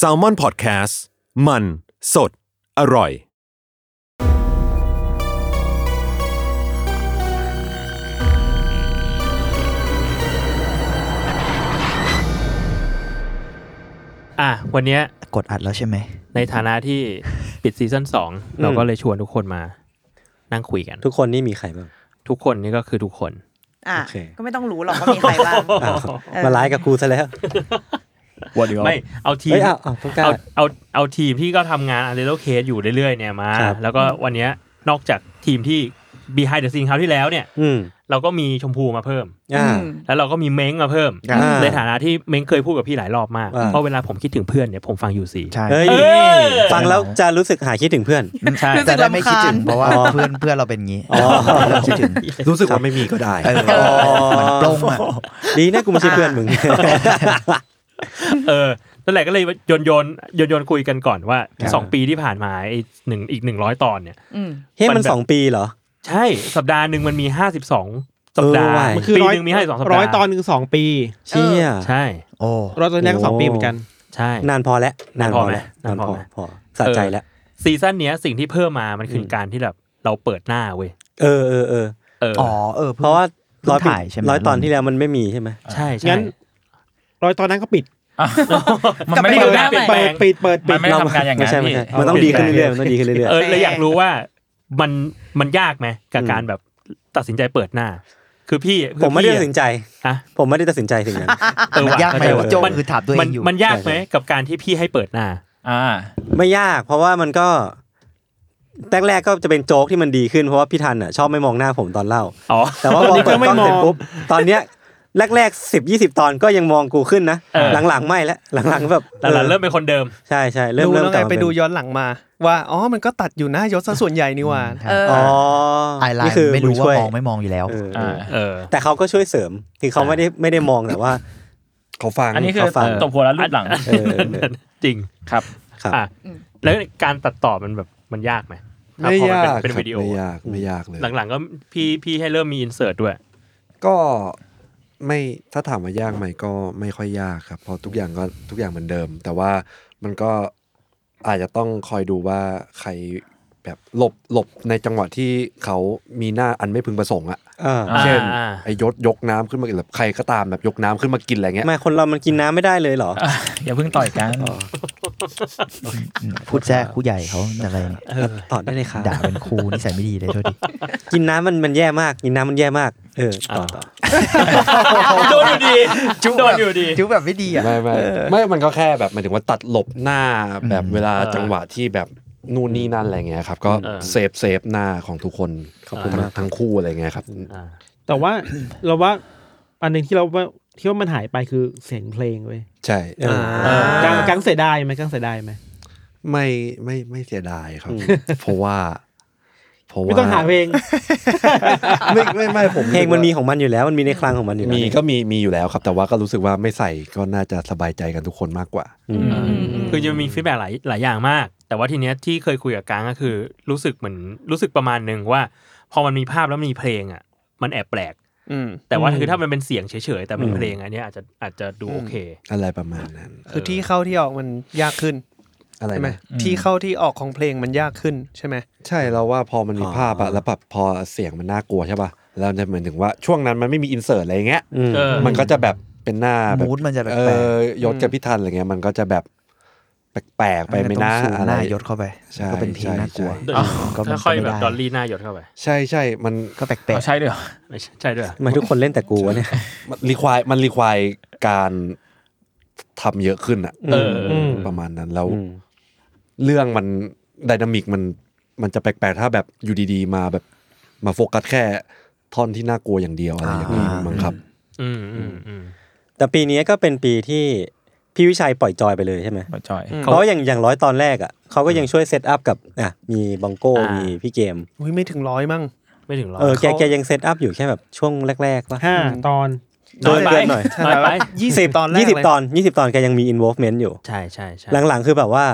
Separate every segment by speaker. Speaker 1: s a l m o n PODCAST มัน สด อร่อย
Speaker 2: อ่ะวันเนี้ย
Speaker 3: กดอัดแล้วใช่ไหม
Speaker 2: ในฐานะที่ ปิดซีซั่นสองเราก็เลยชวนทุกคนมา นั่งคุยกัน
Speaker 4: ทุกคนนี่มีใครบ้าง
Speaker 2: ทุกคนนี่ก็คือทุกคน
Speaker 5: อ่ะ
Speaker 4: โอเค
Speaker 5: ก็ไม่ต้องรู้หรอกว่ามีใครบ้าง
Speaker 4: อ้าว
Speaker 5: เออ
Speaker 4: มาร้ายกับกูซะแล้ว
Speaker 3: What do you
Speaker 2: ไม่ เอาทีม
Speaker 4: เฮ้ยอ้าวอ้าวต้องกล้า
Speaker 2: เอาเอาเอาทีมที่ก็ทำงานอันเดอร์เคสอยู่เรื่อยๆเนี่ยมา
Speaker 4: ครับ
Speaker 2: แล้วก็วันเนี้ยนอกจากทีมที่ behind the scene คราวที่แล้วเนี่ย
Speaker 4: อืม
Speaker 2: เราก็มีชมพูมาเพิ่ม
Speaker 4: อ่า
Speaker 5: ม
Speaker 2: แล้วเราก็มีเม้งมาเพิ่ม
Speaker 3: อ่า
Speaker 2: ในฐานะที่เม้งเคยพูดกับพี่หลายรอบมาก
Speaker 4: ว่า
Speaker 2: เพราะเวลาผมคิดถึงเพื่อนเนี่ยผมฟังอยู่สี
Speaker 3: ใช่
Speaker 4: เฮ้ย
Speaker 2: เอ้ย
Speaker 4: ฟังแล้วจะรู้สึกหายคิดถึงเพื่อน
Speaker 2: ใช่
Speaker 5: รู้สึ
Speaker 3: แต่
Speaker 5: ก
Speaker 3: ได้ไม่คิดถึง
Speaker 5: รำคาญ
Speaker 3: เพราะว่าเพื่อนเพื่อนเราเป็นงี้
Speaker 4: อ๋อ
Speaker 3: เริ่มคิ ดถึง
Speaker 1: รู้สึกว่าไม่มีก็ได้
Speaker 3: เออมันปลงอ่ะ
Speaker 4: ดีนะกูไม่ใช่เพื่อนมึง
Speaker 2: เออนั่นแหละก็เลยโยนโยนโยนโยนคุยกันก่อนว่า
Speaker 4: ครับ
Speaker 2: สองปีที่ผ่านมาไอ้หนึ่งอีกหนึ่งร้อยตอนเนี่ย
Speaker 5: อืม
Speaker 4: เฮ้ย
Speaker 2: มั
Speaker 4: มัน น
Speaker 2: แบบ
Speaker 4: สองปีเหรอ
Speaker 2: ใช่สัปดาห์หนึ่งมันมีห้าสิบสองสัปดา
Speaker 4: เอ
Speaker 2: ห์
Speaker 4: อว่ะ
Speaker 6: มันคือ
Speaker 2: ปี
Speaker 6: ร้อย
Speaker 2: หนึ่งมีห้าสิบสองสัปดาห์
Speaker 6: ร้อยตอนหนึ่งสองปี
Speaker 4: เชี่ย
Speaker 2: ใช่
Speaker 3: โอ้
Speaker 6: ร้อยตอนแรกก็สอง
Speaker 4: โอ้
Speaker 6: ปีเหมือนกัน
Speaker 2: ใช่
Speaker 4: นานพอแล้ว
Speaker 2: นานพอไหม
Speaker 4: แล้
Speaker 2: นาน
Speaker 4: วาน น
Speaker 2: พ
Speaker 4: พ
Speaker 2: อ
Speaker 4: อ
Speaker 2: ไหม
Speaker 4: พอสะใจ
Speaker 2: เออ
Speaker 4: แล้ว
Speaker 2: ซีซั่นเนี้ยสิ่งที่เพิ่มมามันคือการที่แบบเราเปิดหน้าเว้ย
Speaker 4: เออเออเออ
Speaker 2: เอออ
Speaker 3: อ๋อเออ
Speaker 4: เพราะว่า
Speaker 3: เพิ่
Speaker 4: ร้อง ยปี
Speaker 3: ถ่ายใช่ไหม
Speaker 4: ร้อยตอนที่แล้วมันไม่มีใช่ไหม
Speaker 2: ใช่ใช่
Speaker 6: งั้นร้อยตอนนั้นก็ปิด
Speaker 7: มันไม่
Speaker 5: กลับไป
Speaker 7: ได้
Speaker 5: ดู
Speaker 7: ดู
Speaker 5: หน้า
Speaker 7: นะ
Speaker 5: ใหม่
Speaker 7: เป
Speaker 6: เปิด
Speaker 7: ลี่ย
Speaker 6: ปิด
Speaker 7: นแปลง
Speaker 6: เปิดปิ
Speaker 7: มั
Speaker 6: ด
Speaker 7: นไม่ได้ทำงานอย่าง
Speaker 4: ไม่
Speaker 7: นั้น
Speaker 4: ใช่ไม่
Speaker 7: พี่
Speaker 4: ใช่มันต้องดีขึ้นเรื่อยๆมันต้องดีขึ้นเรื่อย
Speaker 2: เออเลยอยากรู้ว่ามันมันยากไหมกับการแบบตัดสินใจเปิดหน้า คือพี่
Speaker 4: ๆผมไม่ได้ตัดสินใจ
Speaker 2: ฮะ
Speaker 4: ผมไม่ได้ตัดสินใจถึงนั้น
Speaker 2: เออ
Speaker 3: มัน
Speaker 2: ว่ะ
Speaker 3: ยากไหม
Speaker 4: เออ
Speaker 3: วะโจมคือถามตัวเอ
Speaker 2: มัน
Speaker 3: งอยู่
Speaker 2: มันยากไหมกับการที่พี่ให้เปิดหน้า
Speaker 7: อ่า
Speaker 4: ไม่ยาก เพราะว่ามันก็แรกๆก็จะเป็นโจ๊กที่มันดีขึ้นเพราะว่าพี่ทันอ่ะชอบไม่มองหน้าผมตอนเล่า
Speaker 2: อ๋อ
Speaker 4: แต่ว่าพอเปิดกล้องเสร็จปุ๊บตอนเนี้ยแรกๆสิบยี่สิบตอนก็ยังมองกูขึ้นนะ
Speaker 2: เออ
Speaker 4: หลังๆไม่แล้วหลังๆแบบ
Speaker 2: หลังๆเริ่
Speaker 4: อ
Speaker 2: ม
Speaker 4: อ
Speaker 2: เป็นคนเดิม
Speaker 4: ใช่ใช่เริ่ม
Speaker 6: ดู
Speaker 4: เริ่ม
Speaker 6: แล้ว
Speaker 4: ก
Speaker 6: ไง
Speaker 4: ลับมา
Speaker 6: ไป
Speaker 4: เน
Speaker 6: ดูย้อนหลังมา ว่าอ๋อมันก็ตัดอยู่หน้ายศซะส่วนใหญ่นี่หว่า
Speaker 5: เออ
Speaker 4: อ๋อ
Speaker 3: ไอไลน์
Speaker 4: นี่คือ
Speaker 3: ไม่รู้
Speaker 4: บุญ
Speaker 3: ว่า
Speaker 4: ช่วย
Speaker 3: มองไม่มองอยู่แล้ว
Speaker 4: เออ
Speaker 7: อ่า
Speaker 2: เออ
Speaker 4: แต่เขาก็ช่วยเสริมคือเขาไม่ได้ไม่ได้มองแต่ว่า
Speaker 1: เขาฟัง
Speaker 7: อันนี้คือ
Speaker 4: เขาฟัง
Speaker 7: ตบหัวแล้วรูปหลัง
Speaker 4: เออเออเออ
Speaker 2: จริง
Speaker 7: ครับ
Speaker 4: ครับ
Speaker 2: อ่ะ
Speaker 5: อืม
Speaker 2: แล้วการตัดต่อมันแบบมันยากไหมอ่ะ
Speaker 1: ไม่
Speaker 2: พอมัน
Speaker 1: ยาก
Speaker 2: เป็นเป็น
Speaker 1: ครับ
Speaker 2: วิดีโอ
Speaker 1: ไม่ยากไม่ยากเลย
Speaker 2: หลังๆก็พี่พี่ให้เริ่มมีอินเสิร์ตด้วย
Speaker 1: ก็ไม่ถ้าถามว่ายากไหมก็ไม่ค่อยยากครับเพราะทุกอย่างก็ทุกอย่างเหมือนเดิม แต่ว่ามันก็อาจจะต้องคอยดูว่าใครแบบหลบหลบในจังหวะที่เขามีหน้าอันไม่พึงประสงค์อะ
Speaker 4: เออ
Speaker 7: อ่า
Speaker 1: เช่น
Speaker 2: อ่า
Speaker 1: ไอ้ยศยกน้ำขึ้นมากินแบบใครก็ตามแบบยกน้ำขึ้นมากินอะไรเงี้ย
Speaker 4: ไม่คนเรามันกินน้ำไม่ได้เลยเหรอ
Speaker 7: อย่าเพิ่งต่อยกัน
Speaker 3: พูดแจ้คู่ใหญ่เขาอะไรเนี่ย
Speaker 4: ตอดได้เลยครับ
Speaker 3: ด่าเป็นครูนิสัยไม่ดีเลยโทษที
Speaker 4: กินน้ำมันมันแย่มาก กินน้ำมันแย่มาก เออต่อต่อ
Speaker 2: โดนอยู่ดี โดนอยู่ดี
Speaker 3: จุ๊บแบบไม่ดีอ่ะ
Speaker 1: ไม่ไม่ไม่ มันก็แค่แบบหมายถึงว่าตัดหลบหน้าแบบ
Speaker 3: อืม
Speaker 1: เวลา
Speaker 2: เออ
Speaker 1: จังหวะที่แบบนู่นนี่นั่นอะไรเงี้ยครับ ก็
Speaker 2: เออ
Speaker 1: เซฟเซฟหน้าของทุกคน
Speaker 2: ขอบคุณ
Speaker 1: ทั้ง
Speaker 2: มาก
Speaker 1: ทั้งคู่อะไรเงี้ยครับ
Speaker 2: อ่า
Speaker 6: แต่ว่า เราว่าอันหนึ่งที่เราว่าที่ว่ามันหายไปคือเสียงเพลงเว้ย
Speaker 1: ใช่
Speaker 4: เออ
Speaker 6: กังกังเสียดายไหมกังเสียดายไหม
Speaker 1: ไม่ไม่ไม่เสียดายครับ
Speaker 4: อืม
Speaker 1: เพราะว่าเพราะว่า
Speaker 6: ไม่ต้องหาเพลง
Speaker 1: ไม่ไม่ไม่ผม
Speaker 4: เพลงมันมีของมันอยู่แล้วมันมีในคลังของมันอยู่แล้ว
Speaker 1: มีก็มีมีอยู่แล้วครับ แต่ว่าก็รู้สึกว่าไม่ใส่ก็น่าจะสบายใจกันทุกคนมากกว่า
Speaker 4: อืม
Speaker 2: คือจะมีฟีดแบ็หลายหลายอย่างมาก แต่ว่าทีเนี้ยที่เคยคุยกับกางก็คือ รู้สึกเหมือนรู้สึกประมาณหนึ่งว่า พอมันมีภาพแล้วมีเพลงอ่ะ มันแอบแปลก
Speaker 6: อืม
Speaker 2: แต่ว่าคือถ้ามันเป็นเสียงเฉยๆแต่มี
Speaker 4: อืม
Speaker 2: เพลงอันเนี้ยอาจจะอาจจะดูโอเค
Speaker 1: อะไรประมาณนั้น
Speaker 6: คือที่เข้าที่ออกมันยากขึ้น
Speaker 1: อะไร
Speaker 6: ใช่ไหม
Speaker 1: นะ
Speaker 6: ที่เข้าที่ออกของเพลงมันยากขึ้นใช่ไหม
Speaker 1: ใช่เราว่าพอมันมีภาพอะแล้วแบบพอเสียงมันน่ากลัวใช่ป่ะแล้วเนี่ยเหมือนถึงว่าช่วงนั้นมันไม่มีอินเสิร์ตอะไรเงี้ย
Speaker 4: อืม
Speaker 2: เออ
Speaker 1: มันก็จะแบบเป็นหน้าแบบ
Speaker 3: มูดมันจะแป
Speaker 1: เอ
Speaker 3: ลก
Speaker 1: อยศกับพี่ทันอะไรเงี้ยมันก็จะแบบแปลก
Speaker 3: ๆ
Speaker 1: ๆไปไหม่น่า
Speaker 3: ต้องสูงห
Speaker 1: อะไร
Speaker 3: น้ายศเข้าไป
Speaker 1: ใช่
Speaker 3: ก็เป็นเพลงน่ากลัว
Speaker 1: ใช่
Speaker 2: เออ
Speaker 3: ก็มัน
Speaker 2: ค่อยๆแบบ
Speaker 3: ไม่ไ
Speaker 2: ดอลลี่หน้าหยดเข้าไป
Speaker 1: ใช่ใช่มัน
Speaker 3: ก็แปลก
Speaker 7: เอาใช่ด้วยเหรอ
Speaker 2: ไม่ใช่ใช่ด้วยเหรอ
Speaker 4: ทำไมทุกคนเล่นแต่กูวะเนี่ย
Speaker 1: มันรีควายมันรีควายการทำเยอะขึ้นอะ
Speaker 2: เอออ
Speaker 6: ม
Speaker 1: ประมาณนั้นแล้วเรื่องมันไดนามิกมันมันจะแปลกๆถ้าแบบอยู่ดีๆ มาแบบมาโฟกัสแค่ท่อนที่น่ากลัวอย่างเดียวอะไรอย่างนี้มั้งครับ
Speaker 2: อืมอืมอืม
Speaker 4: แต่ปีนี้ก็เป็นปีที่ พี่วิชัยปล่อยจอยไปเลยใช่ไหม
Speaker 7: ปล่อยจอย
Speaker 2: อืม
Speaker 4: เพราะว่าอย่างอย่างร้อยตอนแรกอ่ะเขาก็ยังช่วยเซตอัพกับอ่ะมีบองโก้
Speaker 2: อ่ามี
Speaker 4: มีพี่เกม
Speaker 8: อุ้ยไม่ถึงร้อยมั้ง
Speaker 2: ไม่ถึงหรอก
Speaker 4: เออแก
Speaker 8: เขา
Speaker 4: แกยังเซตอัพอยู่แค่แบบช่วงแรกๆป่ะ
Speaker 6: ห้าตอน
Speaker 4: เกินเกินหน่อย
Speaker 8: น้อยไปยี่สิบตอนแรก
Speaker 4: ยี่สิบ
Speaker 8: เลย
Speaker 4: ตอนยี่สิบตอนแกยังมี involvement อยู่
Speaker 2: ใช่ใช่ใช่
Speaker 4: หลังๆคือแบบว่า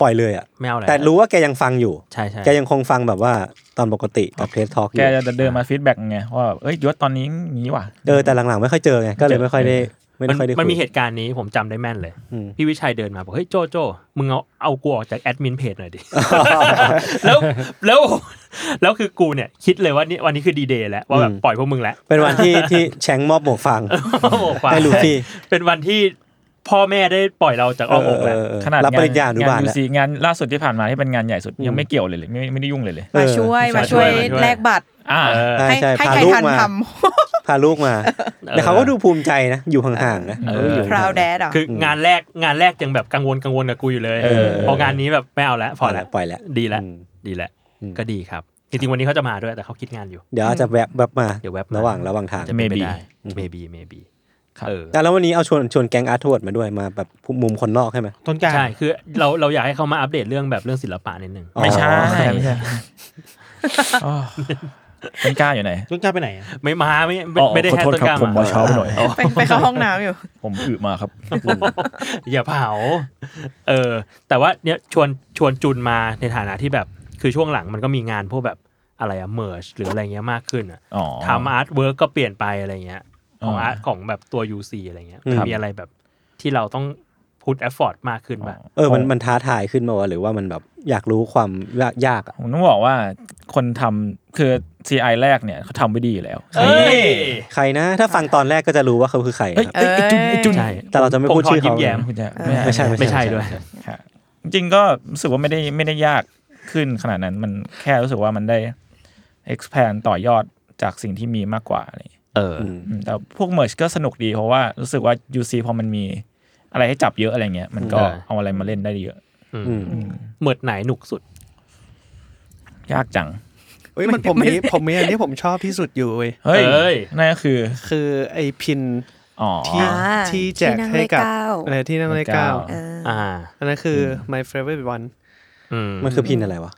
Speaker 4: ปล่อยเลยอ่ะ
Speaker 2: ไม่เอาอะไร
Speaker 4: แต่รู้ว่าแกยังฟังอยู่
Speaker 2: ใช่ใช่
Speaker 4: แกยังคงฟังแบบว่าตอนปกติกับเพลททอล์กอ
Speaker 7: แก
Speaker 4: ยู่
Speaker 7: จะเดินมาฟีดแบ็กไงว่าแบบเอ้ยยศตอนนี้งี้ว่ะ
Speaker 4: เออแต่หลังๆไม่ค่อยเจอไงก็เลยไม่ค่อยได้ไม่
Speaker 2: มัน
Speaker 4: ค่อยได้คุย
Speaker 2: มันมีเหตุการณ์นี้ผมจำได้แม่นเลย
Speaker 4: อืม
Speaker 2: พี่วิชัยเดินมาบอกเฮ้ยโจโจมึงเอาเอากูออกจากแอดมินเพจหน่อย ดิ แล้วแล้วแล้วคือกูเนี่ยคิดเลยว่านี่วันนี้คือดีเดย์แล้วว่าแบบ
Speaker 4: อืม
Speaker 2: ปล่อยพวกมึงแล้ว
Speaker 4: เป็นวันที่ ที่แชงมอบหมวกฟาง
Speaker 2: บอกว่า
Speaker 4: ให้ลูฟี่
Speaker 2: เป็นวันที่พ่อแม่ได้ปล่อยเราจากอ้อมอกแล้ว
Speaker 4: เออ
Speaker 7: ขนาด
Speaker 4: รับปริญญาอนุบาล
Speaker 7: งน
Speaker 4: แล้ว
Speaker 7: UC งานล่าสุดที่ผ่านมาที่เป็นงานใหญ่สุดยังไม่เกี่ยวเลยเลยไม่ไม่ได้ยุ่งเลยเลย
Speaker 5: มาช่วย
Speaker 7: เออ
Speaker 5: มาช่วย
Speaker 7: มาช่วย
Speaker 5: แลกบัตร
Speaker 7: อ่า
Speaker 2: เออ
Speaker 5: ให้
Speaker 4: ใช่
Speaker 5: ให้
Speaker 4: พา
Speaker 5: ใคร
Speaker 4: ลูก
Speaker 5: ทัน
Speaker 4: มา
Speaker 5: ท
Speaker 4: พาลูกมา
Speaker 2: เออ
Speaker 4: แต่เขาก็ดูภูมิใจนะ อยู่ห่างๆนะ
Speaker 7: เออ
Speaker 4: เอออยู่ห่างๆ
Speaker 5: ำ proud dad เหรอ
Speaker 2: คืองานแรกงานแรกยังแบบกังวลกังวลกับกูอยู่เลย
Speaker 7: เออ
Speaker 2: พองานนี้แบบไม่เอาแล้ว
Speaker 4: ป
Speaker 2: พ
Speaker 4: ล่
Speaker 2: อ
Speaker 4: อยแล้
Speaker 2: แล้ว
Speaker 4: วปล่อยแล้ว
Speaker 2: ดีแล้ว
Speaker 4: อืม
Speaker 2: ดีแล้ว
Speaker 4: อืม
Speaker 2: ก็ดีครับจริงๆวันนี้เขาจะมาด้วยแต่เขาคิดงานอยู่
Speaker 4: เดี๋ยวอาจจะแวบแบบมา
Speaker 2: เดี๋ยวแวบมา
Speaker 4: ระหว่างระหว่างทาง
Speaker 2: จะเป็นไป
Speaker 7: Maybe
Speaker 2: ได้ maybe maybe
Speaker 7: ครับ
Speaker 2: เออ
Speaker 4: แต่แล้ววันนี้เอาชวนชวนแก๊งอาร์ทวดมาด้วยมาแบบมุมคนนอกใช่ไหม
Speaker 6: ต้นกลาง
Speaker 2: ใช่ คือเราเราอยากให้เขามาอัปเดตเรื่องแบบเรื่องศิลปะนิดนึง
Speaker 4: อ๋อ
Speaker 7: ไม่ใช่
Speaker 3: ไม่ใช่ไม่ใช่
Speaker 7: อ๋อต้นกล้าอยู่ไหน
Speaker 6: ต้นกลางไปไหนอะ
Speaker 2: ไม่มาไม่ไม่
Speaker 7: อ๋อ
Speaker 2: ไม่ได้
Speaker 7: ขอ
Speaker 2: แค่
Speaker 7: โทษ
Speaker 2: ต้น
Speaker 7: ครับ
Speaker 2: กล้าม
Speaker 7: ผมวอ
Speaker 2: อะ
Speaker 7: เช้าไปหน่อย
Speaker 5: ไปไปเข้าห้องน้ำอยู่
Speaker 7: ผมอึมาครับ
Speaker 2: อย่าเผา เออ แต่ว่าเนี่ยชวนชวนจุนมาในฐานะที่แบบ คือช่วงหลังมันก็มีงานพวกแบบอะไรอะเมิร์ชหรืออะไรเงี้ยมากขึ้นอะ
Speaker 7: อ๋อ
Speaker 2: ทำอาร์ตเวิร์กก็เปลี่ยนไปอะไรเงี้ย ของ
Speaker 7: อ๋ออ
Speaker 2: อาร์ตของแบบตัว UC อะไรเงี้ย
Speaker 4: ครับ
Speaker 2: มีอะไรแบบที่เราต้องพุทเอฟฟอร์ตมากขึ้นบ้าง
Speaker 4: เออมันมันท้าทายขึ้นมาวะหรือว่ามันแบบอยากรู้ความยากยากอะ
Speaker 7: ผมต้องบอกว่าคนทำคือ CI แรกเนี่ยเขาทำไม่ดีอยู่แล้ว
Speaker 2: เอ้ย
Speaker 4: ใครนะ ถ้าฟังตอนแรกก็จะรู้ว่าเขาคือใคร
Speaker 7: เอ้ย
Speaker 4: ครับ
Speaker 7: เอ้ยไอ้จุนไอ้จุน
Speaker 2: ใช่
Speaker 4: แต่เราจะไม่พูดชื่อเขา
Speaker 2: ผมถอนยิ้มแย้
Speaker 7: ไม่ใช่
Speaker 4: ไม่ใช่ไม่ใช่
Speaker 2: ไม่ใช่ด้วย
Speaker 7: ครับจริงๆก็รู้สึกว่าไม่ได้ไม่ได้ยากขึ้นขนาดนั้นมันแค่รู้สึกว่ามันได้ expand ต่อยอดจากสิ่งที่มีมากกว่าอะไรอย่างเงี้ย
Speaker 2: เออ
Speaker 4: อืม
Speaker 7: อืมแต่พวกเม r ร์ก็สนุกดีเพราะว่ารู้สึกว่า UC พอมันมีอะไรให้จับเยอะอะไรเงี้ย มันก็
Speaker 2: ใช่
Speaker 7: เอาอะไรมาเล่นได้เยอะ
Speaker 2: อืม
Speaker 4: อืม
Speaker 2: เมิร์ชไหนหนุกสุด
Speaker 7: ยากจัง
Speaker 8: เฮ้ยมันผมมีผมมีอันที่ผมชอบที่สุดอยู่เว้ย
Speaker 7: เฮ้ย
Speaker 2: เอ้ย
Speaker 7: นั่นก็คือ
Speaker 8: คือไอพิน
Speaker 7: อ๋อ
Speaker 8: ที่
Speaker 5: อ่า
Speaker 8: ที่แจก
Speaker 5: ที่นั่ง
Speaker 8: ให้กับ
Speaker 5: เลขเก้า
Speaker 8: อะไรที่นั่งเลขเก้า
Speaker 7: เลขเก้า
Speaker 5: เออ
Speaker 2: อ่า
Speaker 8: อันนั้นคือ my favorite one
Speaker 2: อืม
Speaker 4: มันคือพินอะไรวะ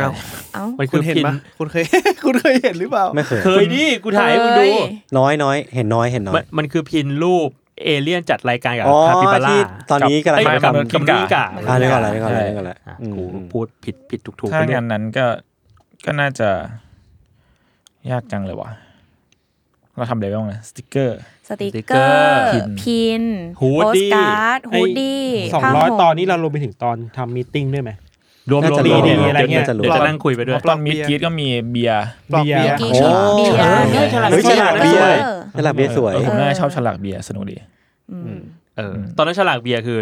Speaker 8: อ้าว
Speaker 5: เอ้า
Speaker 2: มัน
Speaker 8: คุ
Speaker 2: คื
Speaker 8: ณ
Speaker 2: อ
Speaker 8: เห็น
Speaker 2: พิน
Speaker 8: ปะคุณเคย คุณเคยเห็นหรือเปล่า
Speaker 4: ไม่เคย
Speaker 2: เคยดิกูถ่ายให้มึงดู
Speaker 5: เฮ้ย
Speaker 4: น้อยน้อยเห็นน้อยเห็นน้อ
Speaker 2: มัน
Speaker 4: ย
Speaker 2: มันคือพินรูปเอเลี่ยนจัดรายการกับ
Speaker 4: อ๋อ
Speaker 2: คาปิบาร่า
Speaker 4: ที่ตอนนี้กำลัง
Speaker 2: เอ้ย
Speaker 7: กั
Speaker 2: กับบ กับ
Speaker 7: กิ
Speaker 2: นิ
Speaker 7: ง
Speaker 2: กา
Speaker 7: ก่า
Speaker 4: อ่าเรื่องอะไรเรื่องอะไรเรื่องอะไร
Speaker 2: อ่ะ
Speaker 4: อืม
Speaker 2: กูพูดผิดผิดถูกถูก
Speaker 7: ถ้า
Speaker 2: ไปเรื่อย
Speaker 7: งานนั้นก็ก็น่าจะ ยากจังเลยว่ะ เราทำอะไรบ้างนะสติกเกอร์
Speaker 5: สติกเกอร์พิน
Speaker 2: ฮูด
Speaker 5: โปส
Speaker 2: ดี้
Speaker 5: การ์ดฮูดดี้
Speaker 6: สอง
Speaker 5: ผ้า
Speaker 6: ร้อย
Speaker 5: ห่ม
Speaker 6: ตอนนี้เรารวมไปถึงตอนทำมีตติ้งด้วยไหม
Speaker 2: รวม
Speaker 4: น่าร
Speaker 2: วม
Speaker 4: จะ
Speaker 6: ดี
Speaker 2: รวม
Speaker 6: ดี
Speaker 2: เดี๋ยว
Speaker 6: อะไรเงี้ย
Speaker 4: น่าจะรู้
Speaker 2: เดี๋ยวจะนั่งคุยไปด้วย
Speaker 8: ปลอก
Speaker 7: มี
Speaker 8: เบียร์
Speaker 7: กีดก็มีเบียร์
Speaker 8: ปลอกเบียร์
Speaker 5: กีช็อปเบียร์
Speaker 4: โอ้
Speaker 2: ฉลาก
Speaker 4: เฮ้ยฉลากเบียร์
Speaker 5: ออ
Speaker 4: ฉลากเบียร์สวย
Speaker 7: เออผมน่า
Speaker 5: เอ
Speaker 7: จะ
Speaker 5: อ
Speaker 7: ชอบฉลากเบียร์สนุกดี
Speaker 5: อืม
Speaker 2: เออตอนนั้นฉลากเบียร์คือ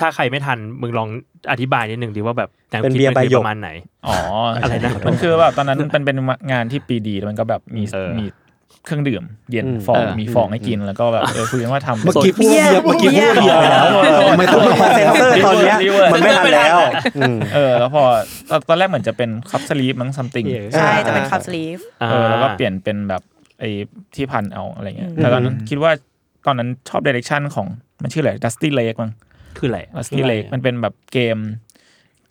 Speaker 2: ถ้าใครไม่ทันมึงลองอธิบายนิดหนึ่งดิว่าแบบแนว
Speaker 4: เป็น
Speaker 2: คิด
Speaker 4: เบียร์
Speaker 2: มัน
Speaker 4: ใบ
Speaker 2: คือ
Speaker 4: หยก
Speaker 2: ประมาณไหน
Speaker 7: อ๋ออ
Speaker 2: อะไรนะ
Speaker 7: มันคือแบบตอนนั้นมันเป็นงานที่ปีดีแล้วมันก็แบบมี
Speaker 2: เออ
Speaker 7: มีเครื่องดื่ม เย็น
Speaker 4: อืม
Speaker 7: ฟอง
Speaker 2: เออ
Speaker 7: มีฟองให้กินแล้วก็แบบเออคุยกันว่าทำ
Speaker 1: เมื่อกี้พูดว่าเบียร์เมื่อกี้พูดว่าเบียร์
Speaker 4: ไม่ต้องมาเซ็นเซอร์ตอนเนี้ยมันไม่ทันแล้วอืม
Speaker 7: เออ แล้วพอตอนตอนแรกเหมือนจะเป็นคัพสลีปมั้งซัมติง
Speaker 2: เออ
Speaker 5: ใช่
Speaker 4: อ่า
Speaker 5: จะเป็นคัพสลีฟ
Speaker 2: อ่า
Speaker 7: เออแล้วก็เปลี่ยนเป็นแบบไอ้ที่พันเอาอะไรเงี้ย
Speaker 5: อืม
Speaker 7: แต่ตอนนั้นคิดว่าตอนนั้นชอบเดเรคชั่นของมันชื่ออะไรดัสตี้เลกมั้ง
Speaker 2: คืออะไร
Speaker 7: ลัสตี้เลกมันเป็นแบบเกม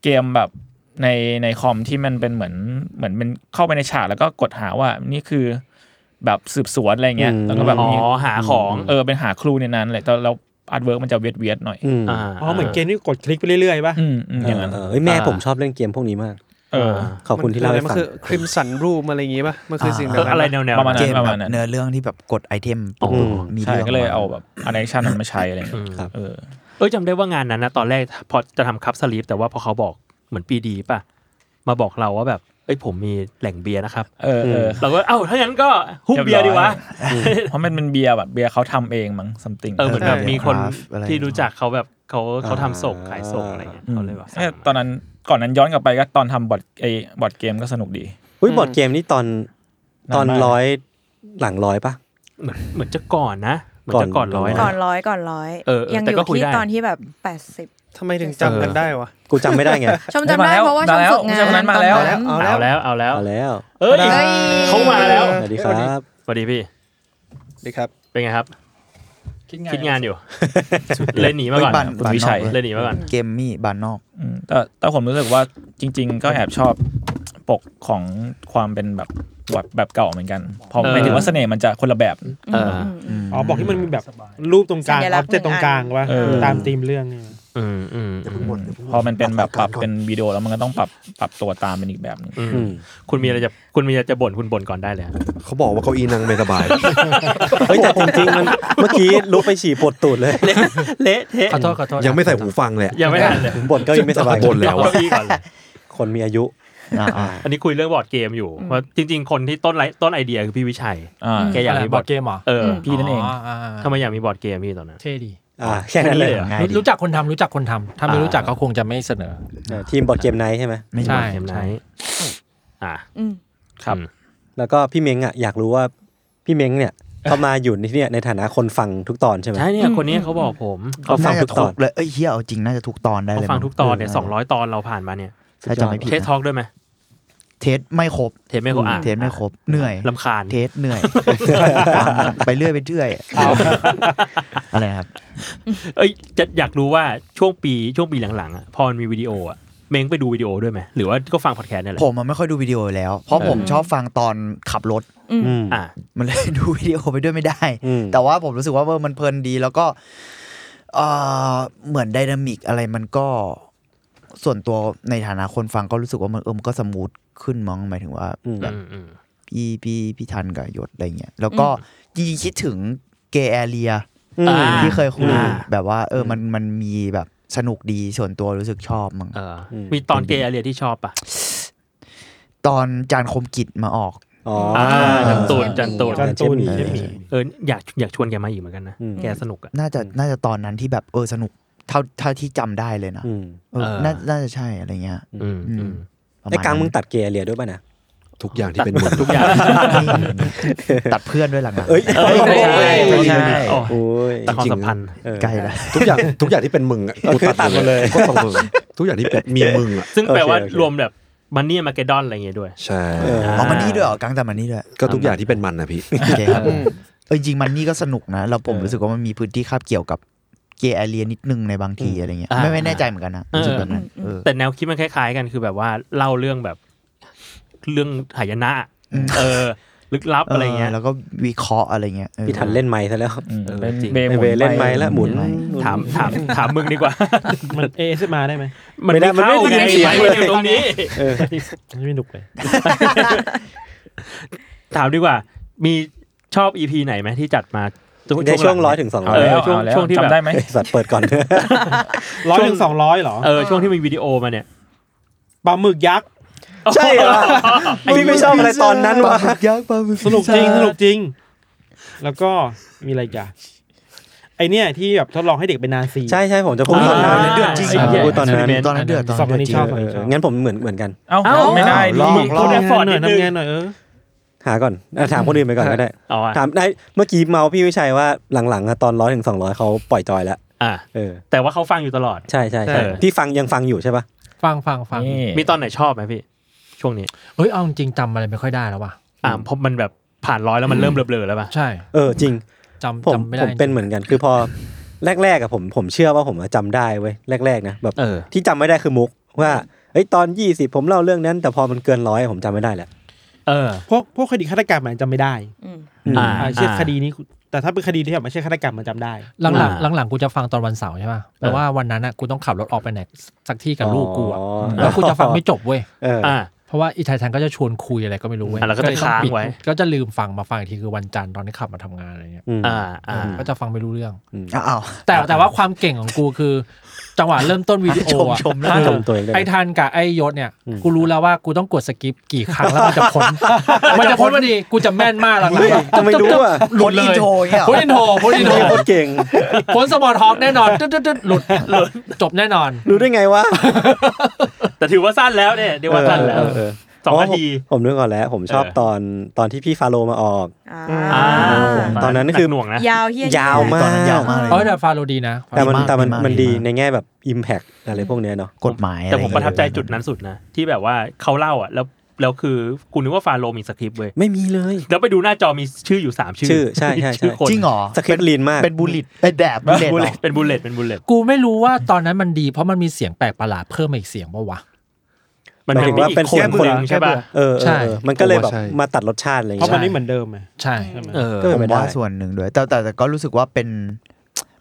Speaker 7: เกมแบบในในคอมที่มันเป็นเหมือนเหมือนเป็นเข้าไปในฉากแล้วก็กดหาว่านี่คือแบบสืบสวนอะไรเงี้ย
Speaker 4: อืม
Speaker 7: แล้วก็แบบ
Speaker 2: อ๋อ
Speaker 7: มี
Speaker 2: หาของ
Speaker 7: เออเป็นหาครูในนั้นแหละแต่เราอาร์ตเวิร์กมันจะเวียดเวียดๆหน่อย
Speaker 4: อืม
Speaker 2: า
Speaker 6: อ๋อเหมือนเกมที่กดคลิกไปเรื่อยๆป่ะ
Speaker 7: อืมอืมอย่างนั้น
Speaker 4: เออเอ้ยแม่ผมชอบเล่นเกมพวกนี้มาก
Speaker 7: เออ
Speaker 4: ขอบคุณที่เล่าให้
Speaker 8: มัน
Speaker 4: ฟัง
Speaker 8: คือคริมสันรูมอะไรอย่างงี้ป่ะ มันคือสิ่งแบบ
Speaker 2: เอออะไร
Speaker 8: นั้น
Speaker 2: แนวแนว
Speaker 7: ประมาณนั้
Speaker 3: เก
Speaker 7: น
Speaker 3: มแบบเนื้อเรื่องที่แบบกดไอเทมปุ๊บ
Speaker 4: อืม
Speaker 3: มี
Speaker 7: ใช่
Speaker 3: เรื่อง
Speaker 7: ก็เลย
Speaker 3: ม
Speaker 7: เอาแบบอะไชั่นนั้นมาใช้อะไรเงี้ย
Speaker 4: ครับ
Speaker 7: เออ
Speaker 2: เอ้ยจำได้ว่างานนั้นนะตอนแรกพอจะทำคัพสลีปแต่ว่าพอเขาบอกเหมือนปีดีป่ะ มาบอกเราว่าแบบเอ้ยผมมีแหล่งเบียร์นะครับ
Speaker 7: เออเออ
Speaker 2: เราก็เอ้าถ้างั้นก็ฮุบเบียร์ดีวะ
Speaker 7: เพราะมันเป็นเบียร์แบบเบียร์เขาทำเองมั้ง something
Speaker 2: เออเหมือนแบบมีคนที่รู้จักเขาแบบเขา
Speaker 4: อ่า
Speaker 2: เขาทำส่งขายส่งอะไรเงี้ยเขาเลยว่า
Speaker 7: เออตอนนั้นก่อนนั้นย้อนกลับไปก็ตอนทำบอร์ดไอ้บอร์ดเกมก็สนุกดี
Speaker 4: อุ้ยบอร์ดเกมนี่ตอนตอน
Speaker 7: นานมาก
Speaker 4: ร้อยหลังร้อยปะ
Speaker 2: เหมือนเหมือนจะก่อนนะเหมือนจะก่อนร้อย
Speaker 5: ก่อ
Speaker 2: นะ
Speaker 5: นร้อยก่อนร้อย
Speaker 2: เออเออ
Speaker 5: ยัง
Speaker 2: แต่
Speaker 5: อ
Speaker 2: ก็
Speaker 5: ยู่
Speaker 2: คุย
Speaker 5: ที่
Speaker 2: ได้
Speaker 5: ตอนที่แบบแปดสิบ
Speaker 8: ทำไมถึงจำกันได้วะ
Speaker 4: กูจำไม่ได้ไง
Speaker 5: ชมจำได้
Speaker 7: มาแล้ว
Speaker 5: เพราะว่าชมฝึกงาน
Speaker 7: มาแล้วมาแล้ว
Speaker 5: ตอนนั้น
Speaker 8: เอาแล้ว
Speaker 2: เอาแล้วเอาแล้ว
Speaker 4: เอาแล้ว
Speaker 2: เอ้ย
Speaker 5: เฮ้ย
Speaker 2: เขามาแล้ว
Speaker 4: สวัสดีครับ
Speaker 2: สวัสดีพี่
Speaker 8: สวัสดีครับ
Speaker 2: เป็นไงครับ
Speaker 7: คิดงาน
Speaker 2: คิดงานอยู่ เลยหนีมาก่อ
Speaker 3: เฮ้
Speaker 2: น
Speaker 3: ยบัน
Speaker 7: คุณ
Speaker 3: บัน
Speaker 7: วิชัย
Speaker 3: นอก
Speaker 2: เลยหนีมาก่อน
Speaker 3: เกมมี่บานนอก
Speaker 7: อืมแต่แต่ผมรู้สึกว่าจริง ๆ ก็แอบชอบปกของความเป็นแบบแบบแบบเก่าเหมือนกันเพอ
Speaker 2: เออ
Speaker 7: หมายถึงว่าเสน่ห์มันจะคนละแบบ
Speaker 2: เออ
Speaker 5: มม
Speaker 6: อ๋อบอกที่มันมีแบบรูปตรงกลาง
Speaker 5: สั
Speaker 6: อ
Speaker 5: ญลั
Speaker 6: อ
Speaker 5: ษ
Speaker 6: กบ
Speaker 5: ณ์
Speaker 6: เจกตรงกลางว่า
Speaker 7: เออ
Speaker 6: ตามธีมเรื่องเนี่ย
Speaker 2: อืมอืม
Speaker 1: อย่าเพิ่งหมดอย่าเพิ่งหมด
Speaker 7: พอมันเป็นแบบปรับ
Speaker 1: ก่อ
Speaker 7: เป็นวิดีโอแล้วมันก็ต้องปรับปรับตัวตามเป็นอีกแบบหนึง
Speaker 2: อืม
Speaker 4: อืม
Speaker 2: คุณมีอะไรจะคุณมีอะไรจะบ่นคุณบ่นก่อนได้เลยฮะ
Speaker 1: เขาบอกว่าเก้าอี้นั่งไม่สบาย
Speaker 4: เฮ้ยแต่จริงๆมันเมื่อกี้ลุกไปฉี่ปวดตูดเลย
Speaker 2: เละเทะ
Speaker 9: ขอโทษขอโทษ
Speaker 1: ยังไม่ใส่หูฟังเลย
Speaker 2: ยังไม่ทันเลย
Speaker 4: ผมบ่นเก็ยังไม่สบาย
Speaker 1: บ่นแล้วอะ
Speaker 2: เก้าอี้ก่อนเลย
Speaker 4: คนมีอายุ
Speaker 2: อันนี้คุยเรื่องบอร์ดเกมอยู่เพราะจริง ๆ คนที่ต้นไลต้นไอเดียคือพี่วิชัย
Speaker 7: อ่า
Speaker 5: อืม
Speaker 2: แกอยากมีบบ อ
Speaker 9: อ
Speaker 2: ร์
Speaker 9: ร์
Speaker 2: ด
Speaker 9: ด
Speaker 2: เก
Speaker 9: เก
Speaker 2: ม
Speaker 9: มเหรอ
Speaker 2: เออ
Speaker 7: พี่นั่นเอง
Speaker 9: าา
Speaker 2: ทำไมอยากมีบอร์ดเกมพี่ตอนนั้น
Speaker 9: เท่ดี
Speaker 4: อ่าแค่นั้นเลย
Speaker 2: หรอ
Speaker 3: ง่าย
Speaker 9: รู้
Speaker 3: ดี
Speaker 9: รู้จักคนทำรู้จักคนทำถ้าไม่
Speaker 2: อ่า
Speaker 9: รู้จักเขาคงจะไม่เสนอ
Speaker 4: เออทีมบอร์ดเกมไนท์ใช่ไหม
Speaker 3: ไม่
Speaker 9: ใช่
Speaker 3: รู้
Speaker 2: เกมไนท์อ่ะ
Speaker 5: อืม
Speaker 2: ครับ
Speaker 4: แล้วก็พี่เม้งอ่ะอยากรู้ว่าพี่เม้งเนี่ยเขามาอยู่ในที่เนี่ยในฐานะคนฟังทุกตอนใช่ไหม
Speaker 2: ใช่เนี่ยคนนี้เขาบอกผม
Speaker 4: เขาฟัง
Speaker 3: น่า
Speaker 4: ทุ
Speaker 3: จะ
Speaker 4: กต
Speaker 3: ถู
Speaker 4: อน
Speaker 3: กเลยเอ้ยเฮียเอาจริงน่าจะถูกตอนได้
Speaker 2: เขา
Speaker 3: เลย
Speaker 2: ฟังทุกตอนเนี่ย
Speaker 3: มั้
Speaker 2: สองร้อยตอนเราผ่านมาเนี่ย
Speaker 3: ถ้าจำไม่ผิด
Speaker 2: เทส
Speaker 3: นะ
Speaker 2: ท็อกด้วยไหม
Speaker 3: เทสไม่ครบ
Speaker 2: เทสไม่ครบอ่ะ
Speaker 3: เทสไม่ครบเหนื่อย
Speaker 2: ลำคาญ
Speaker 3: เทส เหนื่อยฟังไปเรื่อยไปเรื่อยอะไรนะครับ
Speaker 2: เอ้ยจะอยากรู้ว่าช่วงปีช่วงปีหลังๆอ่ะพอมันมีวิดีโออ่ะเม้งไปดูวิดีโอด้วยไหมหรือว่าก็ฟังพอดแคสต์เนี่ยแหละ
Speaker 3: ผมมันไม่ค่อยดูวิดีโออยู่แล้ว เพราะผมชอบฟังตอนขับรถ
Speaker 5: อืม
Speaker 4: อืม
Speaker 2: อ่ะ
Speaker 3: มันเลยดูวิดีโอไปด้วยไม่ได้
Speaker 4: อืม
Speaker 3: แต่ว่าผมรู้สึกว่าเออมันเพลินดีแล้วก็เอ่อเหมือนไดนามิกอะไรมันก็ส่วนตัวในฐานะคนฟังก็รู้สึกว่ามันเออมันก็สมูทขึ้นมั้งหมายถึงว่า
Speaker 4: อืม
Speaker 3: แบบ
Speaker 2: อืมอืม
Speaker 3: พี่พี่พี่ทันกับยศอะไรเงี้ยแล้วก็จริงๆคิดถึงเกย์แอเรีย
Speaker 4: อืม
Speaker 2: า
Speaker 3: ที่เคยคุย
Speaker 4: อ่า
Speaker 3: แบบว่า เออมันมันมีแบบสนุกดีส่วนตัวรู้สึกชอบมั้ง
Speaker 2: เอออ
Speaker 4: ม
Speaker 2: มีตอนเกย์อาเรียที่ชอบป่ะ
Speaker 3: ตอนจานคมกิจมาออก
Speaker 4: อ๋อ
Speaker 2: อ่า
Speaker 4: อ่า
Speaker 2: จันตูนจันตูน
Speaker 6: จันตูน
Speaker 4: เออ
Speaker 6: เช่นหมี
Speaker 2: เอออยากอยากชวนแกมาอีกเหมือนกันนะ
Speaker 4: อืม
Speaker 2: แกสนุกอ่ะ
Speaker 3: น่าจะน่าจะตอนนั้นที่แบบเออสนุกเท่าเท่าที่จำได้เลยนะ
Speaker 4: อืม
Speaker 3: เออ
Speaker 2: เออ
Speaker 3: น่าน่าจะใช่อะไรเงี้ย
Speaker 2: อืมอืม
Speaker 3: ประ
Speaker 4: ไอ้
Speaker 3: ณ
Speaker 4: กลางมึง
Speaker 3: นั้น
Speaker 4: ตัดเกย์เรียด้วยป่ะนะ
Speaker 1: ทุกอย่างที่เป็นหมด
Speaker 2: ทุกอย่าง
Speaker 3: ตัดเพื่อนด้วยหลังๆ
Speaker 4: เอ้ย
Speaker 2: ไม่ใช่ไม่ใช่
Speaker 4: โอ้ย
Speaker 2: แต่ความสัมพันธ์
Speaker 4: เออ
Speaker 3: ใกล้ละ
Speaker 1: ทุกอย่างทุกอย่างที่เป็นมึงอะกู
Speaker 4: คือตัดหมดเลย
Speaker 1: ก็ต้องมึงทุกอย่างที่เป็นมีมึงอ่ะ
Speaker 2: ซึ่งแปลว่า
Speaker 4: โอเคโอเค
Speaker 2: รวมแบบมันนี่มาเกดอนอะไรอย่างเงี้ยด้วย
Speaker 1: ใช่
Speaker 4: เออ
Speaker 3: อ๋อมันนี่ด้วยเหรอกลางแต่มันนี่ด้วย
Speaker 1: ก็ทุกอย่างที่เป็นมันนะพี่
Speaker 3: โอเคครับเออจริงๆมันนี่ก็สนุกนะเราผม
Speaker 4: เออ
Speaker 3: รู้สึกว่ามันมีพื้นที่คาบเกี่ยวกับเกย์แอเรียนิดนึงในบางทีอะไรเงี้ย
Speaker 2: อ่า
Speaker 3: ไม่ไม่แน่ใจเหมือนกันนะ
Speaker 2: เออ
Speaker 3: รู้สึกแบบนั้น
Speaker 5: อืม
Speaker 3: เออ
Speaker 2: แต่แนวคิดมันคล้าย ๆ กันคือแบบว่าเล่าเรื่องแบบ เรื่องหายนะ
Speaker 3: อืม
Speaker 2: เออ ลึกลับอะไรเงี้ย
Speaker 3: แล้วก็วิเคราะห์อะไรเงี้ยออ
Speaker 4: พี่ทันเล่นไม้ซะแล้ว
Speaker 7: อืม
Speaker 2: เออ
Speaker 7: เป็น
Speaker 2: จริง
Speaker 7: เบ
Speaker 4: ไอ
Speaker 7: ย์หมุ
Speaker 4: เวน เล่นไม้
Speaker 7: ป
Speaker 4: แล้วหมุน
Speaker 3: หมุน
Speaker 2: ถามถามถามมึงดีกว่า
Speaker 6: มัน AS มาได้ไหม
Speaker 2: มัน
Speaker 4: ไม่ได้
Speaker 2: เข้า
Speaker 4: มันไม่ได้ยินเสียง
Speaker 2: ไม่ได้
Speaker 4: เลย
Speaker 2: ตรงนี้
Speaker 4: เออ
Speaker 6: ไม่หนุก เลย
Speaker 2: ถามดีกว่า มีชอบอีพีไหนไหมที่จัดมา
Speaker 4: ในช่วง
Speaker 2: หลั
Speaker 4: ร้อยถึงสองร้อย
Speaker 2: เออ
Speaker 7: เอาแล้ว
Speaker 2: ช่วง
Speaker 7: เอาแล้ว
Speaker 2: ช่วงที่แบ
Speaker 7: จำได้
Speaker 2: บ
Speaker 7: ไหม
Speaker 4: ไอ้สัตว์เปิดก่อน
Speaker 6: ร้อยถึงสองร้อยเหรอ
Speaker 2: เออช่วงที่มีวิดีโอมาเนี่ย
Speaker 6: ปลาหมึกยักษ์
Speaker 4: ใช่เหรอพี่ไม่ชอบอะไรตอนนั้นวะ
Speaker 3: ยักษ์ปลาหมึก
Speaker 6: สนุกจริงสนุกจริง แล้วก็มีอะไรอีกันไอเนี่ยที่แบบทดลองให้เด็กเป็นนาซี
Speaker 4: ใช่ใช่ผมจะพูดตอนนั้น
Speaker 2: อ่า
Speaker 3: เดือดจริง
Speaker 2: ไอ้เหี้ย
Speaker 4: พูดตอนนั้น
Speaker 3: ตอนนั้นเดือดตอน
Speaker 6: สองคน
Speaker 3: เดือดจ
Speaker 6: นี้
Speaker 3: ริ
Speaker 6: ชอ
Speaker 3: ง
Speaker 6: บ
Speaker 4: เออเอองั้นผมเหมือนเหมือนกัน
Speaker 7: เอ้า
Speaker 2: เอ้า
Speaker 7: ไม่ได้
Speaker 3: ล
Speaker 7: ดิ
Speaker 3: อง
Speaker 2: คนแอฟ
Speaker 6: ทำ
Speaker 2: ฟอร์ด
Speaker 6: งานหน่
Speaker 2: นิ
Speaker 6: อยทำ
Speaker 2: ดนึง
Speaker 6: งานหน่อยเออ
Speaker 4: หาก่อนอ่ะถามคนอื่นไปก่อนก็ได้
Speaker 2: อ๋ออ่ะ
Speaker 4: ถามได้เมื่อกี้เมาพี่วิชัยว่าหลังๆอะตอนร้อยถึงสองร้อยเขาปล่อยจอยแล้ว
Speaker 2: อ่ะ
Speaker 4: เออ
Speaker 2: แต่ว่าเขาฟังอยู่ตลอด
Speaker 4: ใช่ใช่
Speaker 2: เอ
Speaker 4: ใช่
Speaker 2: อ
Speaker 4: พี่ฟังยังฟังอยู่ใช่ปะ
Speaker 9: ฟังฟังฟัง
Speaker 7: นี่
Speaker 2: มีตอนไหนชอบไหมพี่ ช่วงนี้
Speaker 9: เฮ้ยเอาจริงๆจำอะไรไม่ค่อยได้แล้วว่ะ
Speaker 2: อ่าเพราะมันแบบผ่านร้อยแล้วมันเริ่มเบลอๆแล้วป่ะ
Speaker 9: ใช่
Speaker 4: เออจริง
Speaker 9: จำ
Speaker 4: ผม
Speaker 9: จำไม่
Speaker 4: ผ
Speaker 9: ได้
Speaker 4: มเป็นเหมือนกันคือพอแรกๆอะผมผมเชื่อว่าผมอะจำได้เว้ยแรกๆนะแบบ
Speaker 2: เออ
Speaker 4: ที่จำไม่ได้คือมุกว่าเอ้ยตอนยี่สิบผมเล่าเรื่องนั้น แต่พอมันเกินร้อยผมจำไม่ได้แหละ
Speaker 2: เออ
Speaker 6: พวกพวกคดีฆาตกรรมมันจำไม่ได้
Speaker 5: อืม
Speaker 2: อ่า
Speaker 6: อ่าเช่นคดีนี้ แต่ถ้าเป็นคดีที่แบบไม่ใช่ฆาตกรรมมันจำได้
Speaker 9: หลังหลัง
Speaker 2: อ่า
Speaker 9: หลังๆหลังๆกูจะฟังตอนวันเสาร์ใช่ป่ะแต่ว่าวันนั้นอ่ะกูต้องขับรถออกไปไหนสักที่กับลูกกูอะ
Speaker 4: อ๋อ
Speaker 9: แล้วกูจะฟังไม่จบเว้ย
Speaker 4: เออ
Speaker 2: อ่า
Speaker 9: เพราะว่าอีไทยทันก็จะชวนคุยอะไรก็ไม่รู้เว้ย
Speaker 2: อ่ะแล้วก็จะ
Speaker 9: ต้อง
Speaker 2: ค้าง
Speaker 9: ปิด
Speaker 2: ไว้
Speaker 9: ก็จะลืมฟังมาฟังอีกทีคือวันจันทร์ตอนที่ขับมาทำงานอะไรเงี้ย
Speaker 4: ม
Speaker 2: อ่าอ่า
Speaker 9: ก็จะฟังไม่รู้เรื่อง
Speaker 3: อ้าวอ้าว
Speaker 9: แต่แต่ว่าความเก่งของกูคือ จังหวะเริ่มต้นวิดีโออะ
Speaker 3: ชมชมนะ
Speaker 4: ชมตัวเองด้วยนะ
Speaker 9: ไอ้ทันกับไอ้ยศเนี่ย
Speaker 4: อืม
Speaker 9: กูรู้แล้วว่ากูต้องกดสกิปกี่ครั้งแล้วมันจะพ้น มันจะพ้นพอดีกูจะแม่นมากหลัง
Speaker 4: เฮ้ย
Speaker 9: ๆ
Speaker 4: ทำไมรู้อ่ะ
Speaker 9: หลุดเลย
Speaker 3: โทรเงี้ยเหรอ
Speaker 9: พ้นอินโทรพ้นอินโทร
Speaker 4: โคตรเก่ง
Speaker 9: พ้นสมอลท็อกแน่นอนตึ๊ดตึ๊ดตึ๊ดหลุดหลุดจบแน่นอน
Speaker 4: รู้ได้ไงวะ
Speaker 2: แต่ถือว่าสั้นแล้วเนี่ยเดี๋ยวว่าสั้นแล้ว
Speaker 4: เออเออ
Speaker 2: สอง
Speaker 4: เพระ
Speaker 2: นาที
Speaker 4: ผมผมนึกก่อนแล้ว ผมชอบ
Speaker 2: เออ
Speaker 4: ตอนตอนที่พี่ฟาโลมาออก
Speaker 5: อ่า
Speaker 2: อ่า
Speaker 4: ตอนนั้นคือ
Speaker 2: หน่วงนะ
Speaker 5: ยาวเฮีย
Speaker 4: ยาวมาก
Speaker 3: ตอนนั้นยาวมากเลย
Speaker 9: เพราะแต่ฟาโรดีนะ
Speaker 4: แต่มัน
Speaker 3: ดีมาก
Speaker 4: แต่มัน
Speaker 3: ดีมาก
Speaker 4: มันดี
Speaker 3: ดีมาก
Speaker 4: ในแง่แบบ Impact อะไรพวกเนี้ยเนาะ
Speaker 3: กฎหมายอะไร
Speaker 2: แต่ผมประทับใจจุดนั้นสุดนะ ที่แบบว่าเขาเล่าอ่ะ แล้ว แล้วคือกูนึกว่าฟาโรมีสคริปต์เว้ย
Speaker 4: ไม่มีเลย
Speaker 2: แล้วไปดูหน้าจอมีชื่ออยู่สามชื่
Speaker 4: ชื่อใช่ใช่ใช่
Speaker 2: ชื่อคน
Speaker 3: จริงเหรอ
Speaker 4: สคริปต์ลีนมาก
Speaker 3: เป็นบูลลิตไอยแบบบูลลิต
Speaker 2: บูล
Speaker 3: เหร
Speaker 2: เล
Speaker 3: อ
Speaker 2: ตเป็นบูลเลตเป็นบูลเลต
Speaker 9: กูไม่รู้ว่าตอนนั้นมันดีเพราะมันมีเสียงแปลกประหลาดเพิ่มมาอีกเสียงปะวะ
Speaker 2: มัน
Speaker 4: หมายถึงว่าเป็น
Speaker 2: ค
Speaker 4: เสีย
Speaker 2: น
Speaker 4: ง
Speaker 2: คนหนึ่งใช่ป่ะ
Speaker 4: เออเอ
Speaker 9: ใช่
Speaker 4: อเออมันก็เลย
Speaker 1: ผม
Speaker 4: แบบ
Speaker 1: ว่าใช่
Speaker 4: มาตัดรสชาติอะไรอย่าง
Speaker 6: เพราะ
Speaker 4: เงี้ย
Speaker 6: มันไม่เหมือนเดิมไง
Speaker 9: ใช่
Speaker 6: ใช่ไหม
Speaker 2: เออ
Speaker 4: ก็เป็น
Speaker 3: ผม
Speaker 4: ไปได้
Speaker 3: ว่าส่วนหนึ่งด้วย แต่แต่แต่ก็รู้สึกว่าเป็น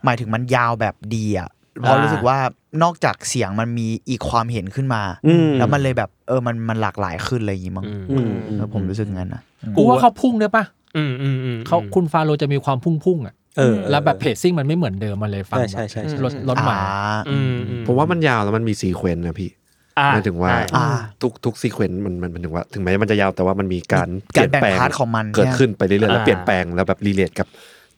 Speaker 3: หมายถึงมันยาวแบบดีอ่ะเพราะ
Speaker 2: อ่า
Speaker 3: รู้สึกว่านอกจากเสียงมันมีอีกความเห็นขึ้นมา
Speaker 4: อืม
Speaker 3: แล้วมันเลยแบบเออมันมันหลากหลายขึ้นอะไรอย่างงี้มั้ง
Speaker 2: อืม
Speaker 4: อืม
Speaker 3: เออผมรู้สึกงั้นนะ
Speaker 9: กูว่าเขาพุ่งด้วยปะ
Speaker 2: อืมอืมอืม
Speaker 9: เขาคุณฟาโรจะมีความพุ่งพุ่งๆอ่ะ
Speaker 4: เออ
Speaker 9: แล้วแบบเพจซิ่งมันไม่เหมือนเดิมมันเลยฟัง
Speaker 4: ใช่ใช่ใช่ใช่
Speaker 9: ลดลดหมา
Speaker 2: อืมอื
Speaker 1: ผมว่ามันยาวแล้วมันมีซีเควนต์นะพี่
Speaker 2: อ่ะ
Speaker 1: หมายถึงว่า
Speaker 3: อ่า
Speaker 1: ทุกทุกซีเควนต์มันมันมันถึงว่า ถึงแม้มันจะยาวแต่ว่ามันมีการเป
Speaker 3: การ
Speaker 1: ลี่ยน
Speaker 3: แบ่ง
Speaker 1: แปลง
Speaker 3: พาร์ทของมัน
Speaker 1: เกิดขึ้น
Speaker 3: ใช่
Speaker 1: ไปเรื่อยๆแล้วเปลี่ยนแปลงแล้วแบบรีเลทกับ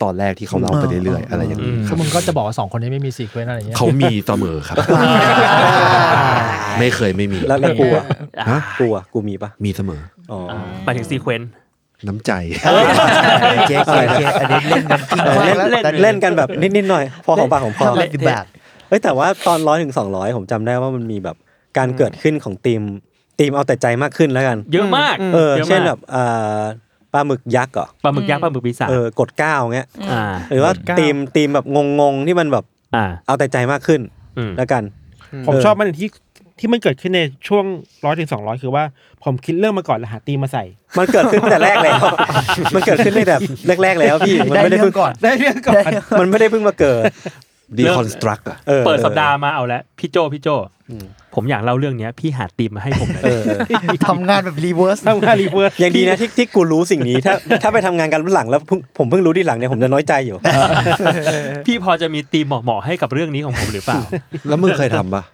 Speaker 1: ตอนแรกที่เขาเล่าไปเรื่อยๆอะไรอย่างนี้ค
Speaker 9: คื
Speaker 1: รับ
Speaker 9: อมึงก็จะบอกว่าสองคนนี้ไม่มีซีเควนต์อะไรอย่างเงี้ย
Speaker 1: เขามีต่อมือครับ ไม่เคยไม่มี
Speaker 4: แล้วแล้วกูอะ
Speaker 1: ฮะ
Speaker 4: กูอะกูมีปะ
Speaker 1: มีเสมอ
Speaker 4: อ๋ออ
Speaker 2: หมายถึงซีเควนต์
Speaker 1: น้ำใจ
Speaker 3: เจ๊เจ๊เจ๊อันนี้เล่นกันจริง
Speaker 4: เออ
Speaker 3: มาก
Speaker 4: เล่น
Speaker 3: แล้ว
Speaker 4: เล่น
Speaker 3: แต่
Speaker 4: เล่นกันแบบนิดๆหน่อย พอของปากของพอ
Speaker 3: ทำละสิบบาท
Speaker 4: เอ้ยแต่ว่าตอนร้อยถึงสองร้อยผมจำได้ว่ามันมีแบบการเกิดขึ้นของทีมทีมเอาแต่ใจมากขึ้นแล้วกัน
Speaker 2: เยอะมาก
Speaker 4: เออ
Speaker 2: เยอะมาก
Speaker 4: เช่นแบบอ่าปลาหมึกยักษ์เหรอ
Speaker 2: ปลาหมึกยักษ์ปลาหมึกปีศาจ
Speaker 4: เออกดเก้าเงี้ย
Speaker 2: อ่า
Speaker 4: หรือว่า
Speaker 8: เก้า
Speaker 4: ทีมทีมแบบงงๆที่มันแบบ
Speaker 2: อ่า
Speaker 4: เอาแต่ใจมากขึ้น
Speaker 2: อืม
Speaker 4: แล้วกัน
Speaker 6: ผม
Speaker 4: เออ
Speaker 6: ชอบมันที่ที่มันเกิดขึ้นในช่วงร้อยถึงสองร้อยคือว่าผมคิดเรื่องมาก่อนแล้วหาตีมมาใส่
Speaker 4: มันเกิดขึ้นแต่แรกแล้ว มันเกิดขึ้นในแบบแรก ๆ แล้วพี่มันไม่ได้เพิ่ง
Speaker 3: ได้เรื่องก่อน
Speaker 6: ได้เรื่องก่อน
Speaker 4: มันไม่ได้เพิ่งมาเกิด
Speaker 1: deconstruct อะ
Speaker 4: ออ
Speaker 2: เปิดสัปดาห์มาเอาละพี่โจพี่โจ
Speaker 4: อืม
Speaker 2: ผมอยากเล่าเรื่องเนี้ย พี่หาตีมมาให้ผมหน่อย
Speaker 4: เออเออ
Speaker 3: ทำงานแบบรีเวิร์ส
Speaker 6: ทำงานรีเวิร์ส
Speaker 4: ยังดีนะที่ที่กูรู้สิ่งนี้ ถ้าถ้าไปทำงานกันหลังแล้วเพิ่งผมเพิ่งรู้ทีหลังเนี่ยผมจะน้อยใจอยู่
Speaker 2: พี่พอจะมีตีมเหมาะๆให้กับเรื่องนี้ของผมหรือเปล่า
Speaker 1: แล้วมึงเคยทำปะ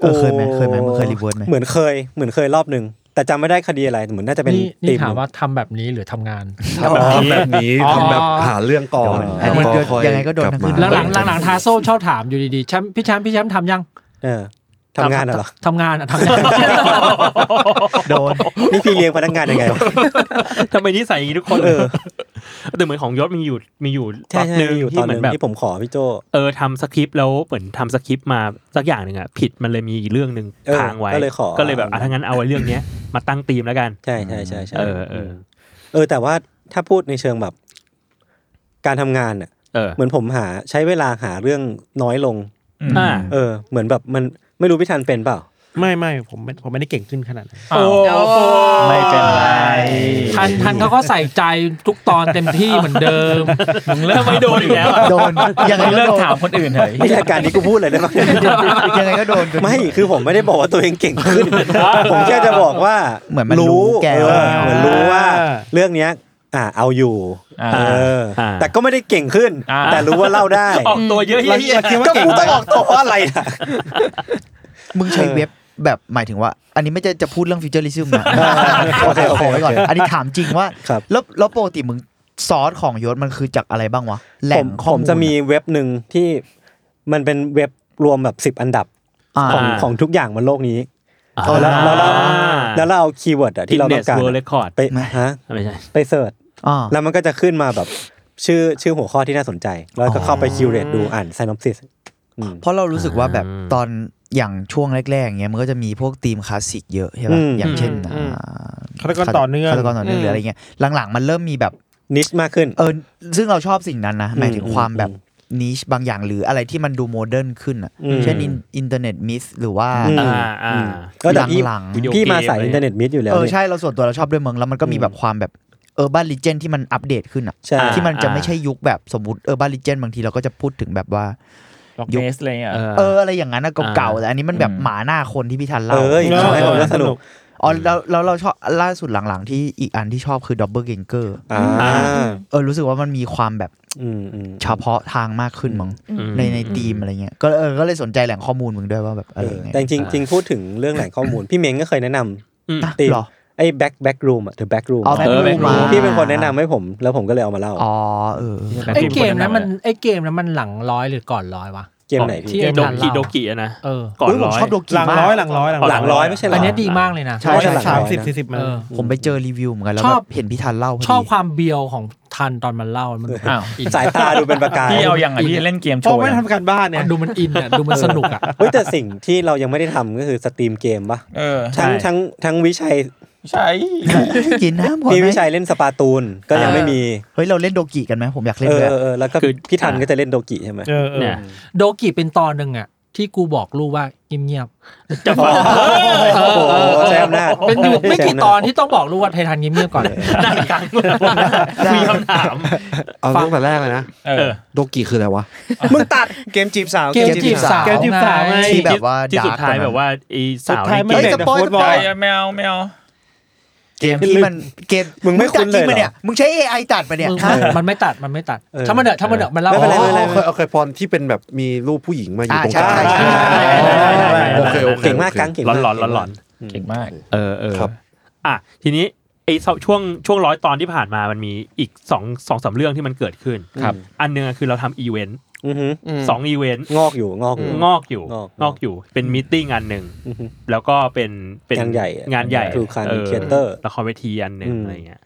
Speaker 3: เออเคยไหมเคยไหมมึงเคยรีเวิร์สไหม
Speaker 4: เหมือนเคยเหมือนเคยรอบหนึ่งแต่จำไม่ได้คดีอะไรเหมือนน่าจะเป็น
Speaker 9: นี่
Speaker 4: ธี
Speaker 9: นี่
Speaker 4: ม
Speaker 9: ถามว่าทำแบบนี้หรือทำงาน
Speaker 1: ทำแบบนี้
Speaker 9: อ๋อ
Speaker 1: ทำแบบหาเรื่องก่อน
Speaker 3: อันนี้
Speaker 1: แล้วก็
Speaker 3: โดน
Speaker 1: ค่อ
Speaker 3: ยังไงก็โดนทั้งคื
Speaker 1: ลับมา
Speaker 3: น
Speaker 9: หลังหลังหลังๆทาโซชอบถามอยู่ดีๆแชมป์พี่แชมป์พี่แชมป์ทำยัง
Speaker 4: เออทำงานน่ะเหรอ
Speaker 9: ทำงานอะทำงาน
Speaker 3: โดน
Speaker 4: นี่พี่เลี้ยงพนักงานยังไงวะ
Speaker 2: ทำไมนิสัยอย่างนี้ทุกคน
Speaker 4: เออ
Speaker 2: แต่เหมือนของยศมีอยู่มีอยู่ต
Speaker 4: ใช่
Speaker 2: อน
Speaker 4: ใช่
Speaker 2: หนึ่ง
Speaker 4: มีอยู่ต
Speaker 2: ที่
Speaker 4: อน
Speaker 2: เห
Speaker 4: ห
Speaker 2: มือ
Speaker 4: นึ่ง
Speaker 2: นแบบ
Speaker 4: ที่ผมขอพี่โจ
Speaker 2: เออทำสคริปต์แล้วเหมือนทำสคริปต์มาสักอย่างหนึ่งอะผิดมันเลยมีเรื่องหนึ่ง
Speaker 4: เออ
Speaker 2: ค้างไว้
Speaker 4: ก็เลยขอ
Speaker 2: ก็เลยแบบอ่ะถ้างั้นเอาไว้เรื่องเนี้ยมาตั้งตีมแล้วกัน
Speaker 4: ใช่ใช่ใช่ใช่
Speaker 2: เออเออ
Speaker 4: เออแต่ว่าถ้าพูดในเชิงแบบ การทำงานน่ะ
Speaker 2: เออ
Speaker 4: เหมือนผมหาใช้เวลาหาเรื่องน้อยลง
Speaker 2: อ่า
Speaker 4: เออ เหมือนแบบมันไม่รู้พี่ทันเป็นเปล่า
Speaker 6: ไม่ไม่ผมไม่ผมไม่ได้เก่งขึ้นขนาดนั้น
Speaker 7: อ้าวไม่เป็นไร
Speaker 9: ทันทันเขาก็ใส่ใจทุกตอนเต็มที่เหมือนเดิมมึงเริ่มไม่โดนอีกแล้ว
Speaker 3: โดน ยังไง
Speaker 7: เลิ
Speaker 3: ก็
Speaker 7: ก
Speaker 3: โดน
Speaker 7: ถามคนอื่นเถอะ
Speaker 4: ไม่ใช่การนี้กูพูดเลยได้ไหม
Speaker 3: ยังไงก็โดนจน
Speaker 4: ไม่คือผมไม่ได้บอกว่าตัวเองเก่งขึ้น ผมแค่จะบอกว่า
Speaker 3: เหมือนมันรู้แก
Speaker 4: เออ
Speaker 3: ว่า
Speaker 4: เหมือนรู้ว่า เรื่องเนี้ย อ่าเอาอยู่
Speaker 7: อ่า
Speaker 4: เอออา แต่ก็ไม่ได้เก่งขึ้น
Speaker 7: อ่า
Speaker 4: แต่รู้ว่าเล่าได้
Speaker 2: ออกตัวเยอะ
Speaker 6: เรา
Speaker 2: ๆ
Speaker 6: เราคิดว่า
Speaker 4: ก็
Speaker 6: เก่ง
Speaker 4: กูต้องออกตัวว่าอะไรนะ
Speaker 3: มึงใช้เว็บแบบหมายถึงว่า อันนี้ไม่จะจะพูดเรื่องฟิวเจอริซึม นะ
Speaker 4: โอเคโอ
Speaker 3: ข
Speaker 4: เค
Speaker 3: อไว้ก่อน
Speaker 4: โอเค
Speaker 3: อันนี้ถามจริงว่า
Speaker 4: ครับ
Speaker 3: แล้วแล้วปกติมึงซอสของยศมันคือจากอะไรบ้างวะ แห
Speaker 4: ผ
Speaker 3: ล่ง
Speaker 4: ม
Speaker 3: ข้อ
Speaker 4: ผ
Speaker 3: มูล
Speaker 4: มจะมีเว็บหนึ่งที่มันเป็นเว็บรวมแบบสิบ10 อันดับ
Speaker 3: อ่า
Speaker 4: ของของทุกอย่างบนโลกนี้
Speaker 2: อ่า
Speaker 3: เอาละ
Speaker 4: แล้วเราแล้วเราเอาคีย์เวิร์ดอะที่เราต้องการ
Speaker 2: เวิร์ลเรคคอร์ด
Speaker 4: ไป
Speaker 3: ไม่
Speaker 4: ฮะ
Speaker 2: ไม่ใช่
Speaker 4: ไปเสิร์ช
Speaker 3: อ่า
Speaker 4: แล้วมันก็จะขึ้นมาแบบชื่อชื่อหัวข้อที่น่าสนใจ แล้วก็เข้าไปคิวเรตดูอ่านไซนอปซิส
Speaker 3: เพราะเรารู้สึกว่าแบบตอนอย่างช่วงแรกๆอย่างเงี้ยมันก็จะมีพวกธีมคลาสสิกเยอะใช่
Speaker 4: อื
Speaker 3: ป่ะ
Speaker 4: ม
Speaker 3: อย่างเช่น
Speaker 6: อืม
Speaker 3: อ่า
Speaker 6: ฆาตกรต่อเนื่อง
Speaker 3: ฆาตกรต่อเนื่องหรืออะไรเงี้ยหลังๆมันเริ่มมีแบบ
Speaker 4: นิชมากขึ้น
Speaker 3: เออซึ่งเราชอบสิ่งนั้นนะหมายถึง
Speaker 4: อืม
Speaker 3: ความแบบ
Speaker 4: อืม
Speaker 3: นิชบางอย่างหรืออะไรที่มันดูโมเดิร์นขึ้นอ่ะ
Speaker 4: อืม
Speaker 3: เช่นอินเทอร์เน็ตมิสหรือว่า
Speaker 4: อืม
Speaker 2: อ่าอ่า
Speaker 4: ก็แต่พี่
Speaker 3: หลังๆ
Speaker 2: วิดีโอ
Speaker 4: พี่
Speaker 2: เกม
Speaker 4: มาสายอินเทอร์เน็ตมิดอยู่แล้ว
Speaker 3: เออ
Speaker 4: นี่
Speaker 3: ใช่เราส่วนตัวเราชอบด้วยเมืองแล้วมันก็มี
Speaker 4: อืม
Speaker 3: แบบความแบบเออบ้านลิเจนที่มันอัปเดตขึ้นอ่ะ
Speaker 4: ใช่
Speaker 3: ที่มันจะ
Speaker 2: อ่า
Speaker 3: ไม่ใช่ยุคแบบสมมติเออบ้านลิเจนบางทีเราก็จะพูดถึงแบบว่า
Speaker 7: ยกเนสอะไรเงี้ย
Speaker 2: เออ
Speaker 3: เอออะไรอย่างนั้นอะเก่าๆแต่อันนี้มันแบบ
Speaker 7: อืม
Speaker 3: หมาหน้าคนที่พี่ทัน
Speaker 4: เอ
Speaker 3: เล่า
Speaker 4: อใช่ผมก็สนุก
Speaker 3: อ๋อแล้วแล้วเราชอบล่าสุดหลังๆ ที่อีกอันที่ชอบคือดับเบิลเกงเกอร์
Speaker 4: อ่า
Speaker 3: เออรู้สึกว่ามันมีความแบบ
Speaker 4: อืมอืม
Speaker 3: เฉพาะทางมากขึ้นมั้ง
Speaker 2: อืม
Speaker 3: ในในทีมอะไรเงี้ยก็เออก็เลยสนใจแหล่งข้อมูลมึงด้วยว่าแบบอะไร
Speaker 4: เออ
Speaker 3: เงี้ย
Speaker 4: แต่จริงๆจริงพูดถึงเรื่องแหล่งข้อมูล พี่เม้งก็เคยแนะนำ
Speaker 2: อืม
Speaker 4: ตีม
Speaker 3: หรอ
Speaker 4: ไอ้ back back room อะ the back room
Speaker 3: อ๋อ
Speaker 7: Back Room
Speaker 3: มา
Speaker 4: พี่เป็นคนแนะนำให้ผม แล้วผมก็เลยเอามาเล่า
Speaker 3: อ๋อเออเออ
Speaker 9: ไอเกมนั้นมันไอเกมนั้นมันหลังร้อยหรือก่อนร้อยวะ
Speaker 4: เกมไหนพี่
Speaker 9: ที่
Speaker 2: โดกิโดกิอะนะ
Speaker 9: เออ
Speaker 2: ก่อน
Speaker 3: เฮ้ยผม
Speaker 2: ร้อย
Speaker 3: ชอบโดกิ
Speaker 6: หลัง
Speaker 3: มาก
Speaker 6: ร้อยหลังร้อยหลัง
Speaker 4: หลังร้อยไม่ใช่หลั
Speaker 9: อัน
Speaker 4: ง
Speaker 9: เนี้ยดีมากเลยนะ
Speaker 3: ใช่
Speaker 6: ร้อยหลัง
Speaker 4: ใช่
Speaker 6: สามสิบสี่สิบมัน
Speaker 9: เออ
Speaker 3: ผมไปเจอรีวิวเหมือนกันแล้ว
Speaker 9: ช
Speaker 3: แบ
Speaker 9: อ
Speaker 3: บบ เห็นพี่ทันเล่าพดี
Speaker 9: ชอบความเบียวของทันตอนมันเล่ามันดู
Speaker 7: อ้าว
Speaker 9: อิน
Speaker 4: สายตาดูเป็นประกาย
Speaker 7: พี่เอายังไงพี่จะเล่นเกมโช
Speaker 6: เพราะ
Speaker 7: ว์
Speaker 6: ไม่
Speaker 7: ยัง
Speaker 6: ทำการบ้านเนี่ย
Speaker 9: มันดูมันอิ นอ่ะดูมันสนุกอ่ะ
Speaker 4: เฮ้ยแต่สิ่งที่เรายังไม่ได้ทำก็คือสตรีมเกมปะ
Speaker 7: เออ
Speaker 4: ทั้งทั้งทั้งวิชัย
Speaker 7: ใช่
Speaker 3: กินน้ำก่อน
Speaker 4: พี่
Speaker 3: ไหม
Speaker 4: วิชัยเล่นสปาตูนก็ยังไม่มี
Speaker 3: เฮ้ยเราเล่นโดกิกันไหมผมอยากเล่น
Speaker 4: เอ
Speaker 3: เล
Speaker 4: อย
Speaker 3: อะ
Speaker 4: เออแล้วก็พี่ทันก็จะเล่นโดกิใช่ไหม
Speaker 6: เออเออ
Speaker 2: เนี่ย
Speaker 9: โดกิเป็นตอนหนึ่งอะที่กูบอกลูกว่าเงียบ
Speaker 4: จะฟังโอ้โหใช้อำนาจ
Speaker 9: ๆเป็นอยู่ไม่กี่
Speaker 4: ใช้ำาจ
Speaker 9: ตอนที่ต้องบอกลูกว่าไททันเงียบๆก่อน
Speaker 2: หน้ากังมีคำถาม
Speaker 1: เอาตั้งแต่แรกเลยนะ
Speaker 7: เออ
Speaker 1: โดกิคืออะไรวะ
Speaker 8: มึงตัดเกมจีบสาว
Speaker 9: เกมจีบสาว
Speaker 6: เกมจีบสาวไง
Speaker 9: ไง
Speaker 3: ที่แบบว่า
Speaker 2: ที่สุดท้าย
Speaker 3: dark กว่านั้น
Speaker 2: แบบว่าไอ้สาว
Speaker 6: สุดท้าย
Speaker 2: ใน
Speaker 6: มัน
Speaker 2: เก
Speaker 3: เฮ้ย
Speaker 6: เด็ก
Speaker 2: ม
Speaker 3: ส
Speaker 6: โค
Speaker 3: ปอยล์
Speaker 6: ตรบอ
Speaker 7: ได้
Speaker 6: ย
Speaker 7: ไม่เอาไม่เอา
Speaker 3: เกมที่มันเกม
Speaker 4: มึงไม่คุ้นเลย
Speaker 3: มึงตัดจริงปะ
Speaker 4: เหร
Speaker 3: เนี่
Speaker 4: อ
Speaker 3: ยมึงใช้ AI ตัดปะเนี่ย
Speaker 9: มึง
Speaker 3: ฮะ
Speaker 9: มันไม่ตัดมันไม่ตัด
Speaker 4: เออ
Speaker 9: ถ้ามันเดอะถ้ามันเดอะมันเล่า
Speaker 4: ไม่เป็นไร
Speaker 1: อ๋อ
Speaker 4: ไม่เป็นไร
Speaker 1: เคยเคยพรที่เป็นแบบมีรูปผู้หญิงมาอยู่ตรงกลาง
Speaker 3: อ่าใช่
Speaker 1: อ๋อโอเคโอเค
Speaker 4: เก่งมากกังเก่ง
Speaker 2: หล
Speaker 4: มา
Speaker 2: อก นหลอนหลอนหลอน
Speaker 7: เก่งมาก
Speaker 2: เออเออ
Speaker 1: ครับ
Speaker 2: อ่ะทีนี้ไอ้ช่วงช่วงร้อยตอนที่ผ่านมามันมีอีกสองสองสามเรื่องที่มันเกิดขึ้น
Speaker 7: ครับ
Speaker 2: อันหนึงอะคือเราทำอีเวนต์
Speaker 4: อือหือ
Speaker 2: สองอีเวนต์
Speaker 4: งอกอยู่งอกอยู่
Speaker 2: งอกอยู่
Speaker 4: งอก
Speaker 2: งอกอยู่เป็นมิทติ้งอันหนึ่ง
Speaker 4: อือฮึ
Speaker 2: แล้วก็เป็นเป็น
Speaker 4: งานใหญ่
Speaker 2: งานใหญ่
Speaker 4: ครูคัน
Speaker 2: เออ
Speaker 4: theater
Speaker 2: ละครเวทีอันหนึ่ง
Speaker 4: อืม
Speaker 2: อะไรเงี้ย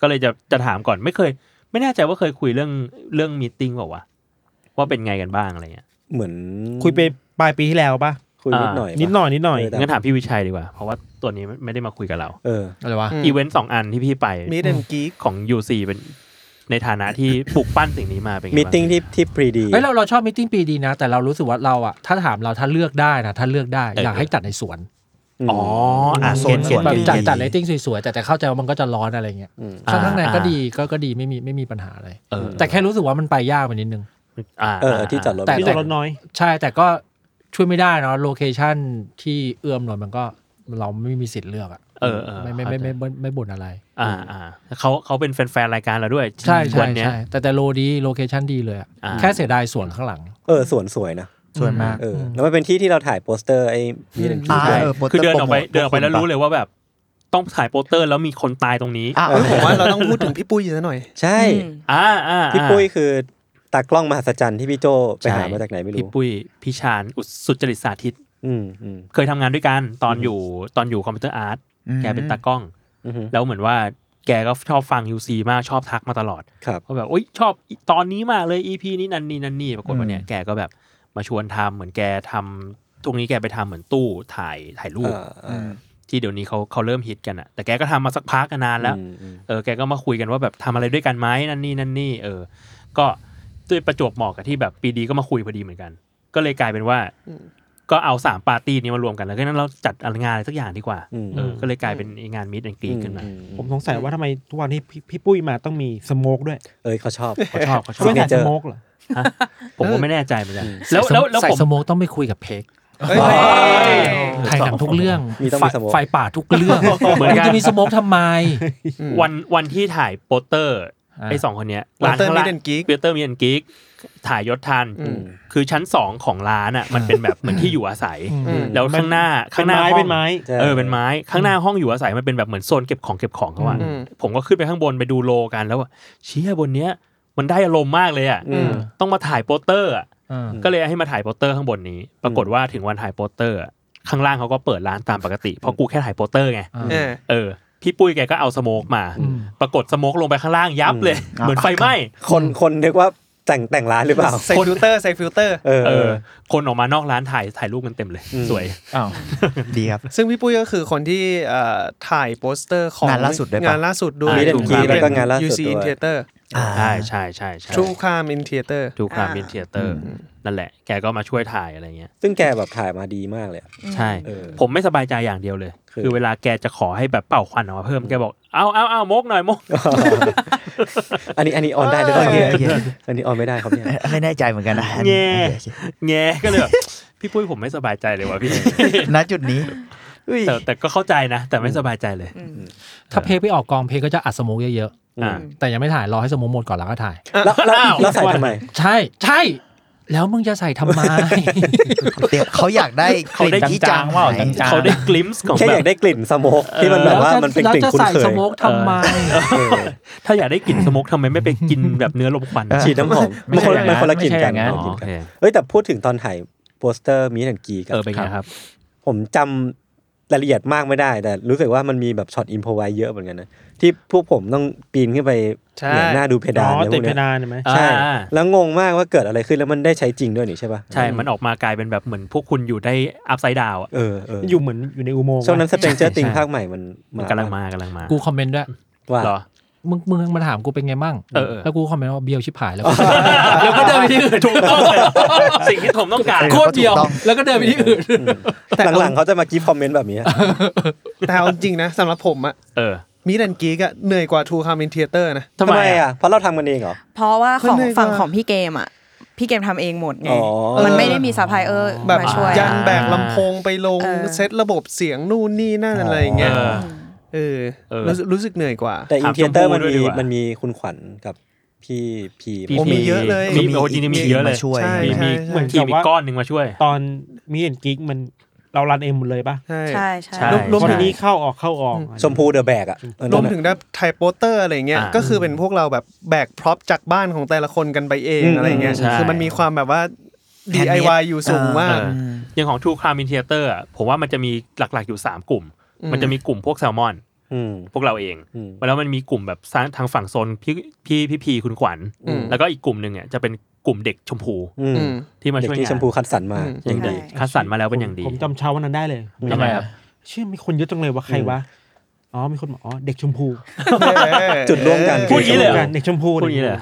Speaker 2: ก็เลยจะจะถามก่อนไม่เคย ไม่แน่ใจว่าเคยคุยเรื่องเรื่องมิทติ้งเปล่าวะว่าเป็นไงกันบ้างอะไรเงี้ย
Speaker 4: เหมือน
Speaker 6: คุยไปปลายปีที่แล้วป่ะ
Speaker 4: คุยนิดหน่อย
Speaker 6: นิดหน่อยนิดหน่อย
Speaker 4: เแต่
Speaker 2: งั้นถามพี่วิชัยดีกว่า เพราะว่าตัวนี้ไม่ได้มาคุยกับเรา
Speaker 4: เออ
Speaker 9: อะไรวะ
Speaker 8: อืม
Speaker 2: อีเวนต์สองอันที่พี่ไป
Speaker 8: มีเดนกีก
Speaker 2: ของ UC เป็นในฐานะ ที่ ปลุกปั้นสิ่งนี้มาเป็นไง
Speaker 4: มี
Speaker 2: บ้าง
Speaker 4: ติ้งที่ที่พรีดี
Speaker 9: เฮ้ยเราเราชอบมิ팅ปีดีนะ แต่เรารู้สึกว่าเราอะถ้าถามเราถ้าเลือกได้นะถ้าเลือกได้อยากให้จัดในสวน
Speaker 2: อ๋ออ่ะ
Speaker 1: โซ
Speaker 2: เก็
Speaker 1: น
Speaker 2: ต
Speaker 1: ส
Speaker 2: เก็
Speaker 1: ว
Speaker 2: ต
Speaker 1: น
Speaker 9: แบ
Speaker 2: แบบ บ
Speaker 9: จัดจัดเรตติ้งสวยๆแต่แต่เข้าใจว่ามันก็จะร้อนอะไรเงี้ย
Speaker 4: อืม
Speaker 9: ข้างในก็
Speaker 2: อ่า
Speaker 9: ดีก็ก็ดีไม่มีไม่มีปัญหาอะไร
Speaker 2: เออ
Speaker 9: แต่แค่รู้สึกว่ามันไปยากไปนิดนึง
Speaker 2: อ่า
Speaker 4: เออที่จอดรถ
Speaker 9: แต่
Speaker 6: ที่จอดรถน้อย
Speaker 9: ใช่แต่ก็ช่วยไม่ได้เนาะโลเคชั่นที่เอื้อมหน่อยมันก็เราไม่มีสิทธิ์เลือกอะ
Speaker 2: เออเออ
Speaker 9: ไม่ไม่ไม่ไม่ไม่ไม่บ่นอะไร
Speaker 2: อ่าอ่าเขาเขาเป็นแฟนๆรายการเราด้วย
Speaker 9: ใช่ใช่
Speaker 2: วันเนี้ย
Speaker 9: ใช่แต่แต่โลดีโลเคชั่นดีเลยอะ
Speaker 2: อ่า
Speaker 9: แค่เสียดายสวนข้างหลัง
Speaker 4: เออสวนสวยนะ
Speaker 3: ส่วนมาก
Speaker 4: เออแล้วมันเป็นที่ที่เราถ่ายโปสเตอร์ไอ้
Speaker 9: นี่หนึ่ง
Speaker 3: อ่า
Speaker 4: ใช่
Speaker 3: เออโปสเต
Speaker 2: คือ
Speaker 3: ร์
Speaker 2: เดินออกไป
Speaker 3: โปรโมท
Speaker 2: เดินออกไปแล้วรู้เลยว่าแบบต้องถ่ายโปสเตอร์แล้วมีคนตายตรงนี้
Speaker 3: อ่ะ
Speaker 4: เออ
Speaker 8: ผมว่าเราต้องพูดถึงพี่ปุ้ยซะหน่อย
Speaker 4: ใช่
Speaker 5: อืม
Speaker 2: อ่าอ่า
Speaker 4: พี่ปุ้ยคือตากล้องมหัศจรรย์ที่พี่โจไปหามาจากไหนไม่
Speaker 2: พี่
Speaker 4: รู้
Speaker 2: ปุ้ยพี่ชาญอุตสุจริตสาธิต
Speaker 4: อืมอืม
Speaker 2: เคยทำงานด้วยกันตอนอยู่ตอนอยู่คอมพิวเตอร์อาร์ตแกเป็นตากล้อง
Speaker 4: อือฮึ
Speaker 2: แล้วเหมือนว่าแกก็ชอบฟัง UC มากชอบทักมาตลอด
Speaker 4: ครับ
Speaker 2: ว่าแบบโอ๊ยชอบตอนนี้มากเลย EP นี้นันนี่นันนี่ปรากฏว่าเนี่ยแกก็แบบมาชวนทำเหมือนแกทำทุกนี้แกไปทำเหมือนตู้ถ่ายถ่ายรูป
Speaker 4: อ่าอ่า
Speaker 2: ที่เดี๋ยวนี้เขาเขาเริ่มฮิตกันอะแต่แกก็ทำมาสักพักนานแล้ว
Speaker 4: อืมอืม
Speaker 2: เออแกก็มาคุยกันว่าแบบทำอะไรด้วยกันไหมนั่นนี่นั่นนี่เออ ก็ด้วยประจวบเหมาะกับที่แบบปีดีก็มาคุยพอดีเหมือนกัน ก็เลยกลายเป็นว่า ก็เอาสามปาร์ตี้นี้มารวมกันแล้วก็นั้นเราจัดอะไรงานอะไรสักอย่างดีกว่า
Speaker 4: อืม
Speaker 2: เออก็เลยกลายเป็นงานมิดแอนกรีขึ้นมา
Speaker 4: อือื
Speaker 6: ผมสงสัยว่าทำไมทุกวันที่พี่พี่ปุ้ยมาต้องมีสโมกด้วย
Speaker 4: เอ้ยเขาชอบ
Speaker 2: เขาชอบเขาช
Speaker 6: เขา
Speaker 2: อบ
Speaker 6: ไม่ใส่
Speaker 4: เจ
Speaker 6: ส
Speaker 4: อ
Speaker 6: โมกเหรอ
Speaker 2: ฮะผมก็ไม่แน่ใจเหมือนกัน
Speaker 9: แล้
Speaker 2: แล้ว ว
Speaker 9: แล้
Speaker 2: แล้ว วแล้ว
Speaker 9: ใส่
Speaker 2: ผม
Speaker 9: สโมกต้องไม่คุยกับเพก
Speaker 8: เฮ้ย
Speaker 9: ถ่ายหนังทุกเรื่อง
Speaker 4: มีต้องมี
Speaker 9: ไฟ
Speaker 4: สโมก
Speaker 9: ไฟป่าทุกเรื่อง
Speaker 2: เหมือนกัน
Speaker 9: จะมีสโมกทำไม
Speaker 2: วันวันที่ถ่ายโปสเตอร์
Speaker 9: อ่า
Speaker 2: ไอ้สองคนเนี้ย
Speaker 8: Walter Meet and Geek
Speaker 2: เปียเตอร์มิเอนกิกถ่ายยศทัน
Speaker 8: อืม
Speaker 2: คือชั้นสองของร้านอ่ะมันเป็นแบบเหมือนที่อยู่อาศัย
Speaker 8: อืม
Speaker 2: แล้วข้างหน้า
Speaker 6: เป็
Speaker 2: ข้าน งหน้า
Speaker 6: ไม้
Speaker 2: ห้อง
Speaker 6: เป็นไม้
Speaker 4: ใช่
Speaker 2: เออเป็นไม้ข้างหน้าห้องอยู่อาศัยมันเป็นแบบเหมือนโซนเก็บของเก็บของเขาอะ
Speaker 8: อืม
Speaker 2: ผมก็ขึ้นไปข้างบนไปดูโลกันแล้วอะเชี่ยบนเนี้ยมันได้อารมณ์มากเลยอะ
Speaker 4: อืม
Speaker 2: ต้องมาถ่ายโปสเตอร์อะ
Speaker 9: เออ
Speaker 2: ก็เลยให้มาถ่ายโปสเตอร์ข้างบนนี้ ปรากฏว่าถึงวันถ่ายโปสเตอร์อะข้างล่างเขาก็เปิดร้านตามปกติเพราะกูแค่ถ่ายโปสเตอร์ไง
Speaker 9: อ่า
Speaker 8: เออ
Speaker 2: เออพี่ปุ้ยแกก็เอาสโมกมา
Speaker 9: อืม
Speaker 2: ปรากฏสโมกลงไปข้างล่างยับเลย เหมือนไฟไหม้
Speaker 4: คนคนนึกว่าแต่งแต่งร้านหรือเปล่า
Speaker 8: ใส่ฟิลเตอร์ ใส่ฟิลเตอร์
Speaker 4: เออ
Speaker 2: เอ
Speaker 4: เอ
Speaker 2: อ
Speaker 4: อ
Speaker 2: คนออกมานอกร้านถ่ายถ่ายรูปกันเต็มเลย
Speaker 4: อืม
Speaker 2: สวย
Speaker 7: อ้าว
Speaker 3: ดีครับ
Speaker 8: ซึ่งพี่ปุ้ยก็คือคนที่เอ่อถ่ายโปสเตอร์ของ
Speaker 3: งานล่าสุดด้วยปะ
Speaker 8: งานล่าสุดด้วย
Speaker 4: มีเดนคีแล้วก็งานล่าสุด
Speaker 8: UC
Speaker 4: ด้
Speaker 8: in
Speaker 4: วย
Speaker 8: Theater
Speaker 2: ใช่ใช่ใช่ใช่
Speaker 8: True Crime in Theater
Speaker 2: ทูคราม
Speaker 5: อ่า
Speaker 2: มินเทเตอร์นั่นแหละ แกก็มาช่วยถ่ายอะไรเงี้ย
Speaker 4: ซึ่งแกแบบถ่ายมาดีมากเลยอะ
Speaker 2: ใช่
Speaker 4: เออ
Speaker 2: ผมไม่สบายใจอย่างเดียวเลย
Speaker 4: คือ
Speaker 2: คือเวลาแกจะขอให้แบบเป่าควันออกมาเพิ่มแกบอกเอาเอาเอามกหน่อย มก
Speaker 4: อันนี้อันนี้ออนได้หรือเปล่า
Speaker 3: โอเคโอเค
Speaker 4: อันนี้ออนไม่ได้ครับเนี่ย
Speaker 3: ไม่แน่ใจเหมือนกันนะ
Speaker 2: แง่แง่ก็เลยแบบ พี่ปุ้ยผมไม่สบายใจเลยว่ะพี่
Speaker 3: ณจุดนี้อุ้ย
Speaker 2: แต่แต่ก็เข้าใจนะ แต่ไม่สบายใจเลย
Speaker 9: ถ้าเพกไปออกกองเพกก็จะอัดสโมกเยอะ
Speaker 2: อ่า
Speaker 9: ๆ แต่ยังไม่ถ่ายรอให้สโมกหมดก่อนแล้วก็ถ่าย
Speaker 4: แล้วแล้ว
Speaker 2: อ้าว
Speaker 4: แล้วใส่ทำไม
Speaker 9: ใช่ใช่ แล้วมึงจะใส่ทำ ไม
Speaker 3: เดี๋ยวเขาอยากได้ก
Speaker 2: เขา
Speaker 3: ลิ่น
Speaker 2: ได้
Speaker 3: ที่
Speaker 7: จา
Speaker 3: จาง ง
Speaker 7: ๆว่า
Speaker 3: หาย
Speaker 7: จางๆ
Speaker 2: เขาได้กลิมส์ของ
Speaker 4: แค่
Speaker 2: แบ
Speaker 4: อบ ยากได้กลิ่นสโมกที่มันแบบว่ามันเป็น
Speaker 9: แล้ว
Speaker 4: กลิ่น
Speaker 9: จะ
Speaker 4: คุ้น
Speaker 9: ใส่
Speaker 4: เคย
Speaker 9: สโมกทำไม
Speaker 2: ถ้าอยากได้กลิ่นสมกทำไมไม่ไปกินแบบเนื้อลมควัน
Speaker 4: ฉีดน้ำหอมมันคนละมันคนละกลิ่นกัน
Speaker 7: ไม่ใช่อย่าง
Speaker 4: ค
Speaker 7: นั้น
Speaker 4: นละกลิ่น
Speaker 2: โอ
Speaker 4: กัน
Speaker 2: เค
Speaker 4: เอ้ยแต่พูดถึงตอนถ่ายโปสเตอร์มีแอนกีกั
Speaker 2: เออเป็นไงครับ
Speaker 4: ผมจำ รายละเอียดมากไม่ได้ แต่รู้สึกว่ามันมีแบบช็อตอินพไวเยอะเหมือนกันนะที่พวกผมต้องปีนขึ้นไป
Speaker 8: ใช่
Speaker 4: เหนือหน้าดูเพดาน
Speaker 6: อ๋อ
Speaker 4: อะไรพ
Speaker 6: ติ
Speaker 4: ว
Speaker 6: ด
Speaker 4: ก
Speaker 6: เพ
Speaker 4: เนี้ย
Speaker 6: ดานเห็นไหม
Speaker 4: ใช่
Speaker 2: อ่า
Speaker 4: แล้วงงมากว่าเกิดอะไรขึ้นแล้วมันได้ใช้จริงด้วยนี่ใช่ปะ
Speaker 2: ใช่ มันออกมากลายเป็นแบบเหมือนพวกคุณอยู่ได้อัพไซด์ดาว
Speaker 4: เออเออ
Speaker 6: อยู่เหมือนอยู่ในอุโมงค์
Speaker 4: ช่วงนั้น
Speaker 6: อะ
Speaker 4: สเตนเจอร์ติงภาคใหม่มัน
Speaker 2: มันกำลังมากำลังมา
Speaker 9: กูคอมเมนต์ด้วย
Speaker 4: ว่า
Speaker 2: เหรอ
Speaker 9: มึงมึงมาถามกูเป็นไงบ้าง
Speaker 2: เออเออ
Speaker 9: แล้วกูคอมเมนต์ว่าเบียวชิบหายแล้วก็ แล้วก็เดินไปที่อื่น
Speaker 2: ถูกต้องสิ่งที่ผมต้องการ
Speaker 9: โคตรเบียว แล้วก็เดินไปที่อื่น
Speaker 4: หลังๆเขาจะมากิฟต์คอมเมนต์แบบนี้
Speaker 8: แต่เอาจริงนะสำหรับผมอะ
Speaker 2: เออ
Speaker 8: มิดันกีกอะเหนื่อยกว่าทูคามินเทเตอร์นะ
Speaker 4: ทำไมอ่ะ เพราะเราทำกันเองเหรอ
Speaker 5: เพราะว่าของ
Speaker 8: มันเหนื่อยกว่า
Speaker 5: ฝั่งของพี่เกมอ่ะ พี่เกมทำเองหมดไง
Speaker 4: อ๋อ
Speaker 5: มันไม่ได้มีซัพพลายเออร์
Speaker 8: แบบ
Speaker 5: มาช่วย
Speaker 8: ยันแบกลำโพงไปลง
Speaker 5: เออ
Speaker 8: เซตระบบเสียงนู่นนี่นั่นอะไรอย่างเงี้ย
Speaker 2: เออ
Speaker 8: เออ
Speaker 2: เออ
Speaker 8: รู้สึกรู้สึกเหนื่อยกว่า
Speaker 4: แต่อิ
Speaker 2: ถาน ม
Speaker 4: เทเตอร์
Speaker 2: ชมพู่
Speaker 4: มัน
Speaker 2: ด้วย
Speaker 4: มี
Speaker 2: ดีกว่า
Speaker 4: มันมีคุณขวัญกับพี่พี
Speaker 2: พี
Speaker 8: โอ้
Speaker 2: พี
Speaker 8: มีเยอะเลย
Speaker 2: มีโอ้จริงๆมีเยอะเลย
Speaker 3: มาช่วย
Speaker 8: ใช่
Speaker 2: มี
Speaker 8: ใช่
Speaker 2: มี
Speaker 8: ใช่
Speaker 2: เหมือนทีมอีกก้อนหนึ่งมาช่วย
Speaker 6: ตอนมีเอ็นกิกมันเรารันเองหมดเลยปะ
Speaker 8: ใช่
Speaker 5: ใช่ใช่
Speaker 2: ใช่
Speaker 6: รวมทีนี้เข้าออกเข้าออก
Speaker 4: ชมพูเดอะแบกอ่ะเออ
Speaker 8: ร
Speaker 4: นั่
Speaker 8: วน ม
Speaker 4: น่ะ
Speaker 8: ถึงได้ไทยโปสเตอร์อะไรเงี้ย
Speaker 2: อ่า
Speaker 8: ก็คือเป็นพวกเราแบบแบกพร็อพจากบ้านของแต่ละคนกันไปเอง
Speaker 4: อืม
Speaker 8: อะไรเงี้ย
Speaker 2: ใช่
Speaker 8: คือมันมีความแบบว่า
Speaker 3: Handmade
Speaker 8: DIY อยู่สูงมาก
Speaker 2: เอออย่างของ True Crime in Theater อะผมว่ามันจะมีหลักๆอยู่ 3 กลุ่ม
Speaker 8: อืม
Speaker 2: มันจะมีกลุ่มพวกแซลมอน
Speaker 4: อืม
Speaker 2: พวกเราเอง
Speaker 4: อืม
Speaker 2: แล้วมันมีกลุ่มแบบสร้างทางฝั่งโซนพี่พี่พี่พีคุณขวัญ
Speaker 8: อืม
Speaker 2: แล้วก็อีกกลุ่มหนึ่งอ่ะจะเป็นกลุ่มเด็กชมพู
Speaker 4: อืม
Speaker 8: อืม
Speaker 2: ที่มา
Speaker 4: เด็ก
Speaker 2: ช่วย
Speaker 4: ที่
Speaker 2: งา
Speaker 4: ช
Speaker 2: น
Speaker 4: มพูคัดสรรมา
Speaker 8: อืม
Speaker 4: อย่างดี
Speaker 5: ใช่
Speaker 2: คัดสรรมาแล้วเป็นอย่างดี
Speaker 6: ผมจำเช้าวันนั้นได้เลย
Speaker 7: ทำไมอ่ะ
Speaker 6: เชื่อมีคนเยอะจังเลยว่าใครวะอ๋อมีคนบอกอ๋อเด็กชมพู
Speaker 4: จุดร่วมกัน
Speaker 8: เออ
Speaker 2: พูดอย่างนี้เลยเหรอ
Speaker 6: เด็กชมพู
Speaker 2: พูดอย่างนี้เลย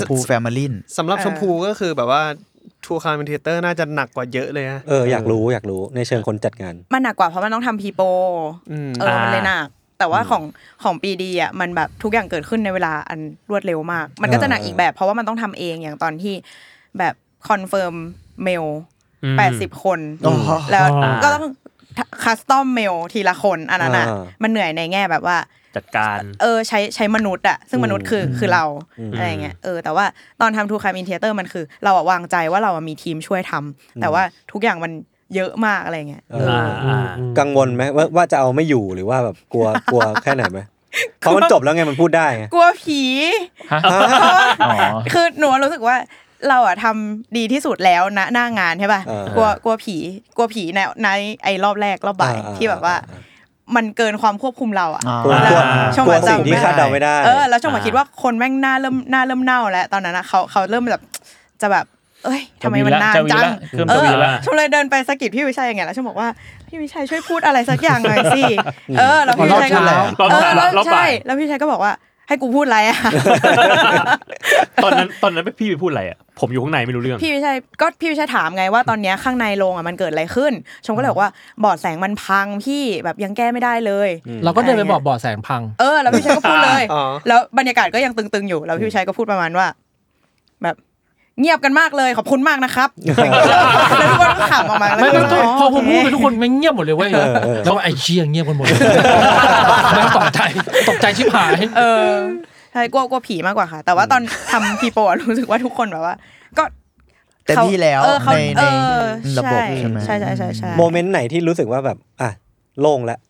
Speaker 3: ชมพูแฟมิลี่
Speaker 8: สำหรับชมพูก็คือแบบว่าทัวร์คาร์เมนเทเตอร์น่าจะหนักกว่าเยอะเลยฮะ
Speaker 4: เอออยากรู้อยากรู้ในเชิงคนจัดงาน
Speaker 5: มันหนักกว่าเพราะมันต้องทำพีโป
Speaker 8: ม
Speaker 5: เออ มันเลย
Speaker 2: อ่า
Speaker 5: หนัก แต่ว่าของของปีดีอ่ะ มันแบบทุกอย่างเกิดขึ้นในเวลาอันรวดเร็วมาก มันก็จะหนัก
Speaker 4: อ่า
Speaker 5: อีกแบบ เพราะว่ามันต้องทำเองอย่างตอนที่แบบคอนเฟิร์มเมล
Speaker 2: อืม
Speaker 5: แปดสิบคน
Speaker 3: อ๋อ
Speaker 5: แล้ว
Speaker 2: อ่า
Speaker 5: ก็ต้องคัสตอมเมลทีละคนอันนั้นอ่ะ
Speaker 4: อ่า
Speaker 5: มันเหนื่อยในแง่แบบว่า
Speaker 2: จัดการ
Speaker 5: เออใช้ใช้มนุษย์อะซึ่งมนุษย์คือคือเรา
Speaker 4: อืม
Speaker 5: อะไรอย่างเงี้ยเออแต่ว่าตอนทำทูคามอินเทเตอร์มันคือ เราอะวางใจว่าเราอะมีทีมช่วยทำแต่ว่าทุกอย่างมันเยอะมากอะไรอย่างเงี้ย
Speaker 4: เออ
Speaker 2: อ่าอ่า
Speaker 4: กังวลไหมว่าว่าจะเอาไม่อยู่หรือว่าแบบกลัวกลัวแค่ไหนไหมเพราะมันจบแล้วไงมันพูดได้ไง
Speaker 5: กลัวผี
Speaker 7: ฮะ
Speaker 5: เพราะว่า
Speaker 7: อ๋อ
Speaker 5: คือหนูรู้สึกว่าเราอะทำดีที่สุดแล้วนะหน้างานใช่ป่ะ
Speaker 4: เออ
Speaker 5: กลัวกลัวผีกลัวผีในในไอ้รอบแรกรอบบ่ายที่แบบว่า มันเเกินความควบคุมเราอะ
Speaker 3: อ่า
Speaker 4: กลัวกลัว
Speaker 5: ช่อง
Speaker 4: กลัว
Speaker 5: หาจำ
Speaker 4: สิ่งที่คาดเดาไม่ได้
Speaker 5: เออแล้วจังหวะคิดว่าคนแม่งหน้าเริ่มหน้าเริ่มเน่าแล้ว ตอนนั้นอะเขาเขาเริ่มแบบจะแบบ เอ้ยทำไมมันนาน
Speaker 7: จะวี
Speaker 5: จัง
Speaker 7: ละจะวี
Speaker 5: เออ
Speaker 7: ละเริ่มจะวีละ
Speaker 5: ชมเลยเดินไปสะกิดพี่วิชัยอย่างเงี้ยแล้วชมบอกว่าพี่วิชัยช่วยพูดอะไรสักอย่างหน่อยสิเออแล้วพี่วิชัยก็
Speaker 3: รอบเช้า
Speaker 5: เออแล้ว
Speaker 2: รอบบ่าย
Speaker 5: ใช่แล้วพี่วิชัยก็บอกว่า ให้กูพูดอะไรอะ
Speaker 2: ตอนนั้นตอนนั้นพี่ไปพูดอะไรอ่ะผมอยู่ข้างในไม่รู้เรื่อง
Speaker 5: พี่วิชัยก็พี่วิชัยถามไงว่าตอนเนี้ยข้างในโรงอ่ะมันเกิดอะไรขึ้น ชมก็เลยบอกว่าบอดแสงมันพังพี่แบบยังแก้ไม่ได้เลย
Speaker 9: เราก็เดินไปบอกบ่อแสงพัง
Speaker 5: เออแล้วพี่วิชัยก็พูดเลย
Speaker 8: อ๋อ
Speaker 5: แล้วบรรยากาศก็ยังตึงๆอยู่แล้วพี่วิชัยก็พูดประมาณว่า แบบเงียบกันมากเลยขอบคุณมากนะครับแล้วทุกคนก็ขำออกมาแล้ว
Speaker 9: ไม่
Speaker 5: ก็
Speaker 9: ไม่ไม่
Speaker 5: อ๋อ
Speaker 9: พอผมพูดไป
Speaker 5: โเค
Speaker 9: ทุกคนไม่งเงียบหมดเลยเว้ยแล้วไอ้เชี่ยเงียบกันหม ดเลยไม่งตกใจตกใจชิบหาย
Speaker 5: เออใช่กลัวกลัวผีมากกว่าค่ะ แต่ว่าตอนทำพีโปอะรู้สึกว่าทุกคนแบบว่า ก็
Speaker 3: เต็มที่แล้ว
Speaker 5: เออเขา
Speaker 3: ในใน
Speaker 5: เออ
Speaker 3: ระบบใช่ไหม
Speaker 5: ใช่ใช่ใช่ใช่
Speaker 4: โมเมนต์ไหนที่รู้สึกว่าแบบ อ่ะ โล่งแล้ว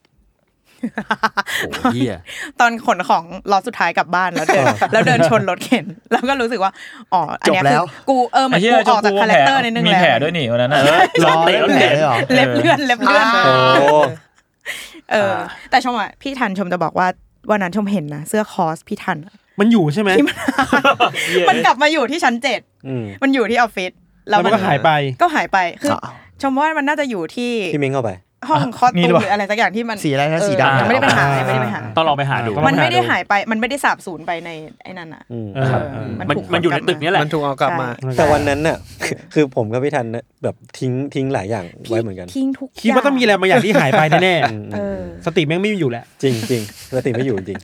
Speaker 2: โอ้เหี้ย
Speaker 5: ตอนขนของล้อสุดท้ายกลับบ้านแล้วเดินแล้วเดินชนรถเข็น แล้วก็รู้สึกว่าอ๋ออันเนี้ย
Speaker 3: จบแล้
Speaker 5: คือ
Speaker 3: ว
Speaker 5: กูเออเหมือนกูออกจากคาแรคเตอร์นิดนึง
Speaker 7: มี
Speaker 5: แล้ว
Speaker 7: แผลด้วยนี่วันนั้นน่ะ
Speaker 3: ร้อน
Speaker 2: เตะ
Speaker 3: เตะเลย
Speaker 2: แล้วเตะ
Speaker 3: เหรอ
Speaker 5: เล็บเลื่อนเล็บเลื่อน
Speaker 4: โอ้
Speaker 5: เออ แต่ชมอ่ะพี่ทันชมจะบอกว่าวันนั้นชมเห็นนะเสื้อคอสพี่ทันอะ
Speaker 6: มันอยู่ใช่ไหม
Speaker 5: มันกลับมาอยู่ที่ชั้นเจ็ด
Speaker 4: อืม
Speaker 5: มันอยู่ที่ออฟฟิศ
Speaker 6: แล้วมันก็หายไป
Speaker 5: ก็หายไปคือ
Speaker 3: อ้าว
Speaker 5: ชมว่ามันน่าจะอยู่ที่
Speaker 4: พี่มิงเข้าไป
Speaker 5: ห้องคอส
Speaker 3: นี่
Speaker 5: ตู
Speaker 3: หรือ
Speaker 5: มห
Speaker 3: เปล่า
Speaker 5: รืออะไรสักอย่างที่มัน
Speaker 3: สีอะไรนะ
Speaker 5: เ
Speaker 3: สีดำ
Speaker 5: ยังไม่ได้ไปหายังไม่ได้ไปหา
Speaker 2: ต้องลองไปหาดู
Speaker 6: ต้องลอง
Speaker 5: มันไม่ได้หายไปมันไม่ได้สาบสูญไปในไอ้นั่นอ่ะ
Speaker 4: อืม
Speaker 6: เออ
Speaker 5: เออ
Speaker 2: มัน
Speaker 5: ถู
Speaker 2: มันอยู่ในตึกเนี้ยแหละ
Speaker 8: มันถูกเอากลับมา
Speaker 4: แต่วันนั้นน่ะ คือผมกับพี่ทันน่ะแบบทิ้งทิ้งหลายอย่าง
Speaker 5: พี่
Speaker 4: ไว้เหมือนกัน
Speaker 5: ทิ้งทุก
Speaker 6: คิดว่าต้องมีอะไรบางอย่างที่หายไปแน่
Speaker 4: อืม
Speaker 5: เออ
Speaker 6: ๆสติแม่งไม่อยู่แล้ว
Speaker 4: จริงจริงสติไม่อยู่จริง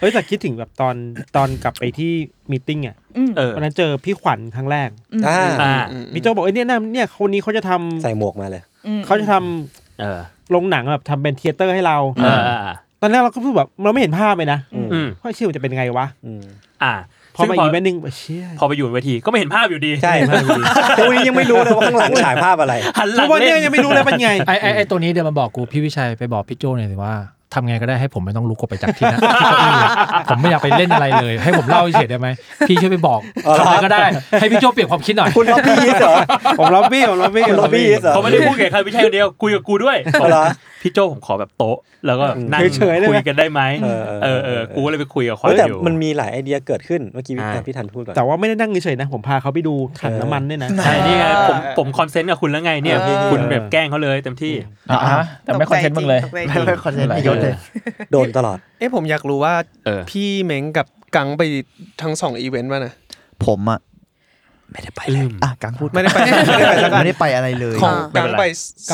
Speaker 6: เอ้ยแต่คิดถึงแบบตอนตอนกลับไปที่มีตติ้งอ่ะ
Speaker 2: เออ
Speaker 6: ตอนนั้นเจอพี่ขวัญครั้งแรก
Speaker 4: อ่า
Speaker 2: อ่า
Speaker 6: พี่โจบอกเอ้ยเนี่ยนะเนี่ยคนนี้เขาจะทำ
Speaker 4: ใส่หมวกมาเลย
Speaker 6: เขาจะทำ
Speaker 2: เออ
Speaker 6: โรงหนังแบบทำเป็นเทเตอร์ให้เรา
Speaker 2: เอออ่า
Speaker 6: ตอนแรกเราก็พูดแบบเราไม่เห็นภาพเลยนะ
Speaker 4: อืม
Speaker 2: อืม
Speaker 6: เพราะชื่อมันจะเป็นไงวะ
Speaker 4: อืม
Speaker 2: อ่า
Speaker 6: พอมาอี
Speaker 2: ซึ่ง
Speaker 6: เวนต์หนึ่งเชี่ย
Speaker 2: พอไปอยู่บนเวทีก็ไม่เห็นภาพอยู่ดี
Speaker 4: ใช่มาพอดีแต่วันนี้ยังไม่รู้เลยว่าข้างหลังฉายภาพอะไร
Speaker 2: หันหลั
Speaker 6: ทุ
Speaker 2: ง
Speaker 6: กวันเนี้ย
Speaker 2: เล่น
Speaker 6: ยังไม่รู้เลยเป็นไง
Speaker 9: ไอ้ไอ้ไอ้ตัวนี้เดี๋ยวมาบอกกูพี่วิชัยไปบอกพี่โจ้หน่อยสิว่าทำไงก็ได้ให้ผมไม่ต้องลุกออกไปจากที่นั่นที่เก้าอี้ผมไม่อยากไปเล่นอะไรเลย ให้ผมเล่าเฉยๆได้ไหมพี่ช่วยไปบอก
Speaker 4: อ๋อเหรอ
Speaker 9: ทำไงก็ได้ให้พี่โจ้เปลี่ยนความคิดหน่อย
Speaker 4: คุณล็อบบี้เหรอ
Speaker 6: ผมล็อบบี้ผมล็อบบี้
Speaker 4: คุณล็อบบี้เหรอ
Speaker 2: เขาไม่ได้พูดแค่ใครไม่ใช่คนเดียวคุยกับกูด้วย
Speaker 4: เหรอ
Speaker 2: พี่โจผมขอแบบโต๊ะ แล้วก็นั่ง
Speaker 4: เฉยๆเลยไหม
Speaker 2: คุยกันได้ไหม
Speaker 4: เออ
Speaker 2: เอ
Speaker 4: เอ
Speaker 2: อ
Speaker 4: อ
Speaker 2: เอ
Speaker 4: เอ
Speaker 2: อ
Speaker 4: อ
Speaker 2: กูก็เลยไปคุยกับเขา
Speaker 4: เฮ้ยแต่
Speaker 2: อยู่
Speaker 4: มันมีหลายไอเดียเกิดขึ้นเมื่อกี้พี่
Speaker 2: ใช่
Speaker 4: พี่ทันพูดก่อน
Speaker 6: แต่ว่าไม่ได้นั่งเฉยๆนะ ผมพาเขาไปดูถังน้ำมันด้วยนะ
Speaker 2: ใช่นี่ไงผมผมคอนเซนต์กับคุณแล้วไงเนี่ย
Speaker 4: เออ
Speaker 2: คุณแบบแกล้งเขาเลยเต็มที่
Speaker 7: อ่ะฮะแต่ไม่คอนเทนต์มึงเลย
Speaker 5: ตกใจจริง
Speaker 3: ไม่คอนเทนต์ยศเลย
Speaker 4: โดนตลอด
Speaker 8: เอ๊ะผมอยากรู้ว่า
Speaker 2: เออ
Speaker 8: พี่เม้งกับกังไปทั้งสองอีเวนต์ป่ะนะ
Speaker 3: ผมอะไม่ได้ไปเลย
Speaker 2: อืม
Speaker 3: อ่ะกังพูด
Speaker 8: ไม่ได้ไปไม่ได้ไปสักอัน
Speaker 3: ไม่ได้ไปอะไรเลย
Speaker 8: ของ
Speaker 5: อ่า
Speaker 8: กังไป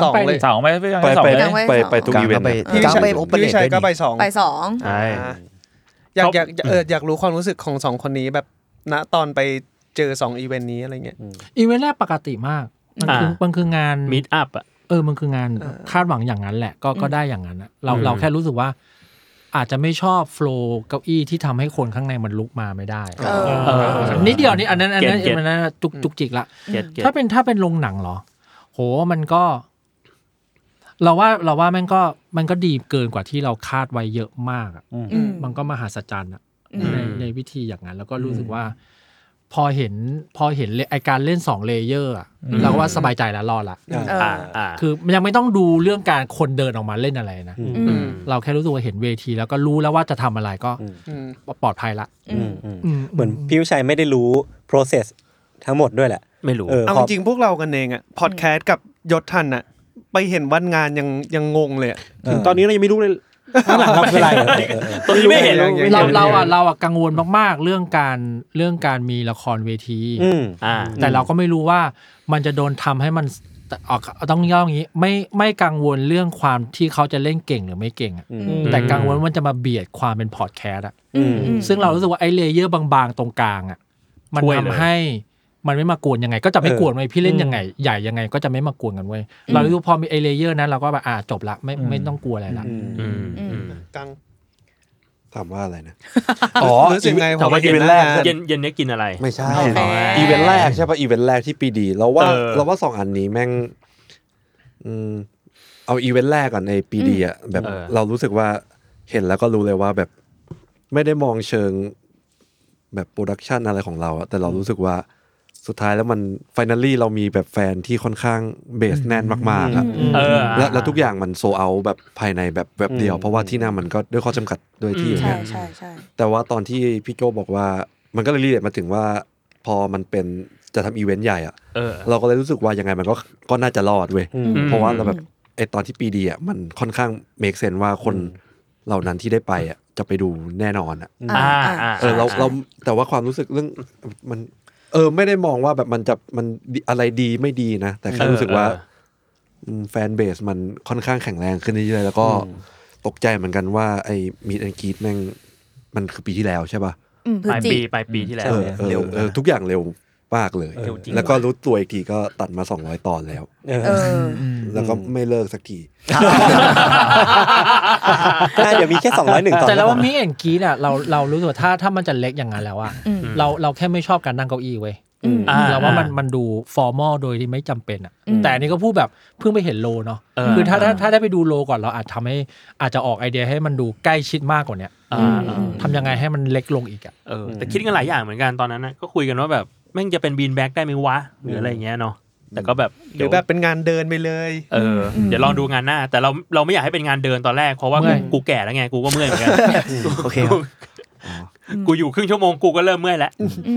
Speaker 8: สองเลย
Speaker 7: เสาร์ไหม่ไม่
Speaker 1: ไป
Speaker 7: เสาร์
Speaker 1: ไป
Speaker 7: เลย
Speaker 5: งไว้สอง
Speaker 1: ไปไปทุก
Speaker 3: กัง
Speaker 1: อีเวน
Speaker 3: ก็
Speaker 1: ต์
Speaker 3: ไป
Speaker 8: พี่
Speaker 3: กัง
Speaker 8: ชัย
Speaker 3: ไปโอเปเร
Speaker 8: พี่
Speaker 3: ต
Speaker 8: ชัย
Speaker 3: ด้วย
Speaker 8: ก็ไป
Speaker 3: นี่
Speaker 8: สอง
Speaker 5: ไปสอง
Speaker 8: อ่าอยากอยากเอออยากรู้ความรู้สึกของสองคนนี้แบบณตอนไปเจอสองอีเวนต์นี้อะไรเงี้ย
Speaker 9: อีเวนต์แรกปกติมาก มันคือ
Speaker 2: อ่ามั
Speaker 9: มันคืองาน
Speaker 2: มิดอัพอ่ะ
Speaker 9: เออ มันคืองานคาดหวังอย่างนั้นแหละ ก็ก็ได้อย่างนั้นอะเรา
Speaker 2: อืม
Speaker 9: เราแค่รู้สึกว่า อาจจะไม่ชอบโฟล์เก้าอี้ที่ทำให้คนข้างในมันลุกมาไม่ได้
Speaker 5: เออ
Speaker 2: เออ
Speaker 9: นิดเดียวนี่อันนั้นอันนั้น
Speaker 2: เก็ตเก็ต
Speaker 9: อันนั้นจุกจุกจิกละ
Speaker 2: เก็ตเก็ต
Speaker 9: ถ้าเป็นถ้าเป็นโรงหนังเหรอ โหมันก็ เราว่าเราว่ามันก็มันก็ดีเกินกว่าที่เราคาดไว้เยอะมากอะ
Speaker 5: อืม
Speaker 9: มันก็มหาศจรรย์อะ
Speaker 5: อืม
Speaker 9: ในในวิธีอย่างนั้น แล้วก็รู้สึกว่า พอเห็นพอเห็นเลไอการเล่นสองเลเยอร์อะเราก็ว่าสบายใจแล้วรอดละ
Speaker 5: เออ
Speaker 2: อ่าอ่า
Speaker 9: คือมันยังไม่ต้องดูเรื่องการคนเดินออกมาเล่นอะไรนะ
Speaker 4: อืม
Speaker 5: อืม
Speaker 9: เราแค่รู้สึกว่าเห็นเวที แล้วก็รู้แล้วว่าจะทำอะไรก็
Speaker 8: อืม
Speaker 9: ปลอดภัยละ
Speaker 5: อืม
Speaker 4: อืมเหมือนพี่วิชัยไม่ได้รู้ process ทั้งหมดด้วยแหละ
Speaker 2: ไม่รู้
Speaker 4: เออ
Speaker 8: เอา
Speaker 4: พอ
Speaker 8: จริงๆพวกเรากันเองอะพอดแคสต์กับยศทันอะไปเห็นวันงานยังยังงงเลยอะ
Speaker 6: ถึงตอนนี้เรายังไม่รู้เลยข้างหลังเราคืออะไร
Speaker 4: เออเออเออ
Speaker 2: ตอนนี้ไม่เห็น
Speaker 8: ไม่เห็น
Speaker 9: เราเราอ่ะเราอ่ะกังวลมากๆ เรื่องการเรื่องการมีละครเวที
Speaker 4: อืม
Speaker 2: อ่า
Speaker 9: แต่เราก็ไม่รู้ว่ามันจะโดนทำให้มันออกต้องย่ออย่างนี้ ไม่ไม่กังวลเรื่องความที่เขาจะเล่นเก่งหรือไม่เก่งอะ
Speaker 4: อืม
Speaker 9: แต่กังวลว่ามันจะมาเบียดความเป็นพอดแคสต์อะ
Speaker 4: อืม
Speaker 9: ซึ่งเรารู้สึกว่าไอ้เลเยอร์บางๆ ตรงกลางอ่ะมัน
Speaker 2: ช่วย
Speaker 9: ทำ
Speaker 2: เลย
Speaker 9: ให้มันไม่มากวนยังไง ก็จะไม่
Speaker 4: เออ
Speaker 9: กวนไว้ยพี่เล่นยังไง ใหญ่ยังไงก็จะไม่มากวนกันเว้ยเรารู้พอมีไอ้เลเยอร์นั้นเราก็แบบอ่าจบละไม่ไม่ต้องกลัวอะไรละ
Speaker 1: อืม
Speaker 2: อืมอืม
Speaker 8: กัง
Speaker 1: ถามว่าอะไรนะ
Speaker 8: อ๋อรู้สึกไง
Speaker 1: แต่ว่า
Speaker 8: พห็
Speaker 1: อีเวนต์แรก
Speaker 8: หา
Speaker 2: เย็นเย็นเนี้ยกินอะไร
Speaker 1: ไม่ใช่
Speaker 5: โอเค
Speaker 1: อีเวนต์แรกใช่ป่ะอีเวนต์แรกที่ปีดีเราว่า
Speaker 2: เออ
Speaker 1: เราว่าสองอันนี้แม่งอืมเอาอีเวนต์แรกก่อนในปีดีอะแบบเรารู้สึกว่าเห็นแล้วก็รู้เลยว่าแบบไม่ได้มองเชิงแบบโปรดักชันอะไรของเราอะแต่เรารู้สึกว่าสุดท้ายแล้วมันฟิน a ลลี่เรามีแบบแฟนที่ค่อนข้างเบสแน่นมากๆอะ
Speaker 2: เออ
Speaker 1: และและทุกอย่างมันโซเอาแบบภายในแบบแบบเดียว
Speaker 4: อืม
Speaker 1: เพราะว่าที่นั่นมันก็ด้วยข้อจำกัดด้วยที่อย่าง
Speaker 5: ใช่
Speaker 1: เงี้ย
Speaker 5: ใช่ใช่
Speaker 1: แต่ว่าตอนที่พี่โจบอกว่ามันก็เลยรีเลทมาถึงว่า พอมันเป็นจะทำอีเวนต์ใหญ่อะ
Speaker 2: เออ
Speaker 1: เราก็เลยรู้สึกว่ายังไงมันก็ก็น่าจะรอดเว้ย
Speaker 4: อืม
Speaker 2: อืม
Speaker 1: เพราะว่าเราแบบไอตอนที่ปีดีอะมันค่อนข้างเมคเซนว่าคนเหล่านั้นที่ได้ไปอะจะไปดูแน่นอนอะ
Speaker 5: อ่า
Speaker 2: อ่า
Speaker 5: อ่า
Speaker 2: อ่า
Speaker 1: เออเราเราแต่ว่าความรู้สึกเรื่องมันเออไม่ได้มองว่าแบบมันจะมันดีอะไรดีไม่ดีนะ แต่แค่รู้สึกว่า
Speaker 2: เออ
Speaker 1: อืมแฟนเบสมันค่อนข้างแข็งแรงขึ้นเรื่อยๆแล้วก็ตกใจเหมือนกันว่าไอ้มีดแอนกีดแม่งมันคือปีที่แล้วใช่ป่ะ
Speaker 5: อืมพฤศ
Speaker 2: ปลาย
Speaker 5: จิ
Speaker 2: ปี
Speaker 5: ก
Speaker 2: ปลายปีที่แล้
Speaker 1: เอ
Speaker 2: ว
Speaker 1: อเออ
Speaker 4: เร็ว
Speaker 1: เออทุกอย่างเร็วมากเลย
Speaker 4: เร็วจริง
Speaker 1: แล้วก็รู้ตัวอีกทีก็ตัดมา 200 ตอนแล้ว
Speaker 4: เออ
Speaker 5: เออ
Speaker 1: แล้วก็ไม่เลิกสักที
Speaker 4: ใช่เดี๋ยวมีแค่สองร้อยหนึ่งตอน
Speaker 9: แต่แล้วว่ามีเอ็นกีน่ะเราเรารู้สึกว่าถ้าถ้ามันจะเล็กอย่างนั้นแล้วอะ
Speaker 5: อืม
Speaker 9: เราเราแค่ไม่ชอบการนั่งเก้าอี้เว้ย
Speaker 5: อืม
Speaker 2: อ่า
Speaker 9: เราว่ามันมันดูฟอร์มอลโดยที่ไม่จำเป็นอะ
Speaker 5: อืม
Speaker 9: แต่อันนี้ก็พูดแบบเพิ่งไปเห็นโลเนาะ
Speaker 2: เออ
Speaker 9: คือถ้าถ้าถ้าได้ไปดูโลก่อนเราอาจทำให้อาจจะออกไอเดียให้มันดูใกล้ชิดมากกว่าเนี้ย
Speaker 2: อ่าอ่า
Speaker 9: ทำยังไงให้มันเล็กลงอีกอะ
Speaker 2: เออแต่คิดกันหลายอย่างเหมือนกันตอนนั้นนะก็คุยกันว่าแบบแม่งจะเป็นบีนแบ็กได้ไหมวะหรืออะไรอย่างเงี้ยเนาะแต่ก็แบบ
Speaker 8: หรือแบบเป็นงานเดินไปเลย
Speaker 2: เอออเดี๋ยวลองดูงานหน้า แต่เราเราไม่อยากให้เป็นงานเดินตอนแรกเพราะว่า
Speaker 9: เมื่อย
Speaker 2: กูกูแก่แล้วไงกูก็เมื่อยเหมือ นกัน
Speaker 3: โอเคครับ
Speaker 2: กูอยู่ครึ่งชั่วโมงกูก็เริ่มเมื่อยแล้ว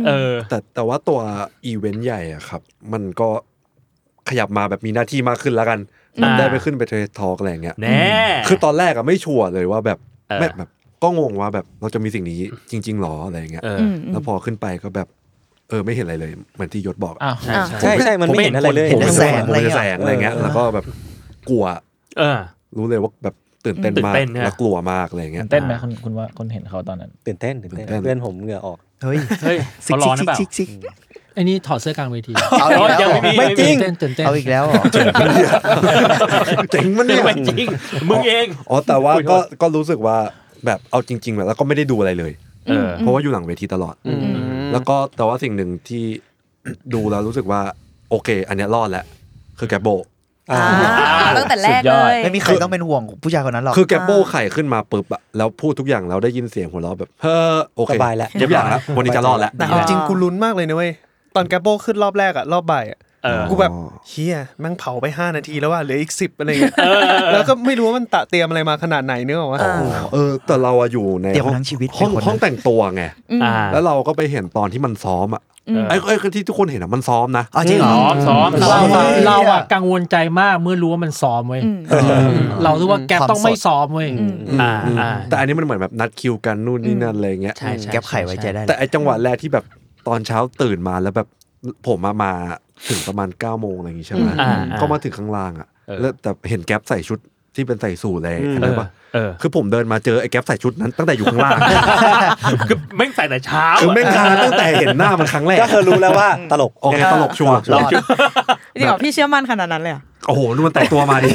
Speaker 2: เออ
Speaker 1: แต่แต่ว่าตัวอีเวนต์ใหญ่อะครับ มันก็ขยับมาแบบมีหน้าที่มากขึ้นแล้วกัน
Speaker 2: อ่า
Speaker 1: ได้ไปขึ้นไปเทรทอกอะไรอย่างเงี้ย
Speaker 2: แน่
Speaker 1: คือตอนแรกอะไม่ชัวร์เลยว่าแบบ
Speaker 2: เออ
Speaker 1: แม่แบบก็งงว่าแบบเราจะมีสิ่งนี้จริง ๆหรออะไรอย่างเงี้ย
Speaker 2: เออ
Speaker 5: อืมอืม
Speaker 1: แล้วพอขึ้นไปก็แบบ เออไม่เห็นอะไรเลย เหมือนที่ยศบอก
Speaker 7: อ้าว
Speaker 2: ใช่ใช่
Speaker 4: ใช่ใช่มันไม่เห็นอะไรเลย
Speaker 1: ผม
Speaker 3: ห็
Speaker 1: เป็นน
Speaker 3: แส
Speaker 1: แส
Speaker 3: ง
Speaker 1: ง
Speaker 3: อะไรเงี้ย
Speaker 1: แสงอะไรเงี้ยแล้วก็แบบกลัว
Speaker 2: เออ
Speaker 1: รู้เลยว่าแบบตื่นเต้นมาก
Speaker 2: ตื่นเต้นใช่ไหม
Speaker 1: แล้วกลัวมากอะไรเงี้ย
Speaker 7: เต้นไหมคุณคุณว่าคนเห็นเขาตอนนั้น
Speaker 4: ตื่นเต้นตื่นเต้น
Speaker 1: ตื่นเต้น
Speaker 4: เพื่อนผมเหงื่อออก
Speaker 3: เฮ้ย
Speaker 2: เฮ้ย
Speaker 3: ซิก
Speaker 2: เขาร้อนหรือเปล่า
Speaker 3: ซิกซิก
Speaker 9: ไอ้นี่ถอดเสื้อกลางเวที
Speaker 3: เอาอีกแล้ว
Speaker 2: ยังไม่มี
Speaker 3: ไม่จริง
Speaker 9: เต้นเต้นเต้น
Speaker 3: เอาอีกแล้วเหรอ
Speaker 1: เจ๋ง มัน
Speaker 2: เป็
Speaker 1: เนี่
Speaker 2: น
Speaker 1: ย
Speaker 2: ไปจริงมึงเอง
Speaker 1: อ๋อแต่ว่าก็ก็รู้สึกว่าแบบเอาจริงๆแบบแล้วก็ไม่ได้ดูอะไรเลย
Speaker 2: เออ
Speaker 1: เพราะว่าอยู่หลังเวทีตลอด
Speaker 8: อืม
Speaker 1: แล้วก็แต่ว่าสิ่งหนึ่งที่ ดูแล้วรู้สึกว่า โอเค อันเนี้ยรอดแล้วคือแกโบ
Speaker 5: อ่าตั้งแต่แรก
Speaker 7: สุดย
Speaker 5: เล
Speaker 7: อด
Speaker 5: ย
Speaker 3: ไม่มีใครต้องเป็นห่วงผู้ชายคนนั้นหรอก
Speaker 1: คือแกโป้ไข่ขึ้นมาปุ๊บอะแล้วพูดทุกอย่างแล้วได้ยินเสียงหัวเราะแบบเฮ้อโอเค
Speaker 4: สบายแล้ว
Speaker 1: ทุกอย่างแล้ววันนี้จะรอดแล้ว
Speaker 8: แต่เอาจริงกูลุ้นมากเลยนะเว้ย ตอนแกโป้ขึ้นรอบแรกอะรอบบ่ายอะ
Speaker 2: เออ
Speaker 8: กูแบบเฮียแม่งเผาไปห้านาทีแล้วว่าเหลืออีกสิบอะไรเงี้ยแล้วก็ไม่รู้ว่ามันตะเตรียมอะไรมาขนาดไหนเนื้อวะ
Speaker 1: เออ แต่เราอะอยู่ใน
Speaker 3: เตรียม
Speaker 1: ห้อง
Speaker 3: ทั้งชีวิต
Speaker 1: ห้อง
Speaker 3: เป็นคนนะ
Speaker 1: ห้องแต่งตัวไง
Speaker 2: อ่า
Speaker 1: แล้วเราก็ไปเห็นตอนที่มันซ้อมอะ
Speaker 5: อืม
Speaker 1: ไอ้ไอ้คนที่ทุกคนเห็นอะมันซ้อมนะ
Speaker 3: อ๋อจริงเหรอ
Speaker 2: ซ้อมซ้อม
Speaker 3: เรา
Speaker 2: ซ้อม
Speaker 9: เราอะกังวลใจมากเมื่อรู้ว่ามันซ้อมเว้ย
Speaker 5: อืม
Speaker 9: เรารู้ว่าแกปต้องไม่ซ้อมเว้ย
Speaker 1: อืม
Speaker 2: อ่าอ่า
Speaker 1: แต่อันนี้มันเหมือนแบบนัดคิวกันนู่นนี่นั่นอะไรเงี้ย
Speaker 2: ใช่ใช่
Speaker 3: แก็บไขไว้ใจได้
Speaker 1: แต่ไอจังหวะแรกที่แบบตอนเช้าตื่นมาแล้วแบบผมมามาถึงประมาณ9ก้าโมงอะไรอย่างงี้ใช่ไหม
Speaker 2: อ่าอ่า
Speaker 1: ก็มาถึงข้างล่างอ่ะ
Speaker 2: เออ
Speaker 1: แล้วแต่เห็นแก๊ปใส่ชุดที่เป็นใส่สูทอะไรอัน
Speaker 2: เอ
Speaker 1: นั้น
Speaker 2: อ
Speaker 1: ปะ
Speaker 2: เออ
Speaker 1: คือผมเดินมาเจอไอ้แก๊ปใส่ชุดนั้นตั้งแต่อยู่ ข้างล่าง
Speaker 2: คือแม่งใส่แต่เช้า
Speaker 1: คือ
Speaker 2: อะ
Speaker 1: แม่งคาตั้งแต่เห็นหน้ามันครั้งแรก
Speaker 4: ก็เธอรู้แล้วว่าตลก
Speaker 1: โอเคตลกชัวร์
Speaker 4: ตลก
Speaker 5: จริงเหรอพี่เชื่อมั่นขนาดนั้นเลยเหรอ
Speaker 1: โอ้โหนู่นมันแต่งตัวมาดิ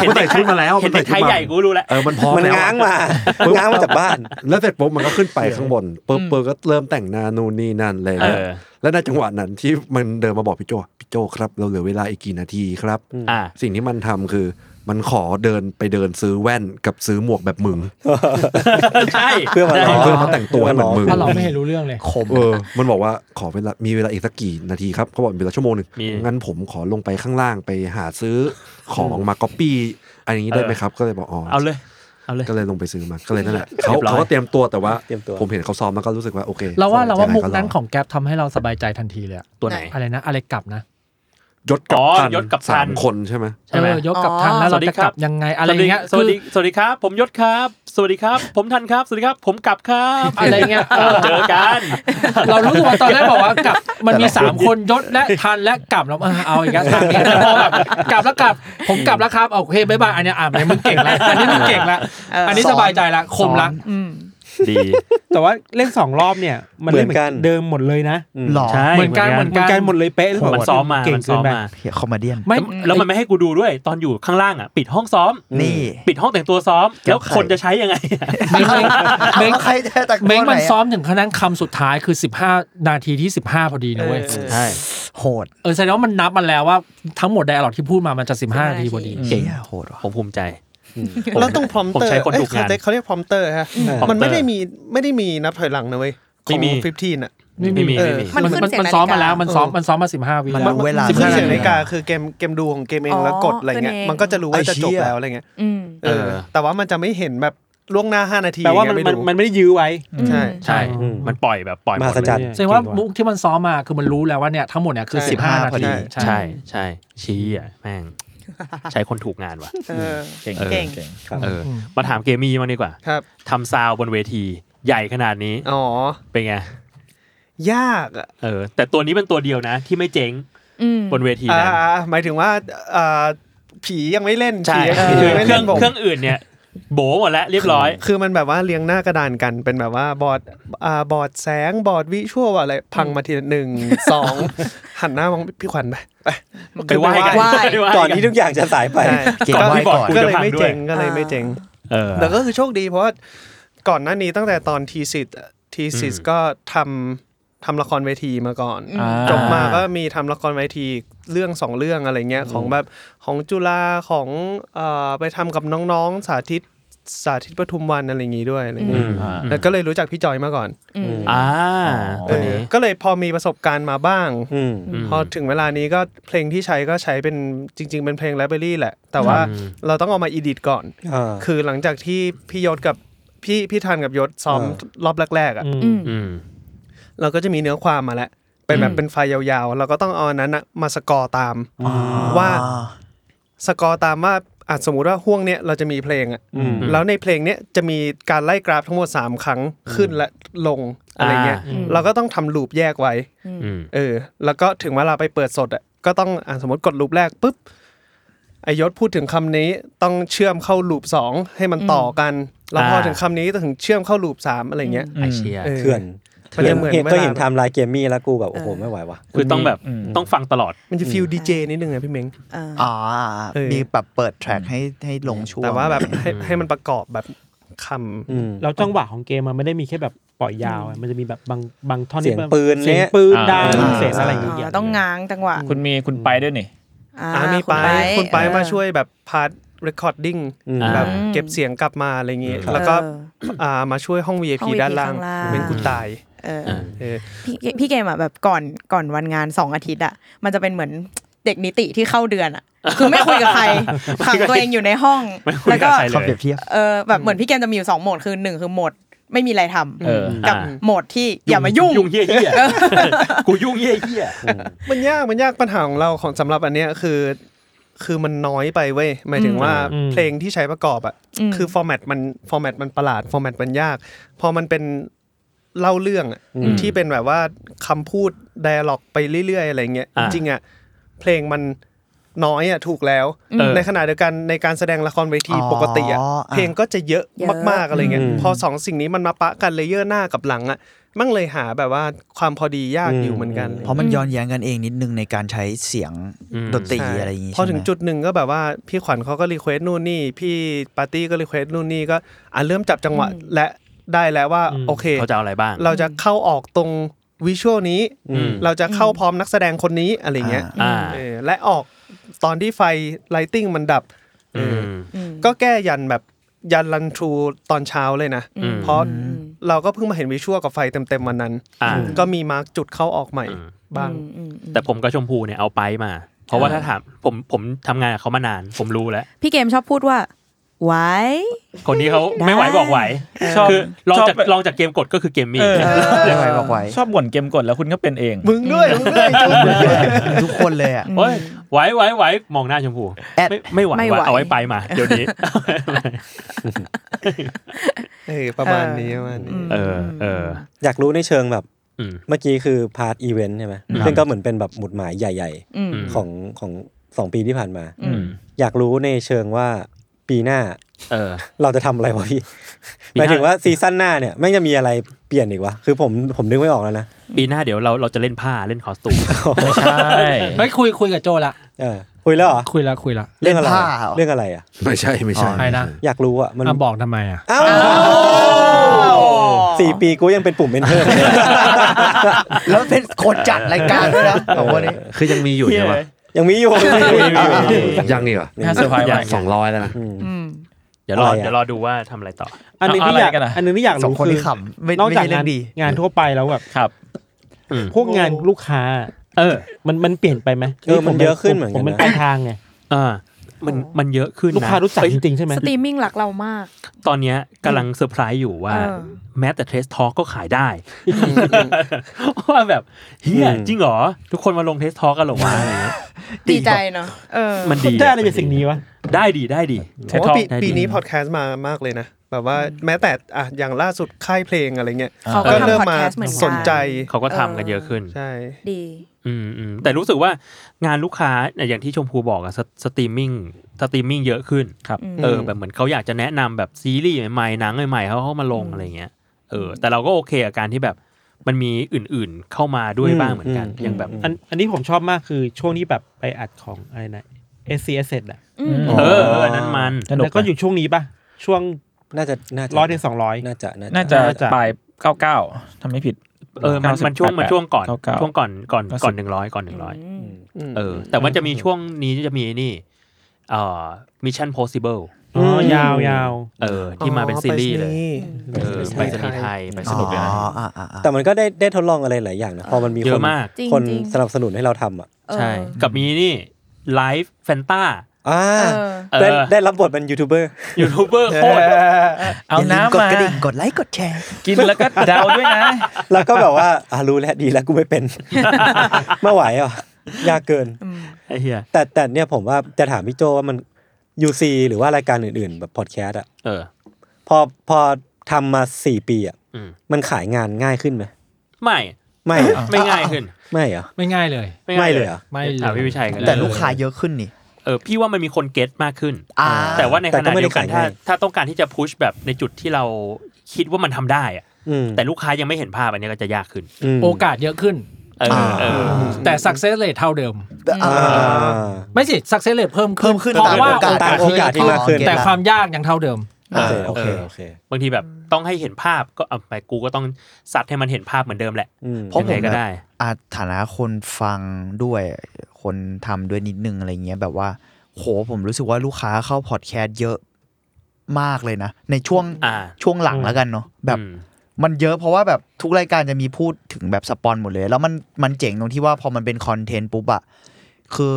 Speaker 2: เห็น
Speaker 1: มัน
Speaker 2: เด็
Speaker 1: ใส่
Speaker 2: ก
Speaker 1: ชุดมาแล้ว
Speaker 2: เห็น
Speaker 1: มั
Speaker 2: เด็ก
Speaker 1: ใส่ชุด
Speaker 2: ไทย
Speaker 1: มา
Speaker 2: ใหญ่กูรู้แล้ว
Speaker 1: เออมันพร้อม
Speaker 4: มัน
Speaker 1: แล้ว
Speaker 4: ง้าง
Speaker 1: อะ
Speaker 4: มาง้างมาจากบ้าน
Speaker 1: แล้วเสร็จปุ๊บมันก็ขึ้นไปข้างบนปุ๊บปุ๊บก็เริ่มแต่งหน้านู่นนี่นั่นอะไรเลย
Speaker 2: เออ
Speaker 1: แล้วในจังหวะนั้นที่มันเดินมาบอกพี่โจพี่โจครับ เราเหลือเวลาอีกกี่นาทีครับ
Speaker 2: อ่า
Speaker 1: สิ่งที่มันทำคือ มันขอเดินไปเดินซื้อแว่นกับซื้อหมวกแบบมึง
Speaker 2: ใช่
Speaker 4: เพื่อมาล้อ
Speaker 1: เพื่อมาแต่งตัวให้เหมือนมึง
Speaker 9: ถ้าเราไม่เห็นรู้เรื่องเลย
Speaker 1: คมเออมันบอกว่าขอเวลามีเวลาอีกสักกี่นาทีครับเขาบอกมีเวลาชั่วโมงหนึ่ง
Speaker 2: มี
Speaker 1: งั้นผมขอลงไปข้างล่างไปหาซื้อของมาก๊อปปี้อันนี้ได้ไหมครับ ก็เลยบอกอ๋อ
Speaker 2: เอาเลย เอาเลย
Speaker 1: ก็เลยลงไปซื้อมา ก็เลยนั่นแหละ เขา
Speaker 2: เรียบร้อย
Speaker 1: เขาก็เตรียมตัวแต่ว่า
Speaker 4: เตรียมตัว
Speaker 1: ผมเห็นเขาซ้อมแล้วก็รู้สึกว่าโอเค
Speaker 9: เราว่าเราว่า
Speaker 1: ใจ
Speaker 9: มุก
Speaker 1: ก็
Speaker 9: นั้นของแก๊ปทำให้เราสบายใจทันทีเลยอะ
Speaker 2: ตัวไหน
Speaker 9: อะไรนะอะไรกลับนะ
Speaker 1: ยศกั
Speaker 2: อ๋
Speaker 1: บ
Speaker 2: อ
Speaker 1: ทัน
Speaker 2: ยศกับทัน
Speaker 1: สามคนใช่ไหม
Speaker 2: ใช่ไหม
Speaker 9: เออยกกลับทันแล้วเราจะกลับยังไงอะไรอย่างเงี้ย
Speaker 2: สวัสดีสวัสดีครับ ผมยศครับ สวัสดีครับ ผมทันครับ สวัสดีครับ ผมกลับครับ
Speaker 9: คืออะไรเงี้ยเออ
Speaker 2: เจอกัน
Speaker 9: เรารู้สึกว่าตอนแรกบอกว่ากลับมันมีสามคนยศและทันและกลับแล้วเออเอาอีกแล้วทางเนี้ยแต่พอแบบกลับแล้วกลับผมกลับแล้วครับโอเคบ๊ายบายอันเนี้ยอ่านมึงเก่งละอันนี้มึงเก่งละ
Speaker 5: เออ
Speaker 9: อั
Speaker 5: อั
Speaker 9: นนี้สบายใจละคมละ
Speaker 5: อืม
Speaker 2: ดี
Speaker 6: แต่ว่าเล่นสองรอบเนี่ย มัน
Speaker 4: เห
Speaker 6: ล่
Speaker 4: มือนกัน
Speaker 6: เดิมหมดเลยนะ
Speaker 3: หลอ
Speaker 2: ใช่
Speaker 9: เหมือนกันเหมือน
Speaker 6: เหมือนกันหมดเลยเป๊ะหรือเปล่า
Speaker 2: มันซ้อมมา
Speaker 6: เก่ง
Speaker 2: มัน
Speaker 6: เกิ
Speaker 2: ซ้อน ม
Speaker 6: ไป
Speaker 2: มา
Speaker 3: เฮียคอมเมดี้
Speaker 9: ไม่
Speaker 2: แล้วมันไม่ให้กูดูด้วย ตอนอยู่ข้างล่างอ่ะ ปิดห้องซ้อม
Speaker 3: นี่
Speaker 2: ปิดห้องแต่งตัวซ้อม
Speaker 3: แก้
Speaker 2: แล้ว ว
Speaker 3: ไข
Speaker 2: คนจะใช้ยังไงอะ
Speaker 9: เม้ง
Speaker 3: เม้
Speaker 9: เม้งเม้
Speaker 3: ง
Speaker 9: ง
Speaker 3: ใครแท้แต่
Speaker 9: เม้งมันซ้อ
Speaker 3: ไห
Speaker 9: มถึงขนาดคำสุดท้ายคือ 15 นาทีที่ 15 พอดีนะเว้ย
Speaker 5: เออ
Speaker 2: ใช่
Speaker 3: ะโหด
Speaker 9: เออแสดงว่ามันนับมันแล้วว่าทั้งหมดไดอะล็อกที่พูดมามันจะ 15 นาทีพอดี
Speaker 3: เฮียโหดว่ะ
Speaker 2: ผมภูมิใจ
Speaker 8: แล้วต้องพรอมเตอ
Speaker 2: ผม
Speaker 8: ร์
Speaker 2: ใช้คนดูงาน
Speaker 8: เอ้ยเขาเรียกพรอมเตอร์ฮะ มันไม่ได้มีไม่ได้มีนับถอยหลังนะเว้ยข
Speaker 2: ไม่
Speaker 8: อง
Speaker 2: มี
Speaker 8: ฟิฟทีนอ่ะ
Speaker 9: ไม่มี
Speaker 2: ไม่มี
Speaker 8: เออ
Speaker 2: ไม่มี
Speaker 5: มันขึ้นเสียง
Speaker 9: มัซ้อมมาแล้ว
Speaker 5: นาฬิกามั
Speaker 9: มันซ้อมมันซ้อมมา 15วิ
Speaker 3: มัน
Speaker 9: แล้ว
Speaker 3: รู้เวลา
Speaker 8: คือเสียงนาฬิกาคือเกมเกมดูของเกมเอง
Speaker 5: อ๋อ
Speaker 8: แล้วกดอะไรเงี้ย
Speaker 5: ขึ้นเอง
Speaker 8: มันก็จะรู้ว่าจะจบแล้วอะไรเงี้ย
Speaker 5: อืม
Speaker 8: เออ
Speaker 2: เออ
Speaker 8: แต่ว่ามันจะไม่เห็นแบบล่วงหน้า 5 นาที
Speaker 6: แปลว่ามัน
Speaker 8: อย่ง
Speaker 6: มั
Speaker 8: เงี้
Speaker 6: น
Speaker 8: ย
Speaker 6: มันไม่ได้ยื้อไว้
Speaker 8: ใช่
Speaker 2: ใช่
Speaker 4: อืม
Speaker 2: มันปล่อยแบบปล่อยห
Speaker 4: ม
Speaker 2: ม
Speaker 4: หั
Speaker 2: ด
Speaker 4: ศจ
Speaker 2: เล
Speaker 4: รร
Speaker 2: ย
Speaker 4: ย์
Speaker 9: แสดงว่ามุกที่มันซ้อมมาคือมันรู้แล้วว่าเนี่ยทั้งหมดเนี่ยคือ
Speaker 8: ใช่
Speaker 9: 15 นาที
Speaker 8: ใช่
Speaker 2: ใช่ใช่ชี้อ่ะแม่ง ใช้คนถูกงานว่ะ
Speaker 5: เออ
Speaker 7: เก่ง
Speaker 5: เก่ง
Speaker 7: เก่ง
Speaker 2: เออ มาถามเกมี่มางดีกว่า
Speaker 8: ครับ
Speaker 2: ทำซาวด์บนเวทีใหญ่ขนาดนี้
Speaker 8: อ๋อ
Speaker 2: เป็นไง
Speaker 8: ยากอ่ะ
Speaker 2: เออแต่ตัวนี้เป็นตัวเดียวนะที่ไม่เจ๊ง
Speaker 5: อืม
Speaker 2: บนเวที
Speaker 8: อ่า
Speaker 2: นั้น
Speaker 8: อ่าหมายถึงว่าอ่าผียังไม่เล่น
Speaker 2: ใช่
Speaker 8: ผียัง
Speaker 2: คือ
Speaker 8: ไม่
Speaker 2: เครื่
Speaker 8: เล่
Speaker 2: อง
Speaker 8: นผม
Speaker 2: เครื่องอื่นเนี่ย โบหมดแล้วเรียบร้อย
Speaker 8: คือมันแบบว่าเรียงหน้ากระดานกันเป็นแบบว่าบอร์ดอ่าบอร์ดแสงบอร์ดวิชวลอะไรพังมาทีละหนึ่งส องหันหน้ามองพี่ขวัญไปไป
Speaker 2: ไปไหว้กัน
Speaker 5: ไหว้
Speaker 2: ไปไหว้
Speaker 4: ก่อนที่ทุกอย่างจะสายไป
Speaker 8: ใช่
Speaker 3: เก่ง
Speaker 2: ก่อนที่
Speaker 3: ไว้
Speaker 2: บอ
Speaker 3: ก่
Speaker 2: ก
Speaker 3: อน
Speaker 2: กู
Speaker 8: ก็เลยไม่เจ๋งก็เลยไม่เจ๋ง
Speaker 2: เออ
Speaker 8: แต่ก็คือโชคดีเพราะว่าก่อนหน้านี้ตั้งแต่ตอนทีสิทธ์ทีสิทธ์ก็ทำทำละครเวทีมาก่อน
Speaker 5: อ่า
Speaker 8: จบมาก็มีทำละครเวทีเรื่องสองเรื่องอะไรเงี้ยของแบบของจุฬาของเอ่อไปทำกับน้องๆ สาธิตสาธิตปทุมวันอะไรอย่างงี้ด้วยอะไรเงี้ย
Speaker 2: อืม
Speaker 8: แล้วก็เลยรู้จักพี่จอยมาก่อน
Speaker 2: อ่า
Speaker 8: เอ
Speaker 2: ตัว
Speaker 8: อ
Speaker 2: นี้
Speaker 8: ก็เลยพอมีประสบการณ์มาบ้าง
Speaker 4: อืม
Speaker 2: ม
Speaker 8: พอถึงเวลานี้ก็เพลงที่ใช้ก็ใช้เป็นจริง ๆ เป็นเพลงไลบรารีแหละ แต่ว่า
Speaker 2: อืม
Speaker 8: เราต้องเอามาอีดิตก่อน
Speaker 4: อ่า
Speaker 8: คือหลังจากที่พี่ยศกับพี่พี่ทันกับยศซ้อม
Speaker 4: อ่
Speaker 8: รอบแรกๆอ่ะ
Speaker 5: อืม
Speaker 2: อืม
Speaker 8: เราก็จะมีเนื้อความมาแล้วเป็นแบ
Speaker 2: อื
Speaker 8: บ
Speaker 2: ม
Speaker 8: เป็นไฟล์ยาวๆ เราก็ต้องเอาอันนั้นน่ะมาสกอร์ตาม ว่าสกอร์ตามว่าอาจสมมุติว่าห่วงเนี้ยเราจะมีเพลงอ่ะแล้วในเพลงเนี้ยจะมีการไล่กราฟทั้งหมด 3 ครั้งขึ้นและลงอะไรเงี้ยเราก็ต้องทำลูปแยกไว้
Speaker 2: อืม
Speaker 8: เออ แล้วก็ถึงเวลาไปเปิดสดอ่ะก็ต้องอ่ะสมมติกดลูปแรกปุ๊บไอยศพูดถึงคำนี้ต้องเชื่อมเข้าลูปสองให้มันต่อกัน แล้วพอ
Speaker 2: อ่า
Speaker 8: ถึงคำนี้ถึงเชื่อมเข้าลูปสามอะไรเงี้ย
Speaker 2: ไอเชีย
Speaker 8: อ
Speaker 4: เถื่อน
Speaker 8: มันจะเหมือน
Speaker 4: เห็น
Speaker 8: เว
Speaker 4: ก็
Speaker 8: ลา
Speaker 4: เห็นไทม์ไลน์เกมมี่แล้วกูแบบโอ้โหไม่ไหวว่ะ
Speaker 2: คือต้องแบบต้องฟังตลอด
Speaker 8: มันจะฟิลดีเจนิดนึงอะพี่เม้ง
Speaker 5: เออ
Speaker 3: อ๋อ
Speaker 8: เออ
Speaker 3: มีแบบเปิดแทร็กให้ให้ลงช่วง
Speaker 8: แต่ว่าแบบให้ให้มันประกอบแบบคำ
Speaker 4: อืม
Speaker 6: แล้วจังหวะของเกมมันไม่ได้มีแค่แบบปล่อยยาวอะมันจะมีแบบบางบางท่อน
Speaker 4: เสียง
Speaker 6: ที่แบบ
Speaker 4: ปืน
Speaker 6: เสียง
Speaker 4: เนี่ย
Speaker 6: ปืนดัง
Speaker 2: อ่า
Speaker 6: เสียงอะไรอย่าง
Speaker 5: อ๋
Speaker 6: เงี้ย
Speaker 5: อต้องง้างจังหวะ
Speaker 7: คุณมีคุณไปด้วยนี่
Speaker 5: อ่า
Speaker 8: อ่ามีไปคุณไปมาช่วยแบบพาร์ทเรคคอร์ดดิ้ง
Speaker 4: อืม
Speaker 8: แบบ
Speaker 2: อ่า
Speaker 8: เก็บเสียงกลับมาอะไรเงี้ย
Speaker 5: เออ
Speaker 8: แล้วก็อ่ามาช่วยห้อง VIP
Speaker 5: ห้อง VIP
Speaker 8: ด้านล่าง
Speaker 5: ข้างล่าง
Speaker 8: เป็นกูตาย
Speaker 5: เออ
Speaker 2: อ่า
Speaker 8: เออ
Speaker 5: พี่พี่เกมอ่ะแบบก่อนก่อนวันงานสองอาทิตย์อ่ะมันจะเป็นเหมือนเด็กนิติที่เข้าเดือนอ่ะ คือไม่คุยกับ ใครขังตัวเองอยู่ในห้อง
Speaker 2: ไม่คุย
Speaker 5: แล้ว
Speaker 2: กั
Speaker 5: ก็
Speaker 2: บใครเลย
Speaker 3: คำเปรียบเทียบ
Speaker 5: เออแบบเหมือนพี่เกมจะมีอยู่สองโหมดคือหนึ่งคือโหมดไม่มีอะไรทำ
Speaker 7: เออ
Speaker 5: กับ
Speaker 2: อ่า
Speaker 5: โหมดที่อย่ามายุ่ง
Speaker 2: ยุ่งเฮี้ยเหี้ยกูยุ่งเฮี้ยเหี้ย
Speaker 8: มันยากมันยากปัญหาของเราของสำหรับอันเนี้ยคือ คือมันน้อยไปเว้ยหมายถึงว่า
Speaker 6: อืม
Speaker 8: เพลงที่ใช้ประกอบอ่ะ
Speaker 5: อืม
Speaker 8: คือฟอร์แมตมันฟอร์แมตมันประหลาดฟอร์แมตมันยาก พอมันเป็นเล่าเรื่องอะ
Speaker 2: อืม
Speaker 8: ที่เป็นแบบว่าคำพูดไดอะล็อกไปเรื่อยๆอะไรเงี้ยจ
Speaker 2: อ่า
Speaker 8: ริงๆอ่ะเพลงมันน้อยอ่ะถูกแล้ว
Speaker 2: เออ
Speaker 8: ในขณะเดียวกันในการแสดงละครเวที
Speaker 3: อ๋อ
Speaker 8: ปกติอ่ะ
Speaker 3: อ่ะ
Speaker 8: เพลงก็จะเยอะ
Speaker 5: เยอะ
Speaker 8: มากๆอะไรเงี้ย
Speaker 4: อืม
Speaker 8: พอสองสิ่งนี้มันมาปะกันเลเยอร์หน้ากับหลังอ่ะมั่งเลยหาแบบว่าความพอดียากอยู่เหมือนกัน
Speaker 3: เพราะมันย้อนแย้งกันเองนิดนึงในการใช้เสียง
Speaker 2: อืม
Speaker 3: ดนตรี
Speaker 8: ใช่
Speaker 3: อะไรอย่างงี้
Speaker 8: พอถึง
Speaker 3: ใช่ไหม
Speaker 8: จุดหนึ่งก็แบบว่าพี่ขวัญเขาก็รีเควสนู่นนี่ พี่ปาร์ตี้ก็รีเควสนู่นนี่ก็อ่ะเริ่มจับจังหวะและได้แล้วว่า
Speaker 6: อืม
Speaker 8: โอเค
Speaker 2: เขาจะเอาอะไรบ้าง
Speaker 8: เราจะเข้าออกตรงวิชวลนี้
Speaker 2: อืม
Speaker 8: เราจะเข้าพร้อมนักแสดงคนนี้อะไรเงี้ย
Speaker 2: อ่า
Speaker 8: เออและออกตอนที่ไฟไลติงมันดับเอ
Speaker 2: อื
Speaker 8: อ
Speaker 2: ม
Speaker 5: อืม
Speaker 8: ก็แก้ยันแบบยันรันทรูตอนเช้าเลยนะ
Speaker 2: อืม
Speaker 8: เพราะ
Speaker 5: อืม
Speaker 8: เราก็เพิ่งมาเห็นวิชวลกับไฟเต็มๆวันนั้น
Speaker 2: อ่า
Speaker 8: ก็มีมาร์กจุดเข้าออกใหม่
Speaker 2: อืม
Speaker 8: บ้าง
Speaker 5: อืมอืม
Speaker 2: แต่ผมกับชมพูเนี่ยเอาไปมา เพราะว่าถ้าถามผมผมทำงานกับเขามานาน ผมรู้แล้ว
Speaker 5: พี่เกมชอบพูดว่าไหว
Speaker 2: คนนี้เขาไม่ไหวบอกไหว
Speaker 7: ชอบ
Speaker 2: คือลองจาก
Speaker 7: ชอบ
Speaker 2: ลองจากเกมกดก็คือเกมมี
Speaker 7: เออ
Speaker 3: เรื่องอะไรบอกไว้
Speaker 7: ชอบบ่นเกมกดแล้วคุณก็เป็นเอง
Speaker 8: มึงด้วยมึงด้วยจุด
Speaker 3: ทุกคนเลยอ่ะ
Speaker 2: โอ้ยไหวไหวไหวมองหน้าชมพู
Speaker 3: แอด
Speaker 2: ไม่ไม่ไหว
Speaker 5: ไม่ไหว
Speaker 2: ว่ะเอาไว้ไปมา เดี๋ยวนี้
Speaker 8: เออประมาณนี้ประมาณนี้
Speaker 2: เออเออ
Speaker 4: อยากรู้ในเชิงแบบ
Speaker 2: อืม
Speaker 4: เมื่อกี้คือพาร์ทอีเวนต์ใช่ไหม
Speaker 2: ครับ
Speaker 4: ซึ่งก็เหมือนเป็นแบบหมุดหมายใหญ่
Speaker 5: อืม
Speaker 2: อืม
Speaker 4: ๆ ของของสองปีที่ผ่านมา
Speaker 2: อืม
Speaker 4: อยากรู้ในเชิงว่าปีหน้า
Speaker 2: เออ
Speaker 4: เราจะทำอะไรวะพี่
Speaker 2: ปี
Speaker 4: ห
Speaker 2: หน้า
Speaker 4: มายถึงว่าซีซั่นหน้าเนี่ยแม่งจะมีอะไรเปลี่ยนอีกวะคือผมผมนึกไม่ออกแล้วนะ
Speaker 2: ปีหน้าเดี๋ยวเราเราจะเล่นผ้าเล่นคอสตูม
Speaker 7: ไม่ใช่
Speaker 9: เฮ้ยคุยคุยกับโจละ
Speaker 4: เออคุยแล้วเหรอ
Speaker 9: คุยละคุยละ
Speaker 4: เรื่องอะไร
Speaker 3: เล่น
Speaker 4: อะ
Speaker 3: ผ้าเหรอ
Speaker 4: เรื่องอะไรอ่ะ
Speaker 1: ไม่ใช่ไม่ใช่
Speaker 9: ใครนะ
Speaker 4: อยากรู้อ่ะมัน
Speaker 9: อ่ะบอกทำไมอ่ะ
Speaker 4: อ้าวสี่ปีกูยังเป็นปุ่มเอนเตอร์
Speaker 3: แล้วเป็นคนจัดรายการด้วยนะสองคนนี้
Speaker 1: คือยังมีอยู่ใช่ปะ
Speaker 4: ยังมีอยู่
Speaker 1: ยังอีกเหรอ
Speaker 7: น่าเซอร์ไพรส์มาก
Speaker 1: สองร้อยแล้วนะ
Speaker 2: เดี๋ยวรอ
Speaker 4: อะไรอะ
Speaker 2: เดี๋ยวรอดูว่าทำอะไรต่อ
Speaker 6: อันหนึงที่อ
Speaker 7: เอาอะไร
Speaker 6: ยาก
Speaker 7: กันอะ
Speaker 6: อันหนึงที่อยาก
Speaker 3: สอง
Speaker 6: รู้
Speaker 3: คน
Speaker 6: คื
Speaker 3: ที่
Speaker 6: อ
Speaker 3: ขำไม่
Speaker 6: นอก
Speaker 3: ไม่
Speaker 6: จาก
Speaker 3: ใช่เรื่อง
Speaker 6: าง น
Speaker 3: ดี
Speaker 6: งานทั่วไปแล้วแบบ
Speaker 7: ครับ
Speaker 6: พวกงานลูกค้า
Speaker 2: เออ
Speaker 6: มันมันเปลี่ยนไปไหม
Speaker 4: เออมันเยอะขึ้นเหมือนกันนะ
Speaker 6: ผมเป็นปลายทางไง
Speaker 2: อ่ามันมันเยอะขึ้นนะ
Speaker 6: ลูกค้ารู้จัก
Speaker 2: เอ้ย
Speaker 6: จริงๆใช่ไหม
Speaker 5: สตรีมมิ่งรักเรามาก
Speaker 2: ตอนเนี้ยกำลังเซอร์ไพรส์อยู่ว่า
Speaker 5: เออ
Speaker 2: แม้แต่เทสทอก็ขายได้ ว่าแบบเฮียจริงเหรอ ทุกคนมาลงเทสทอกันเหรอวะอะไรเงี้ย
Speaker 5: ดีใจเนาะเออ
Speaker 2: มันดี
Speaker 6: ได้อะไรจากสิ่งนี้วะ
Speaker 2: ได้ดีได้ดี
Speaker 8: ผมว่าปี
Speaker 2: Talk ได้ดี
Speaker 8: ปีนี้พอดแคสต์มามากเลยนะ แบบว่าแม้แต่อ่ะอย่างล่าสุดค่ายเพลงอะไรเงี้ย
Speaker 5: เขาก็
Speaker 8: เริ่ม
Speaker 5: ทำพอด
Speaker 8: มา
Speaker 5: แคสต์เหมือนกัน
Speaker 8: สนใจ
Speaker 2: เขาก็ทำกันเยอะขึ้น
Speaker 8: ใช่
Speaker 5: ดี
Speaker 2: อืมอืมแต่รู้สึกว่างานลูกค้าเนี่ยอย่างที่ชมพูบอกอะสสตรีมมิ่งสตรีมมิ่งเยอะขึ้นครับเออแบบเหมือนเขาอยากจะแนะนำแบบซีรีส์ใหม่ๆหนังใหม่ๆเขาเข้ามาลงอะไรเงี้ยเออแต่เราก็โอเคกับการที่แบบมันมีอื่นๆเข้ามาด้วยบ้างเหมือนกันอย่างแบบ
Speaker 6: อันอันนี้ผมชอบมากคือช่วงที่แบบไปอัดของอะไรนะ S C S อ่ะ
Speaker 5: อืม
Speaker 2: เออเออนั้นมัน
Speaker 7: สนุก
Speaker 6: แล้วก็
Speaker 7: นะ
Speaker 6: อยู่ช่วงนี้ป่ะ ช่วง
Speaker 4: น่าจะน่าจะ
Speaker 6: ร้อยถึงสองร้อย
Speaker 4: น่าจะน่าจะ
Speaker 7: น่าจะ
Speaker 6: น่าจะ
Speaker 7: ปลายเก้าเก้าทำไม่ผิด
Speaker 2: เออมันมันช่วงมันช่วงก่อน
Speaker 7: เก้าเก้า
Speaker 2: ช่วงก่อนก่อน
Speaker 7: เก้าสิบ
Speaker 2: ก่อนหนึ่งร้อยก่อนหนึ่งร้อย
Speaker 8: อืม
Speaker 2: เออ แต่มันจะมีช่วงนี้จะมีนี่เอ่อ Mission Possible
Speaker 6: อ๋อยาวยาว
Speaker 2: เออ ที่มาเป็นซีรีส์เลย
Speaker 8: อ๋อ
Speaker 2: เออไปสนีย์ไทยไปสนุกเลยนะ
Speaker 3: อ๋ออ่ะอ่ะอ่ะ
Speaker 4: แต่มันก็ได้ได้ทดลองอะไรหลายอย่างนะพอมันมี
Speaker 2: เย
Speaker 4: ค
Speaker 2: อะ
Speaker 4: น
Speaker 2: มาก
Speaker 5: จริง
Speaker 4: คน
Speaker 5: จริง
Speaker 4: สนับสนุนให้เราทำอ่ะ
Speaker 5: เออ
Speaker 2: ใช่ กับมีนี่ไลฟ์แฟนตา
Speaker 4: อ่า
Speaker 5: เออ
Speaker 4: ได้
Speaker 2: เออ
Speaker 4: ได้รับบทเป็นยูทูบเบอร์
Speaker 2: ยูทูบเบอร์โคตร
Speaker 7: เอา
Speaker 3: ย่ลืม
Speaker 7: น้ำ
Speaker 3: กด
Speaker 7: มาก
Speaker 3: ระดิ่งกดไลค์กดแชร์
Speaker 7: กินแล้วก็เดาด้วยนะ
Speaker 4: แล้วก็แบบว่าอ่ารู้แล้วดีแล้วกูไม่เป็น ไม่ไหวอ่ะยากเกิน
Speaker 2: ไอ้เหี้ย
Speaker 4: แต่แต่เนี่ยผมว่าจะถามพี่โจว่ามัน UC หรือว่ารายการอื่นๆ แบบพอดแคสต์อ่ะ
Speaker 2: เออ
Speaker 4: พอพอทำมาสี่ปีอ่ะ
Speaker 2: อืม
Speaker 4: มันขายงานง่ายขึ้นไหม
Speaker 2: ไม่
Speaker 4: ไม่เหรอ
Speaker 2: ไม่ง่ายขึ้น
Speaker 4: ไม่เหรอ
Speaker 9: ไม่ง่ายเลย
Speaker 4: ไม่เลยเหรอ
Speaker 9: ไม่
Speaker 2: ถามพี่วิชัยกันเลย
Speaker 3: แต่ลูกค้าเยอะขึ้นนี่
Speaker 2: เออพี่ว่ามันมีคนเก็ตมากขึ้น
Speaker 3: อ่า
Speaker 2: แต่ว่าใน
Speaker 4: แต่
Speaker 2: ข
Speaker 4: ก็
Speaker 2: ณะ
Speaker 4: ไม่ได้
Speaker 2: เดียวกัน
Speaker 4: ขาย
Speaker 2: ถ้า
Speaker 4: ง่าย
Speaker 2: ถ้าต้องการที่จะพุชแบบในจุดที่เราคิดว่ามันทำได้อะ
Speaker 4: อืม
Speaker 2: แต่ลูกค้ายังไม่เห็นภาพอันเนี้ยก็จะยากขึ้น
Speaker 4: ม
Speaker 9: โอกาสเยอะขึ้น
Speaker 2: เออเออ
Speaker 9: แต่ success rate เท่าเดิม
Speaker 4: อ่า
Speaker 9: ไม่สิ success rate เพิ่มขึ้น
Speaker 3: เพิ่มขึ้น
Speaker 9: เพราะว่า
Speaker 3: ตาม
Speaker 4: โอ
Speaker 3: โอ
Speaker 4: าก
Speaker 3: กา
Speaker 4: ส
Speaker 3: ส
Speaker 4: ที่มากขึ้น
Speaker 3: เก็ตละ
Speaker 9: แต่ความยากยังเท่าเดิม
Speaker 4: โอเคโอเค
Speaker 2: เออ
Speaker 4: โอเค
Speaker 2: บางทีแบบต้องให้เห็นภาพก็เอาไปกูก็ต้องซัดให้มันเห็นภาพเหมือนเดิมแหละ
Speaker 4: อืม
Speaker 3: เพราะ
Speaker 2: ยัง
Speaker 3: ผ
Speaker 2: ไง
Speaker 3: ม
Speaker 2: ก็
Speaker 3: แบบ
Speaker 2: ได้
Speaker 3: อาฐานะคนฟังด้วย คนทำด้วยนิดนึงอะไรเงี้ยแบบว่า โหผมรู้สึกว่าลูกค้าเข้าพอดแคสต์เยอะมากเลยนะ ในช่วง
Speaker 2: อ่า
Speaker 3: ช่วงหลังแล้วกันเนาะแบบ
Speaker 2: อืม
Speaker 3: มันเยอะเพราะว่าแบบทุกรายการจะมีพูดถึงแบบสปอนหมดเลย แล้วมันมันเจ๋งตรงที่ว่าพอมันเป็นคอนเทนต์ปุ๊บอะคือ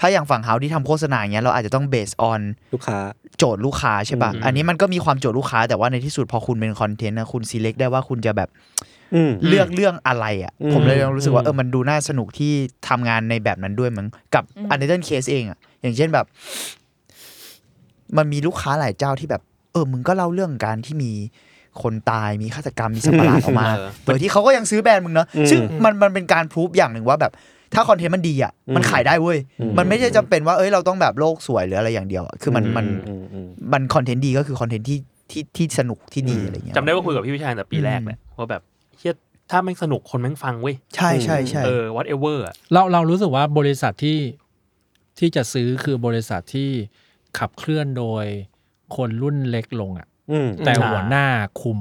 Speaker 3: ถ้าอย่างฝั่งเฮาที่ทำโฆษณาอย่างเงี้ยเราอาจจะต้องเบสออน
Speaker 4: ลูกค้า
Speaker 3: โจทย์ลูกค้าใช่ป่ะ
Speaker 4: อืม
Speaker 3: อันนี้มันก็มีความโจทย์ลูกค้าแต่ว่าในที่สุดพอคุณเป็นคอนเทนต์นะคุณ select ได้ว่าคุณจะแบบ
Speaker 4: อืม
Speaker 3: เลือกเรื่องอะไรอ่ะ
Speaker 4: อืม
Speaker 3: ผมเลยรู้สึกว่าเออมันดูน่าสนุกที่ทำงานในแบบนั้นด้วยมั้งกับ
Speaker 5: อืม
Speaker 3: อันเดอร์เคสเองอ่ะ อย่างเช่นแบบ มันมีลูกค้าหลายเจ้าที่แบบ เออมึงก็เล่าเรื่องการที่มีคนตายมีฆาตกรรมมีสัตว์ประหลาดออกมา
Speaker 2: เออ
Speaker 3: โดยที่เขาก็ยังซื้อแบรนด์มึงเนาะซึ่งมันมันเป็นการพรูฟอย่างหนึ่งว่าแบบ ถ้าคอนเทนต์มันดีอ่ะมันขายได้เว้ยมันไม่ได้จำเป็นว่าเอ้ยเราต้องแบบโลกสวยหรืออะไรอย่างเดียวอะคือมันมัน
Speaker 4: อืมอืม
Speaker 3: มันคอนเทนต์ดีก็คือคอนเทนต์ที่ที่ที่สนุกที่ดีอะไรเงี้ย
Speaker 2: จำได้ว่าคุยกับพี่วิชาตั้งแต่ปีแรกแหละว่าแบบเฮียถ้าแม่งสนุกคนแม่งฟังเว้ย
Speaker 3: ใช่ใช่ใช่
Speaker 2: เออ whatever อะ
Speaker 9: เราเรารู้สึกว่าบริษัทที่ที่จะซื้อคือบริษัทที่ขับเคลื่อนโดยคนรุ่นเล็กลงอ่ะ
Speaker 4: อืม
Speaker 9: แต่หัวหน้าคุม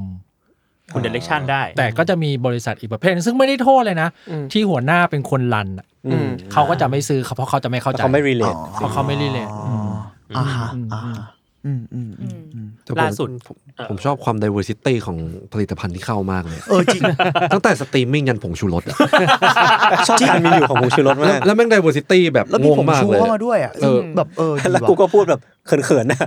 Speaker 2: คุณเดเรคชั่นได้
Speaker 9: แต่ก็จะมีบริษัทอีกประเภทหนึ่งซึ่งไม่ได้โทษเลยนะ
Speaker 8: อืม
Speaker 9: ที่หัวหน้าเป็นคนรันอะ
Speaker 8: อืม
Speaker 9: เขาก็จะไม่ซื้อเขาเพราะเขาจะไม่เข้าใจ
Speaker 4: เขาไม่ relate
Speaker 9: เพราะเขาไม่รีเลท
Speaker 3: อ่าฮะอ่าฮะอืมอืมอืมอืม
Speaker 1: แต่ผม
Speaker 2: ล่าสุด
Speaker 1: ผมผมชอบความ diversity ของผลิตภัณฑ์ที่เข้ามากเลย
Speaker 3: เออจริง
Speaker 1: ตั้งแต่สตรีมมิ่งยันผงชูรสอะ
Speaker 4: ชอบการมีอยู่ของผงชูรส
Speaker 1: แล้
Speaker 4: มาว ก
Speaker 1: แล้วแม่ง diversity แบบ
Speaker 3: แล้ว
Speaker 1: ง
Speaker 3: มี
Speaker 1: ง
Speaker 3: ผม
Speaker 1: มาก
Speaker 3: ชู
Speaker 1: เลย
Speaker 3: เข้ามาด้วยอ่ะซึ่ง
Speaker 1: เออ
Speaker 3: แบบเออดี
Speaker 4: แล้ว
Speaker 3: ว่ะ
Speaker 4: กูก็พูดแบบเขินๆ นะ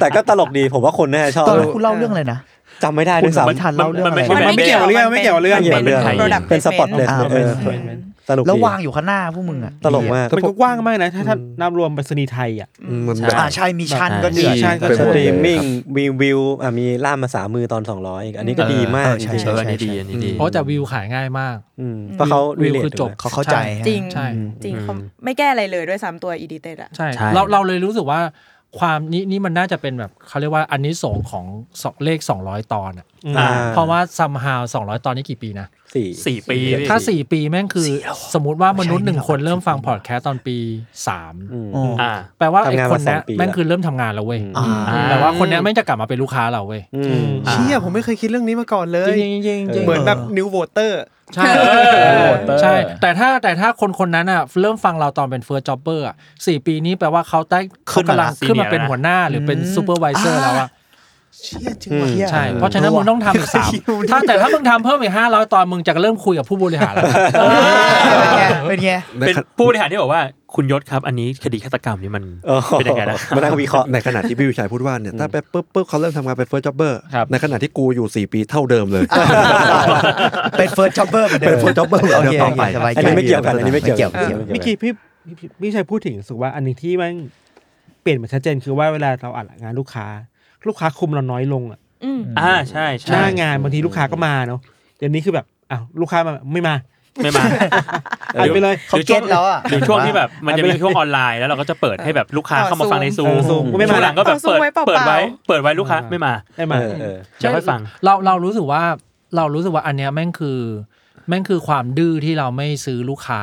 Speaker 4: แต่ก็ตลกดีผมว่าคนน่าจะชอบ
Speaker 3: ตอนนั้นคุณเล่าเรื่องอะไรนะ
Speaker 4: จำไม่ได้ด้วย
Speaker 3: ไม่
Speaker 4: ซ้ำ
Speaker 3: ทันเล่าเรื่อง
Speaker 2: มัน
Speaker 3: อะ
Speaker 2: ไม่
Speaker 3: ไร
Speaker 2: ใช่
Speaker 3: นะ
Speaker 6: ไม่เกี่ยวกับเรื่องไม่เกี่ยวกับเรื่อง
Speaker 4: ไม่เกี่ยวกับเรื่อง
Speaker 5: product
Speaker 4: เป็นสปอตเลย
Speaker 5: placement
Speaker 3: อ่า
Speaker 4: เออ
Speaker 5: placement
Speaker 4: ตลก
Speaker 3: แล้ว
Speaker 4: ดี
Speaker 3: วางอยู่ข้างหน้าพวกมึงอ่ะ
Speaker 4: ตลกมาก
Speaker 6: มันก็กว้างมากนะ ถ้าถ้านับรวมไปรษณีย์ไทยอ่ะ
Speaker 1: อืมมันแบบ
Speaker 3: อ่าใช่มีชั้นก็เดือด
Speaker 6: มีชั้นก็
Speaker 1: เป็น
Speaker 4: ส
Speaker 1: หมด
Speaker 4: ต
Speaker 1: เล
Speaker 4: รี
Speaker 1: ย
Speaker 4: มมิ่ง
Speaker 1: ครับ
Speaker 4: มีวิวอ่ะมีล่ามภาษามือตอน 200อีกอันนี้ก็ดีมาก
Speaker 3: เออใช่
Speaker 4: จริงๆ
Speaker 3: ใช่
Speaker 2: เอออันนี้ดีอันนี้ดี
Speaker 9: เพราะแต่วิวขายง่ายมาก
Speaker 4: อืมเพราะเขา
Speaker 9: วิว
Speaker 4: relate
Speaker 9: คือจบ
Speaker 3: เขาเข้าใจฮะ
Speaker 5: จริง
Speaker 9: ใช่
Speaker 5: จริงเขาไม่แก้อะไรเลยด้วยซ้ำตัวอีดิเต็ดอะ
Speaker 9: ใช่เราเราเลยรู้สึกว่าความนี่นี่มันน่าจะเป็นแบบเขาเรียกว่าอันนี้ส่งส์ของสองเลข 200 ตอนอ่ะ
Speaker 4: อ่า
Speaker 9: เพราะว่า somehow 200 ตอนนี้กี่ปีนะ
Speaker 4: สี่
Speaker 2: สี่ปี
Speaker 9: ถ้า 4 ปีแม่งคือ สมมติว่ามนุษย์หนึ่งคนเริ่มฟังพอดแคสต์ตอนปี 3
Speaker 3: อ๋อ
Speaker 2: อ่า
Speaker 9: แปลว่า
Speaker 4: ทำ
Speaker 9: ไอ้
Speaker 4: งาน
Speaker 9: คน
Speaker 4: มา
Speaker 9: เนี้ย
Speaker 4: สองปี
Speaker 9: แม่ง
Speaker 4: ละ
Speaker 9: คือเริ่มทำงานแล้วเว้ย
Speaker 3: อ่า
Speaker 9: แต่ว่าคนเนี้ยแม่งจะกลับมาเป็นลูกค้าเราเว้ย
Speaker 4: อืม
Speaker 8: เชี่ยผมไม่เคยคิดเรื่องนี้มาก่อนเลย
Speaker 9: จริงจริง
Speaker 8: เหมือนแบบ new voter
Speaker 9: ใช่
Speaker 7: โหวตเตอร์
Speaker 9: ใช่ แต่ถ้าแต่ถ้าคนคนนั้นอ่ะเริ่มฟังเราตอนเป็นเฟิร์สจ็อบเบอร์อ่ะสี่ปีนี้แปลว่าเขาได้เขากำลังขึ้นมาเป็นหัวหน้าหรือเป็นซูเปอร์วิเซอร์แล้วอ่ะ
Speaker 8: เชี่ยจริงวะ
Speaker 3: เหี้ย
Speaker 9: ใช่ เพราะฉะนั้นมึงต้องทำอีกสามถ้าแต่ถ้ามึงทำเพิ่มอีกห้าร้อยตอนมึงจะเริ่มคุยกับผู้บริหารแล้ว
Speaker 3: เป็นไงเป็นไง
Speaker 1: ใน
Speaker 2: เป็น
Speaker 1: ขณะ
Speaker 2: ผู้บริหารที่บอกว่าคุณยศครับ อันนี้คดีฆาตกรรมนี่มัน
Speaker 4: เออ
Speaker 2: เป็นยังไงนะ
Speaker 4: มานั่งวิเคราะห์
Speaker 1: ในขณะที่พี่วิชัยพูดว่าเนี่ยถ้าแบบปุ๊บปุ๊บเขาเริ่มทำงานเป็น first jobber
Speaker 7: ครับ
Speaker 1: ในขณะที่กูอยู่ 4 ปีเท่าเดิมเลย
Speaker 3: เป็นเฟิร์สจ็อบเบอร์เหมือนเดิม
Speaker 1: เป็น first jobber
Speaker 3: โอเค
Speaker 1: เดี๋ยวต่อไป
Speaker 3: สบายใจ
Speaker 4: อันนี้ไม่เกี่ยวกันอันนี้ไม่เกี่ยวกัน
Speaker 6: เมื่อกี้พี่พี่พี่พี่ชัยพูดถึงรู้สุว่าอันหนึ่งที่มันเปลี่ยนมาชัดเจนคือว่าเวลาเราอัดงานลูกค้า ลูกค้าคุมเราน้อยลงอ่ะ
Speaker 5: อืม
Speaker 2: อ่าใช่
Speaker 6: ห
Speaker 2: ใช่
Speaker 6: น้างานบางทีลูกค้าก็มาเนาะเดี๋ยวนี้คือแบบอ้าวลูกค้ามาไม่มา
Speaker 2: ไม่มา
Speaker 6: อัดไปเลย
Speaker 3: เขาเก็ตแล้วอ่ะ
Speaker 2: หรือช่วงที่แบบมันจะมีช่วงออนไลน์แล้วเราก็จะเปิดให้แบบลูกค้าเข้ามาฟังในซู
Speaker 6: เออ Zoom ก็ไม่มา
Speaker 2: ช่วงหลังก็แบบเปิ
Speaker 5: เอา
Speaker 2: ด
Speaker 5: Zoom ไว้เปล่าๆ
Speaker 2: เปิดไว้เปิดไว้ลูกค้าไม่มา
Speaker 6: ไม่มา
Speaker 4: เออเออ
Speaker 2: จะค่อยฟัง
Speaker 9: เราเรารู้สึกว่าเรารู้สึกว่าอันเนี้ยแม่งคือแม่งคือความดื้อที่เราไม่ซื้อลูกค้า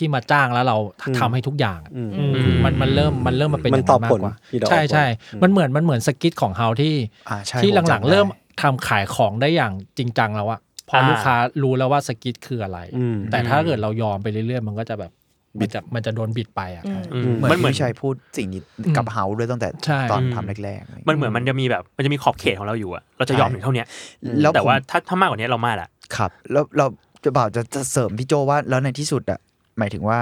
Speaker 9: ที่มาจ้างแล้วเราทำให้ทุกอย่างอะ
Speaker 4: อืม
Speaker 6: อืม
Speaker 9: มันมันเริ่มมันเริ่มมาเป็น
Speaker 4: มัน
Speaker 9: ย่าง
Speaker 4: ตอบผล
Speaker 9: มากกว่า
Speaker 4: ที่เรา
Speaker 9: ใช่ใช่
Speaker 4: ออก
Speaker 9: มันเหมือนมันเหมือนสกิทของเฮาที่
Speaker 3: อ่าใช่
Speaker 9: ที่
Speaker 3: ผม
Speaker 9: หลัง
Speaker 3: จำได้
Speaker 9: ๆ เริ่มทำขายของได้อย่างจริงจังแล้วอะพออา ลูกค้ารู้แล้วว่าสกิทคืออะไร
Speaker 4: อืม
Speaker 9: แต่ถ้าเกิดเรายอมไปเรื่อยๆ มันก็จะแบบมันจะมันจะโดนบิดไปอะ
Speaker 2: อื
Speaker 3: เหมือน
Speaker 2: มันเหมือน
Speaker 3: พี่ชัยพูดสิ่งนี้กับเฮาด้วยตั้งแต่
Speaker 9: ใช่
Speaker 3: ตอน
Speaker 2: อืม
Speaker 3: ทำแรกๆอะไรเงี้ย
Speaker 2: มันเหมือนมันจะมีแบบมันจะมีขอบเขตของเราอยู่อะเราจะยอมถึงเท่าเนี้ย
Speaker 3: แล้ว
Speaker 2: แต่
Speaker 3: ผม
Speaker 2: ว่าถ้าถ้ามากกว่านี้เรามาละ
Speaker 3: ครับแล้วเราจะบ่าวจะจะเสริมพี่โจว่าแล้วในที่สุดอะหมายถึงว่า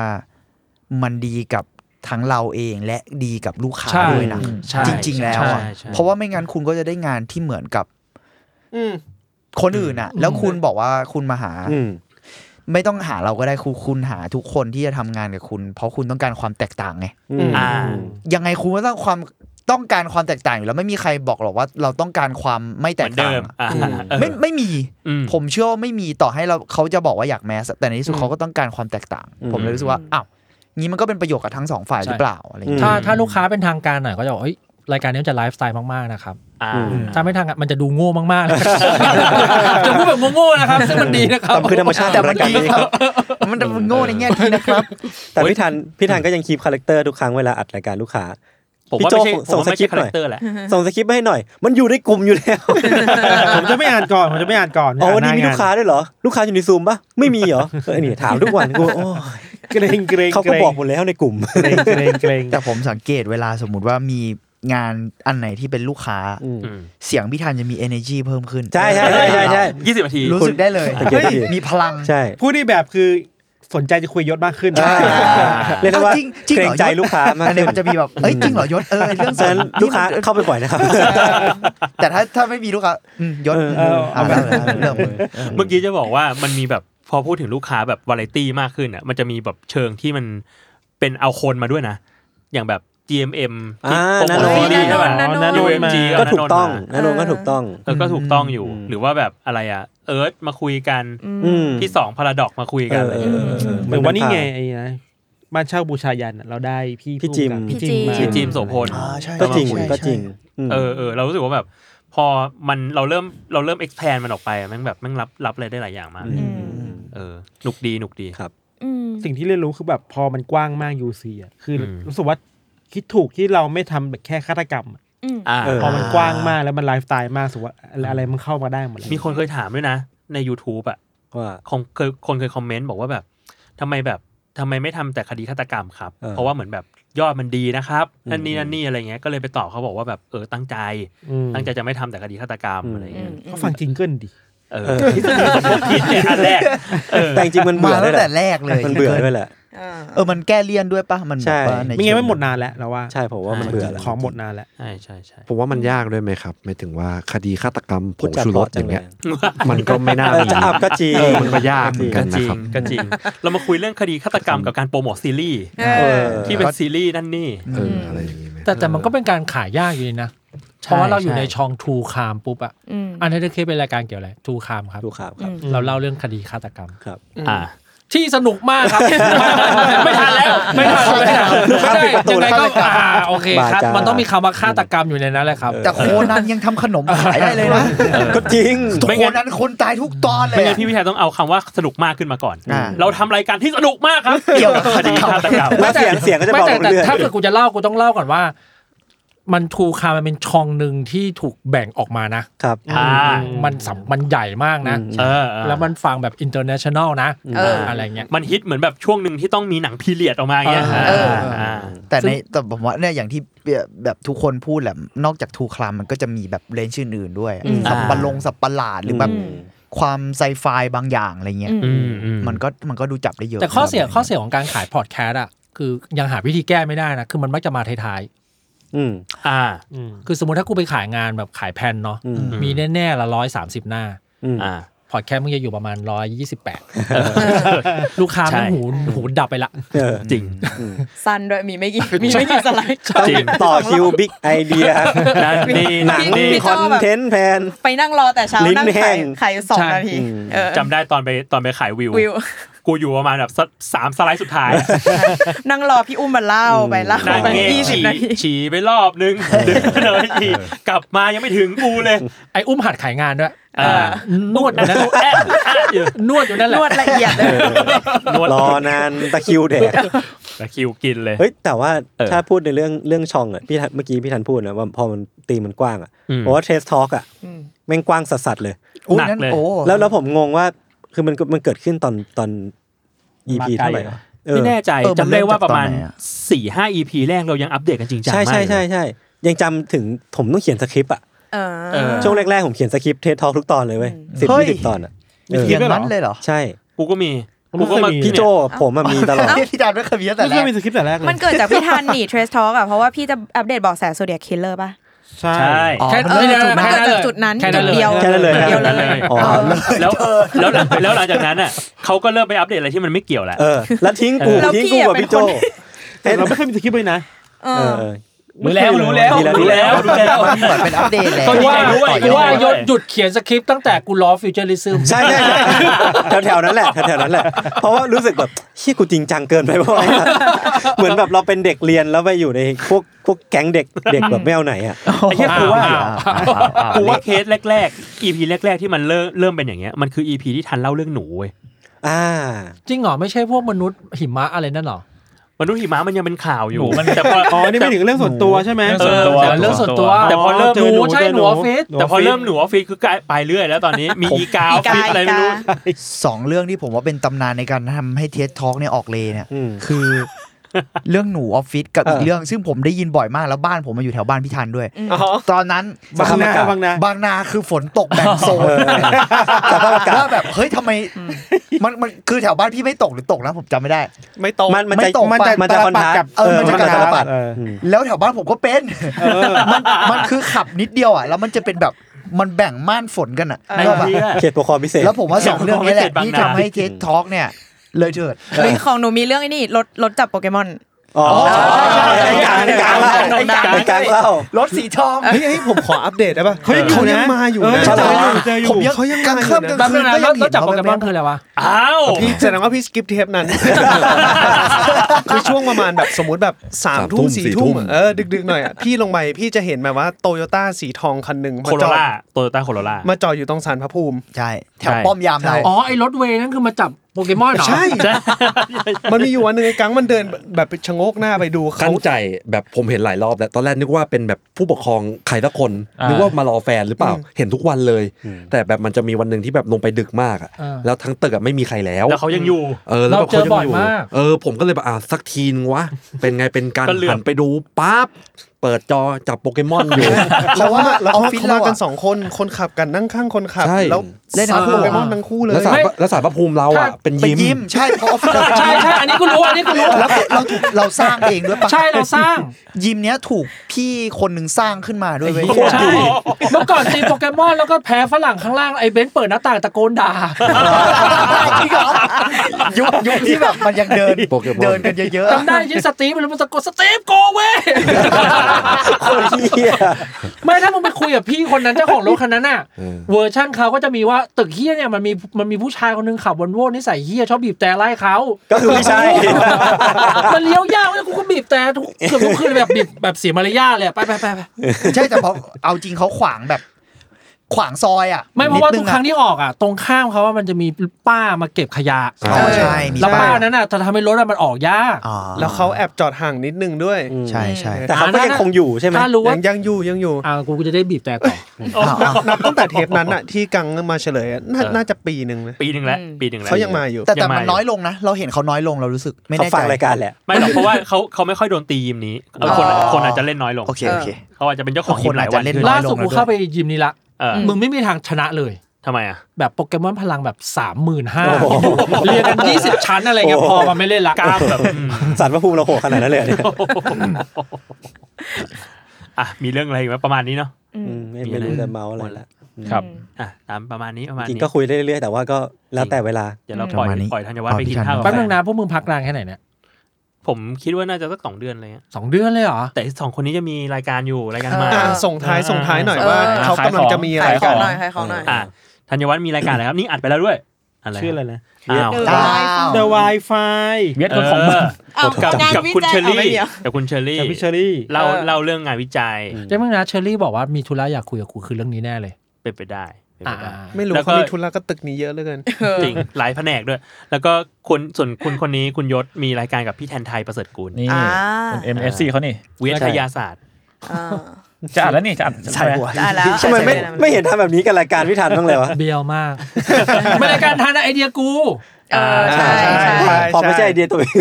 Speaker 3: มันดีกับทั้งเราเองและดีกับลูกค้า
Speaker 9: ใช่
Speaker 3: ด้วยนะ
Speaker 9: ใช่
Speaker 3: จริง ๆ แล้วอะ
Speaker 2: ใช่ใช่
Speaker 3: เพราะว่าไม่งั้นคุณก็จะได้งานที่เหมือนกับคนอื่นอะแล้วคุณบอกว่าคุณมาหา
Speaker 4: อืม
Speaker 3: ไม่ต้องหาเราก็ได้คุณคุณหาทุกคนที่จะทำงานกับคุณ เพราะคุณต้องการความแตกต่างไง
Speaker 2: อ่า
Speaker 3: ยังไงคุณก็ต้องความต้องการความแตกต่างอยู่แล้วไม่มีใครบอกหรอกว่าเราต้องการความไม่แตกต่างอะ
Speaker 2: อ่าเออ
Speaker 3: ไม่ไม่มี
Speaker 2: อืม
Speaker 3: ผมเชื่อว่าไม่มีต่อให้เราเขาจะบอกว่าอยากแมสแต่ในที่สุดเขาก็ต้องการความแตกต่าง
Speaker 4: อืม
Speaker 3: ผมเลยรู้สึกว่าอ้าวงี้มันก็เป็นประโยชน์กับทั้งสองฝ่ายหรือเปล่าอะไรอย่างเงี้ย
Speaker 9: ถ้าถ้าลูกค้าเป็นทางการหน่อยก็จะบอกเฮ้ยรายการนี้มันจะไลฟ์สไตล์มากๆนะครับ
Speaker 2: อ่า
Speaker 9: ถ้าไม่ทางอ่ะมันจะดูโง่มากๆนะ จะพูดแบบโง่ๆ นะครับ ซึ่งมันดีนะครับ
Speaker 4: ตามคือธรรมชาติ
Speaker 3: แต่
Speaker 4: ของ
Speaker 3: มั
Speaker 4: ราน ยการ
Speaker 3: ดี
Speaker 4: นี้
Speaker 3: ค
Speaker 4: ค
Speaker 3: รั
Speaker 4: รั
Speaker 3: บบ มันจะโง่ในแง่ที่นะครับ
Speaker 4: แต่พี่ทันพี่ทันก็ยังคีปคาแรคเตอร์ทุกครั้งเวลาอัดรายการลูกค้า
Speaker 2: ผม
Speaker 4: พี่
Speaker 2: ว่า
Speaker 4: โจ้
Speaker 2: ไม่ใช่
Speaker 4: ส่ง
Speaker 2: ผมว่าไม่
Speaker 4: สคริป
Speaker 2: ใช่
Speaker 4: ต์
Speaker 2: คา
Speaker 4: หน่อ
Speaker 2: แร
Speaker 4: ย
Speaker 2: คเตอร์แหละ
Speaker 4: ส่งสคริปต์มาให้หน่อย มันอยู่ในกลุ่มอยู่แล้ว
Speaker 6: ผมจะไม่อ่านก่อนผมจะไม่อ่านก่อน
Speaker 4: อ๋อวันนี้
Speaker 6: ห
Speaker 4: มี
Speaker 6: ง
Speaker 4: ลูกค้าด้วยเหรอ ลูกค้าอยู่ในซูมปะไม่มีเหรอเออนี่ถามทุกวันกูโอ้ย
Speaker 6: เกรงเกรง
Speaker 4: เขาก็บอกหมดแล้วในกลุ่ม
Speaker 6: เกรงเกรงเกรง
Speaker 3: แต่ผมสังเกตเวลาสมมติว่ามี งานอันไหนที่เป็นลูกค้า เสียงพี่ธันจะมี energy เพิ่มขึ้น
Speaker 4: ใช่ใช่ใช่ใช่ใช่
Speaker 2: ยี่สิบนาที
Speaker 3: รู้สึกได้เลย
Speaker 4: สังเกตได้
Speaker 3: มีพลัง
Speaker 4: ใช่
Speaker 6: ผู้นี่แบบคือสนใจจะคุยยศมากขึ้น
Speaker 4: เรียกได้ว่า
Speaker 3: อ้จริจริ
Speaker 4: เกร
Speaker 3: ห
Speaker 4: ง
Speaker 3: อยศ
Speaker 4: ใจลูกค้ามา
Speaker 3: อั
Speaker 4: ก
Speaker 3: น
Speaker 4: ขึ้
Speaker 3: นี้
Speaker 4: น
Speaker 3: มันจะมีแบบเอ้ยจริงเหรอยศเออเรื่อง
Speaker 4: ฉะนั้นลูกค้าเข้าไปบ่อยนะครับ
Speaker 3: แต่ถ้าถ้าไม่มีลูกค้าอืมยศ
Speaker 4: เออ
Speaker 3: เอาไปเลยเอาเรื่องมือ
Speaker 2: เมื่อกี้จะบอกว่ามันมีแบบพอพูดถึงลูกค้าแบบวาไรตี้มากขึ้นอ่ะมันจะมีแบบเชิงที่มันเป็นเอาคนมาด้วยนะ อย่างแบบ GMM ที่
Speaker 4: อ่า
Speaker 2: โปรโมท
Speaker 4: นาโน
Speaker 2: ดีใช่ป่ะ
Speaker 5: นาโนนาโน
Speaker 2: UMG
Speaker 4: ก็ถูกต้อง
Speaker 2: เ
Speaker 4: นะนนท์ก็ถูกต้อง
Speaker 2: ออก็ถูกต้องอยู่
Speaker 4: อืม
Speaker 2: หรือว่าแบบอะไรอ่ะเอิร์ธมาคุยกัน
Speaker 4: อืม
Speaker 2: พี่สองพาราดอกมาคุยกันอะไรอย่างเงี้ย
Speaker 6: เหมือนว่านี่ไงไอ้นะบ้านเช่าบูชายันอะเราได้พี่
Speaker 4: พี่จิม
Speaker 6: ผู้
Speaker 5: พี่
Speaker 6: กำกับ
Speaker 5: จิม
Speaker 2: พี่จิมโสพล
Speaker 3: อ่าใช่
Speaker 4: ก็จริง
Speaker 3: ใช่ใช่
Speaker 4: ก็จริงม
Speaker 2: เออเออเรารู้สึกว่าแบบ พอมันเราเริ่มเราเริ่ม expand มันออกไปอะแม่งแบบแม่งรับรับอะไรได้หลายอย่างมาก
Speaker 4: อืม
Speaker 2: เออหนุกดีหนุกดี
Speaker 4: ครับ
Speaker 5: อืม
Speaker 6: สิ่งที่เรียนรู้คือแบบพอมันกว้างมาก UC อ่ะคืออ
Speaker 2: ม
Speaker 6: รู้สึกว่าคิดถูกที่เราไม่ทำแบบแค่ฆาตกรรมอะ
Speaker 5: อืม
Speaker 2: อ่า
Speaker 4: เออ
Speaker 6: พอมันกว้างมากแล้วมันไลฟ์สไตล์มากสุดว่าอะไรอะไรมันเข้ามาได้หมดเลย
Speaker 2: มีคนเคยถามด้วยนะ ใน YouTube อ่ะ
Speaker 4: ว่า
Speaker 2: คงเคยคนเคยคอมเมนต์บอกว่าแบบทำไมแบบทำไมไม่ทำแต่คดีฆาตกรรมครับ
Speaker 4: เออ
Speaker 2: เพราะว่าเหมือนแบบยอดมันดีนะครับนั่นนี่
Speaker 4: อืม
Speaker 2: นั่นนี่อะไรเงี้ยก็เลยไปตอบเขาบอกว่าแบบเออตั้งใจ
Speaker 6: อืม
Speaker 2: ตั้งใจจะไม่ทำแต่คดีฆาตกรรมอะไรเงี้ย
Speaker 6: เขาฟังจิงเกิลดิ
Speaker 2: เออ
Speaker 4: เออ
Speaker 2: ทฤษฎีสมคบคิดเนี่ยอันแรกเออ
Speaker 4: แต่จริงๆมัน
Speaker 3: มา
Speaker 4: เบื่อด้
Speaker 3: ตั้
Speaker 4: วย
Speaker 3: ง
Speaker 4: แห
Speaker 3: แต่
Speaker 4: ละ
Speaker 3: แรกเลย
Speaker 4: มันเบื่อ
Speaker 3: จริง
Speaker 4: ด้
Speaker 3: เกิ
Speaker 4: วน ยแหละ
Speaker 3: เออมันแก้เลี่ยนด้วยปะมัน
Speaker 4: ใช่
Speaker 3: แบบว่าใน
Speaker 6: ไม่งั้นไม่หมดนานแล้วเราว่า
Speaker 4: ใช่ผมว่ามันเบื่อแล้ว
Speaker 6: ของหมดนานแล้ว
Speaker 2: ใช่ใช่ใช่
Speaker 1: ผมว่ามันยากด้วยไหมครับหมายถึงว่าคดีฆาตกรรมผ
Speaker 4: พูด
Speaker 1: ง
Speaker 4: จา
Speaker 1: ชู
Speaker 4: เพ
Speaker 1: รส
Speaker 4: ราะจั
Speaker 1: อง ย่าง
Speaker 4: เลย
Speaker 1: เงี้ย มันก็ไม่น่า
Speaker 4: เออ
Speaker 1: มี
Speaker 4: จะอับก็จริง
Speaker 1: เออมันก็ยากเหมือน
Speaker 2: ก็
Speaker 1: น
Speaker 2: จริง
Speaker 1: นะครับ
Speaker 2: ก็จริง เรามาคุยเรื่องคดีฆาตกรรมกับการโปรโมทซีรีส์
Speaker 5: เอ
Speaker 4: เอ
Speaker 5: อ
Speaker 4: อ
Speaker 2: ที่เป็นซีรีส์นั่นนี่
Speaker 1: เอออะไรอย่างงี้ไหม
Speaker 9: แต่แต่มันก็เป็นการขายยากอยู่ดีนะ เพราะว่าเราอยู่ในช่องทูคามปุ๊บอะ
Speaker 5: อืม
Speaker 9: อันนี้เคสเป็นรายการเกี่ยวอะไรทูคามครับ
Speaker 4: ดูข่าวครับ
Speaker 9: เราเล่าเรื่องคดีฆาตกรรม
Speaker 4: ครับ
Speaker 2: อ่า
Speaker 9: ที่สนุกมาก ครับ ไม่ทันแล้ว ไม่ทันไม่ทันไม่ได้ยังไงก็อ่าโอเคครับมันต้องมีคำว่าฆาตกรรมอยู่ในนั้นแหละครับ
Speaker 3: แต่โคนันยังทำขนมขายได้เลยนะ
Speaker 4: ก็จริง
Speaker 3: โคนันคนตายทุกตอนเล
Speaker 2: ไม่
Speaker 3: ย
Speaker 2: งั้น
Speaker 3: อะ
Speaker 2: พี่วิชัยต้องเอาคำว่าสนุกมากขึ้นมาก่อน
Speaker 3: อ่า
Speaker 2: เราทำรายการที่สนุกมากครับ เกี่ยวกับคดีฆาตกรรม
Speaker 4: ไม่เสียงเสียงก็จะ
Speaker 9: ไม่
Speaker 4: เบา
Speaker 9: แต่
Speaker 4: ลง
Speaker 9: แต่
Speaker 4: เรื่อยๆ
Speaker 9: ถ้าเกิดกูจะเล่ากูต้องเล่าก่อนว่า มันทูคามันเป็นช่องหนึ่งที่ถูกแบ่งออกมานะครับ
Speaker 2: อ่า
Speaker 9: มันสำมันใหญ่มากนะ
Speaker 4: อืม
Speaker 2: เออเออ
Speaker 9: แล้วมันฟังแบบอินเตอร์เนชั่นแนลนะ
Speaker 5: เอออ
Speaker 9: ไรเงี้ย
Speaker 2: มันฮิตเหมือนแบบช่วงหนึ่งที่ต้องมีหนังพีเรียดออกมาอย่างเงี้ย
Speaker 9: เออ
Speaker 2: เอออ่า
Speaker 3: แต่ในแต่ผมว่าเนี่ยอย่างที่แบบทุกคนพูดแหละนอกจากทูคลามมันก็จะมีแบบเลนชื่ออื่นด้วย
Speaker 5: อืม
Speaker 3: สับปะลงสับปะหลาดหรือแบบ
Speaker 4: อืม
Speaker 3: ความไซไฟบางอย่างอะไรเงี้ย
Speaker 2: อืมอื
Speaker 3: มันก็มันก็ดูจับได้เยอะ
Speaker 9: แต่ข้อเสีย
Speaker 3: นะ
Speaker 9: ข้อเสียของการขายพอดแคสต์อ่ะคือยังหาวิธีแก้ไม่ได้นะ คือมันมักจะมาท้าย
Speaker 4: อืม
Speaker 2: อ่า
Speaker 6: อืม
Speaker 9: ๆคือสมมติถ้ากูไปขายงานแบบขายแผ่นเนาะ
Speaker 4: อืม
Speaker 9: มีแน่ๆละร้อยสามสิบหน้า
Speaker 4: อืม
Speaker 2: อ่า
Speaker 9: พอดแคสต์มึงจะอยู่ประมาณร้อยยี่สิบแปด ลูกค้ามัน
Speaker 2: ใช่
Speaker 9: หูหูดับไปละ
Speaker 4: เออ
Speaker 2: จริง
Speaker 5: สั้นด้วยมีไม่กี่มีไม่กี่สไลด์
Speaker 2: จริง
Speaker 4: ต่อคิวบิ๊กไอเดีย
Speaker 2: นั่นนี่
Speaker 4: ห
Speaker 2: ห
Speaker 4: นั
Speaker 2: นั
Speaker 4: ง
Speaker 2: งนี่
Speaker 5: พี่
Speaker 4: ค
Speaker 5: โจ้
Speaker 4: อน
Speaker 5: แบบ
Speaker 4: เทนต์แพลน
Speaker 5: ไปนั่งรอแต่เช้า
Speaker 4: ลิ้น
Speaker 5: นั่ง
Speaker 4: แห้
Speaker 5: ขาง ยขายอยู่สอง
Speaker 9: ใช่
Speaker 5: นาทีเออ
Speaker 2: จำได้ตอนไปตอนไปขายวิว
Speaker 5: วิว
Speaker 2: กูอยู่ประมาณแบบสักสามสไลด์สุดท้าย
Speaker 5: นั่งรอพี่อุ้มมาเล่าไปเล่า
Speaker 2: นั่ง
Speaker 5: ไป
Speaker 2: เงี้ย
Speaker 5: ยี่สิบ
Speaker 2: ฉี่
Speaker 5: นาที
Speaker 2: ฉี่ไปรอบนึงดึงเดินอีกกลับมายังไม่ถึงกูเลย
Speaker 9: ไอ้อุ้มหัดขายงานด้วย
Speaker 2: อ่าน
Speaker 9: วดอยู่นั่นแหละ
Speaker 2: แอะแอะอยู่
Speaker 9: นวดอยู่นั่นแห
Speaker 5: น
Speaker 9: ละ
Speaker 5: วดละเอียดเลย
Speaker 2: นวด
Speaker 4: รอนานตะคริวแดด
Speaker 2: ตะคริวกินเลย
Speaker 4: เฮ้ย แต่ว่า
Speaker 2: เออ
Speaker 4: ถ้าพูดในเรื่องเรื่องช่องอ่ะพี่ทันเมื่อกี้พี่ทันพูดนะว่าพอมันตีมันกว้างอ่ะ
Speaker 2: อืม
Speaker 4: เพราะว่าเทสทอล์กอ่ะ
Speaker 5: อืม
Speaker 4: แม่งกว้างสัสๆเลย
Speaker 3: โอ้
Speaker 2: หนัก
Speaker 3: นั่น
Speaker 2: เลย
Speaker 3: โอ้
Speaker 4: แล้วแล้วผมงงว่าคือมันมันเกิดขึ้นตอนตอน EP เท่าไหร่อะเออ
Speaker 2: ไม่แน่ใจจำได้ว่าประมาณ4ี่ห้า EP แรกเรายังอัปเดตกันจริงจัง
Speaker 4: ใช่
Speaker 2: มาก
Speaker 4: ใช่ใช่
Speaker 2: เลย
Speaker 4: ใช่ยังจำถึงผมต้องเขียนสคริปต์อ่ะ
Speaker 5: เอ
Speaker 2: เอ
Speaker 5: อ
Speaker 2: อ
Speaker 4: ช่วงแรกๆผมเขียนสคริปต์เทสทอล์กทุกตอนเลยเว้ยสิบยี่สิบตอนอ่ะเออ
Speaker 3: อย่างนั้นเลยเหรอ
Speaker 4: ใช่
Speaker 2: กูก็มี
Speaker 6: มันไม่
Speaker 2: กูก็มา
Speaker 6: เคยมี
Speaker 4: พี่โจผมอะมีตลอด
Speaker 3: พี่ดานไม่เคยมีตั้งแต่
Speaker 6: ไม่
Speaker 3: แร
Speaker 6: เคย
Speaker 3: ก
Speaker 6: มีสคริปต์แต่แรกเลย
Speaker 5: มันเกิดจากพี่ทันหนีเทรสทอ l k อะเพราะว่าพี่จะอัปเดตเบอกแสโซเดียคิลเลอร์ป่ะ
Speaker 6: ใช่
Speaker 2: ใช่
Speaker 3: อ๋อ
Speaker 9: แค่
Speaker 3: มัน
Speaker 9: เออ
Speaker 3: ไม่ได้
Speaker 9: เอ
Speaker 3: ถู
Speaker 9: อก
Speaker 5: มัน
Speaker 3: นะ
Speaker 9: แค่
Speaker 5: เกิดจา
Speaker 9: นั้น
Speaker 5: กจุ
Speaker 9: เลย
Speaker 5: ดนั้นจุด
Speaker 9: แค่นั้นเลย
Speaker 5: เดียว
Speaker 4: แค่นั้นเลย
Speaker 5: จุดเดียวเลย
Speaker 4: อ๋อ
Speaker 2: แล้วแล้วแล้วหลังจากนั้นอ่ะเขาก็เริ่มไปอัปเดตอะไรที่มันไม่เกี่ยวแหละ
Speaker 4: เออ แล้วทิ้งกู
Speaker 5: แล้ว
Speaker 4: ทิ้ง
Speaker 5: พี่
Speaker 4: กู
Speaker 5: อะ
Speaker 4: กับ
Speaker 5: เป็น
Speaker 4: พี่โจ
Speaker 5: คน
Speaker 6: แต่เราไม่เคยมีสคริปต์เลยนะ
Speaker 5: เอ
Speaker 4: เอ
Speaker 5: อ
Speaker 4: อเออ
Speaker 2: รู้แล้วรู้แล้ว
Speaker 4: รู้แล้ว
Speaker 2: รู้แล้วรู้แล้ว
Speaker 3: มันเหมือนเป็นอัปเดตแล้ว
Speaker 2: ก็
Speaker 9: กู
Speaker 2: นี่
Speaker 9: ว่า
Speaker 2: ไงด้วย
Speaker 9: กูว่ายศหยุดเขียนสคริปต์ตั้งแต่กูล้อฟิวเจอริซึม
Speaker 4: ใช่ใช่ใช่แถวๆนั้นแหละแถวๆนั้นแหละ เพราะว่ารู้สึกแบบเชี่ยกูจริงจังเกินไปเพราะเหมือนแบบเราเป็นเด็กเรียนแล้วไปอยู่ในพวกพวกแก๊งเด็กเด็กแบบไม่เอาไหนอ่ะ
Speaker 2: ไอ้เหี้ยกูว่า
Speaker 3: อ่า
Speaker 2: กูว่าเคสแรกๆ EP แรกๆที่มันเริ่มเริ่มเป็นอย่างเงี้ยมันคือ EP ที่ทันเล่าเรื่องหนูเว้ย
Speaker 4: อ่า
Speaker 9: จริงเหรอไม่ใช่พวกมนุษย์หิมะอะไรนั่นเหรอ
Speaker 2: มนุษย์หิมะมันยังเป็นข่าวอ
Speaker 7: หนู
Speaker 2: ยู่
Speaker 7: มัน
Speaker 2: แต่พอ
Speaker 6: อ๋อ นี่ไม่ถึงเรื่องส่วนตัวใช่ไหม
Speaker 7: เรื่องส่วนตัว
Speaker 9: เรื่องส่วนตัว
Speaker 2: แต่พอเริ่ม
Speaker 6: เจ
Speaker 9: ห
Speaker 6: อ
Speaker 9: นู
Speaker 6: หนู
Speaker 9: ใช่
Speaker 6: เจอ
Speaker 9: ห
Speaker 6: หนู
Speaker 9: นูออฟฟิศ
Speaker 2: แต่พอเริ่มหนูออฟฟิศคือกลายไปเรื่อยแล้วตอนนี้มีอีกาออฟฟิศอะไรไม่รู้
Speaker 5: อีกา
Speaker 3: สองเรื่องที่ผมว่าเป็นตำนานในการทำให้เทสทอล์กเนี่ยออกเลยเนี่ย
Speaker 4: อืม
Speaker 3: คือ เรื่องหนูออฟฟิศกับอีก
Speaker 4: เออ
Speaker 3: เรื่อง ซึ่งผมได้ยินบ่อยมากแล้วบ้านผมมาอยู่แถวบ้านพี่ทันด้วย
Speaker 8: อ๋อ
Speaker 3: ตอนนั้น
Speaker 6: บางนา
Speaker 3: สภพอกศ
Speaker 6: บางนา
Speaker 3: บางนาคือฝนตกแบบโซน
Speaker 4: สภาพอากาศ
Speaker 3: ว่าแบบเฮ้ยทำไมมันมันคือแถวบ้านพี่ไม่ตกหรือตกนะผมจำไม่ได้
Speaker 8: ไม่ตรง
Speaker 4: มันมัน
Speaker 3: ไม่
Speaker 4: จะ
Speaker 3: ตก
Speaker 4: มันจะมันจะ
Speaker 3: ตล
Speaker 4: คอน
Speaker 3: ปัด
Speaker 4: ทราส
Speaker 3: กับเออมันจะ
Speaker 4: มันจะตล
Speaker 3: กับ
Speaker 4: ปัด
Speaker 6: เออ
Speaker 3: แล้วแถวบ้านผมก็เป็นมันมันคือขับนิดเดียวอ่ะแล้วมันจะเป็นแบบมันแบ่งม่านฝนกันอ่ะ
Speaker 5: เออ
Speaker 3: นึกออกปะ
Speaker 4: เขตปกครองพิเศษ
Speaker 3: แล้วผมว่าสองเรื่องนี้แหละ
Speaker 2: เขตบางนา
Speaker 3: ที่ทำให้เทสท็อกเนี่ย เลยเถิด
Speaker 5: เฮ้ยของหนูมีเรื่องไอ้นี่รถรถจับโปเกมอน
Speaker 4: อ๋อ
Speaker 3: ไอ้
Speaker 4: ไอ้า
Speaker 3: กาก
Speaker 4: ง ง
Speaker 3: ไอ้
Speaker 4: ไอ้
Speaker 3: กาก
Speaker 4: าง งเล่าไอ้กางไอ้กางเล่า
Speaker 3: รถสีทอง
Speaker 8: เฮ้ยเฮ้ยผมขออัปเดตได้ป่ะ
Speaker 6: เขายังอยู่
Speaker 8: ยั
Speaker 6: นะ
Speaker 8: มาอยู่
Speaker 6: เออ
Speaker 8: นะ
Speaker 6: เจออยู่
Speaker 8: เจออ
Speaker 6: เจออ
Speaker 8: ผม
Speaker 6: ยู่ ยู่
Speaker 8: ยังเขายัง
Speaker 3: กลาง
Speaker 8: มาอ
Speaker 3: ค่ำ
Speaker 8: ยู่
Speaker 3: กลาง
Speaker 8: นะ
Speaker 3: คืนก็ยังเห็น
Speaker 9: แล้วจับโปเกมอนคื
Speaker 3: เ
Speaker 9: ออะไรวะ
Speaker 2: อ้าว
Speaker 8: พี่แสดงว่าพี่สกิปเทปนั้น คือช่วงประมาณแบบสมมติแบบสาม
Speaker 1: สามทุ่
Speaker 8: ทุ่ม
Speaker 1: ม
Speaker 8: สี่
Speaker 1: สี่ทุ่
Speaker 8: ทุ่ม
Speaker 1: ม
Speaker 8: อะเออดึกๆหน่อย อะพี่ลงไปพี่จะเห็นแบบว่าโตโยต้าสีทองคันหนึ่ง
Speaker 2: โค
Speaker 8: มา
Speaker 2: โร
Speaker 8: จอด
Speaker 2: ล่าโตโยต้าโคโรล่า
Speaker 8: มาจอดอยู่ตรงสารพระภูมิ
Speaker 3: ใช่แถวป้อมยามเรา
Speaker 9: อ๋อไอ้รถเวย์นั่นคือมาจับโปเกมอนเหรอ
Speaker 8: ใช่ มันมีอยู่วันหนึ่งไอ้กังมันเดินแบบไปชะโงกหน้าไปดูเขา
Speaker 1: ตั้งใจแบบผมเห็นหลายรอบแล้วตอนแรกนึกว่าเป็นแบบผู้ปกครองใครสักคน
Speaker 7: อ่านึ
Speaker 1: นึกว่ามารอแฟนหรือเปล่าเห็นทุกวันเลย แต่แบบมันจะมีวันหนึ่งที่แบบลงไปดึกมากอะ
Speaker 9: เออ
Speaker 1: แล้วทั้งตึกอะไม่มีใครแล้ว
Speaker 2: แล้วเขายังอยู่
Speaker 1: เออแล้วแบบ
Speaker 9: เราเจอ
Speaker 1: เขายังอยู่
Speaker 9: บ่อยมาก
Speaker 1: เออผมก็เลยแบบอ่าสักทีนึงวะ เป็นไงเป็นการ
Speaker 2: ก็เหลือบ
Speaker 1: หันไปดูปั๊บเปิดจอจับโปเกมอนอยู่
Speaker 8: เพราะว่าเรา
Speaker 3: ออฟฟิศ
Speaker 8: เขามากัน
Speaker 3: เราอะ
Speaker 8: สองคนคนขับกันนั่งข้างคนขับ
Speaker 1: ใช่
Speaker 8: แล้ว
Speaker 3: เล่นทั้งคู่
Speaker 8: โปเกมอนทั้งคู่เลย
Speaker 1: แล้วสารพระแล้วสารพระภูมิเราอ่ะเป็น
Speaker 3: ไป
Speaker 1: ยิ้ม
Speaker 3: ยิ้มใช่เพราะออฟฟิศเราเป็น
Speaker 9: ใช่ใช่อันนี้กูรู้อันนี้กูรู้
Speaker 3: แล้วเราถูกเราสร้างเองด้วยปะ
Speaker 9: ใช่เราสร้าง
Speaker 3: ยิมเนี้ยถูกพี่คนหนึ่งสร้างขึ้นมาด้วยเว้ย
Speaker 9: ใช่เมื่อก่อนตีโปเกมอนแล้วก็แพ้ฝรั่งข้างล่างไอ้เบนซ์เปิดหน้าต่างตะโกนด่า
Speaker 3: จริงเหรอยุคยุคที่แบบมันยังเดิน
Speaker 1: โปเกมอน
Speaker 3: เดินกันเยอะ
Speaker 9: จำได้ยิ่งสตีฟมันมันตะโกนสตีฟโกเว้ย
Speaker 4: คนเฮีย
Speaker 9: ไม่ถ้ามึงไปคุยกับพี่คนนั้นเจ้าของรถคันนั้นน่ะ
Speaker 1: เออ
Speaker 9: เวอร์ชั่นเขาก็จะมีว่าตึกเฮียเนี่ยมันมีมันมีผู้ชายคนหนึงขับวอลโว่นิสัยเฮียชอบบีบแต่ไล่เขา
Speaker 4: ก็คือไม่ใช่
Speaker 9: มันเลี้ยวยากแล้วกูก็บีบแต่ทุกเกือบทุกคืนแบบบีบแบบเสียมารยาทเลยอะไปไปไปไป
Speaker 3: ๆใช่แต่พอเอาจริงเขาขวางแบบ ขวางซอยอ่ะ
Speaker 9: ไม่เพราะว่า
Speaker 3: นิ
Speaker 9: ทุ
Speaker 3: ดนึ
Speaker 9: ก
Speaker 3: อ
Speaker 9: ครั้งที่ออกอ่ะ ตรงข้ามเขาว่ามันจะมีป้ามาเก็บขยะ
Speaker 3: อ๋อใช่มี
Speaker 9: แล้วป้า
Speaker 3: ป้าย
Speaker 9: นั้นน่ะจะทำให้รถอะมันออกยาก
Speaker 3: อ๋อ
Speaker 8: แล้วเขาแอบจอดห่างนิดนึงด้วย
Speaker 3: ใช่ใช่
Speaker 4: แต่เขาก็ยังคงอยู่ใช่ไหม
Speaker 9: ถ้ารู้ว่า
Speaker 8: ยังยังอยู่ยังอยู่
Speaker 9: อ่ากูกูจะได้บีบแต่ต่อ
Speaker 8: นับตั้งแต่เทปนั้นอะที่กังมาเฉลยอะน่า
Speaker 2: เออ
Speaker 8: น่าจะปีหนึ่งนะ
Speaker 2: ปีหนึ่งแล้ว
Speaker 5: อืม
Speaker 2: ปีหนึ่งแล้ว
Speaker 8: เขายังมาอยู่
Speaker 3: แต่แต่มัน
Speaker 2: ยังไง
Speaker 3: น้อยลงนะ เราเห็นเขาน้อยลงเรารู้สึกไม่
Speaker 4: เขา
Speaker 3: แน่
Speaker 4: ฟั
Speaker 3: ใจ
Speaker 4: งรายการแหละ
Speaker 2: ไม่หรอกเพราะว่าเขาเขาไม่ค่อยโดนตียิมนี้เออคน
Speaker 3: อ๋อ
Speaker 2: คนอาจจะเล่นน้อยลง
Speaker 3: โอเคโอเค
Speaker 2: เขาอาจจะเป็นเจ้าของยิมหลายวั
Speaker 3: คน
Speaker 2: น
Speaker 3: อาจจะเล่น
Speaker 2: ขึ้น
Speaker 3: น้
Speaker 9: ล่าย
Speaker 3: ลง
Speaker 9: สุด
Speaker 3: แล้วด้
Speaker 9: กู
Speaker 3: วย
Speaker 9: เข้าไปยิมนี้ละ
Speaker 2: เออ
Speaker 9: มึงไม่มีทางชนะเลย
Speaker 2: ทำไมอ่ะ
Speaker 9: แบบโปเกมอนพลังแบบ3 5 0
Speaker 4: โอ้โห
Speaker 9: 0 0เรียนกัน 20 ชั้นอะไรเงี้ยพอมันไม่เล่นละ
Speaker 2: กล้ามแบบอืม
Speaker 4: สารพระภูมิเราโหดขนาดนั้นเลยเหรอเนี่ย
Speaker 2: อ่ะมีเรื่องอะไรอีกไหมประมาณนี้เนาะ
Speaker 4: อืมไม่ไม่รู้จะเมาอะไรละ
Speaker 7: ครับ
Speaker 2: อ่ะตามประมาณนี้ประมาณ
Speaker 4: จริง
Speaker 2: นี้
Speaker 4: ก็คุยได้เรื่อยๆแต่ว่าก็แล้วแต่เวลา
Speaker 2: เดี๋ยวเราปล่อ
Speaker 3: ป
Speaker 2: ย
Speaker 3: ระมาณนี้
Speaker 2: ปล่อยธัญวัฒน์ไปกิน
Speaker 3: ปล่อยพี่
Speaker 2: ข้าวกับ
Speaker 9: แป๊บ
Speaker 2: แฟ
Speaker 9: นึ
Speaker 2: น
Speaker 9: งนะพวกมึงพักนานแค่ไหนเนี่ย
Speaker 2: ผมคิดว่าน่าจะสักสองเดือนอะไรเลย
Speaker 9: สองเดือนเลยเหรอ
Speaker 2: แต่สองคนนี้จะมีรายการอยู่รายการใหม่
Speaker 8: อ่ะส่งท้ายส่งท้ายหน่อย
Speaker 5: เออ
Speaker 8: ว่าเขากำลังจะมีอะไร
Speaker 5: ขายข
Speaker 8: กั
Speaker 5: อน งหน่อยขายของหน่อย
Speaker 2: อ่ะธัญวัฒน์มีรายการอะไรครับ นี่อัดไปแล้วด้วยอะไร
Speaker 6: ชื่ออะไรนะ
Speaker 2: อ้าว
Speaker 3: าว
Speaker 6: The Wi-Fi
Speaker 7: เวียดคนของมึง
Speaker 5: เอา
Speaker 2: กับ
Speaker 5: งาน
Speaker 2: กับ
Speaker 5: วิ
Speaker 2: คุณ
Speaker 5: จัย
Speaker 2: เชอ
Speaker 5: เอา
Speaker 2: รี่
Speaker 5: ไม่เดียว
Speaker 2: กับคุณเชอรี่
Speaker 6: จากพิชเชอรี่
Speaker 2: เล่า
Speaker 5: เออ
Speaker 2: เล่าเรื่องงานวิจัย
Speaker 9: เดี๋ยวมึงนะเชอรี่บอกว่ามีธุระอยากคุยกับกูคือเรื่องนี้แน่เลย
Speaker 2: เป็นไปได้เป็น
Speaker 9: อ่า
Speaker 2: ไปได้
Speaker 8: ไม่รู้
Speaker 2: แล้วก็
Speaker 8: เขามีธุระก็ตึกนี้เยอะเหลือเกิน
Speaker 2: จริงหลายแผนกด้วย แล้วก็คุณส่วนคุณคนนี้คุณยศมีรายการกับพี่แทนไทยประเสริฐกุล
Speaker 7: นี่
Speaker 5: อ่า
Speaker 7: เป็น MSC เขานี่
Speaker 2: วิทยาศาสตร์
Speaker 5: อ่า
Speaker 7: จะอ่านแล้วนี่ จะอ่าน
Speaker 3: ใช่
Speaker 7: ไหม
Speaker 3: หัว
Speaker 5: ได้แล้ว
Speaker 4: ทำไมไม่ไม่เห็นทำแบบนี้กับรายการพิธันบ้างเลยวะ
Speaker 9: เบียวมาก ไม่รายการทานไอเดียกู
Speaker 5: เออใช่
Speaker 8: อ่าใช่
Speaker 5: ใช่
Speaker 4: พอไม่ใช่ไอเดียตัวเอง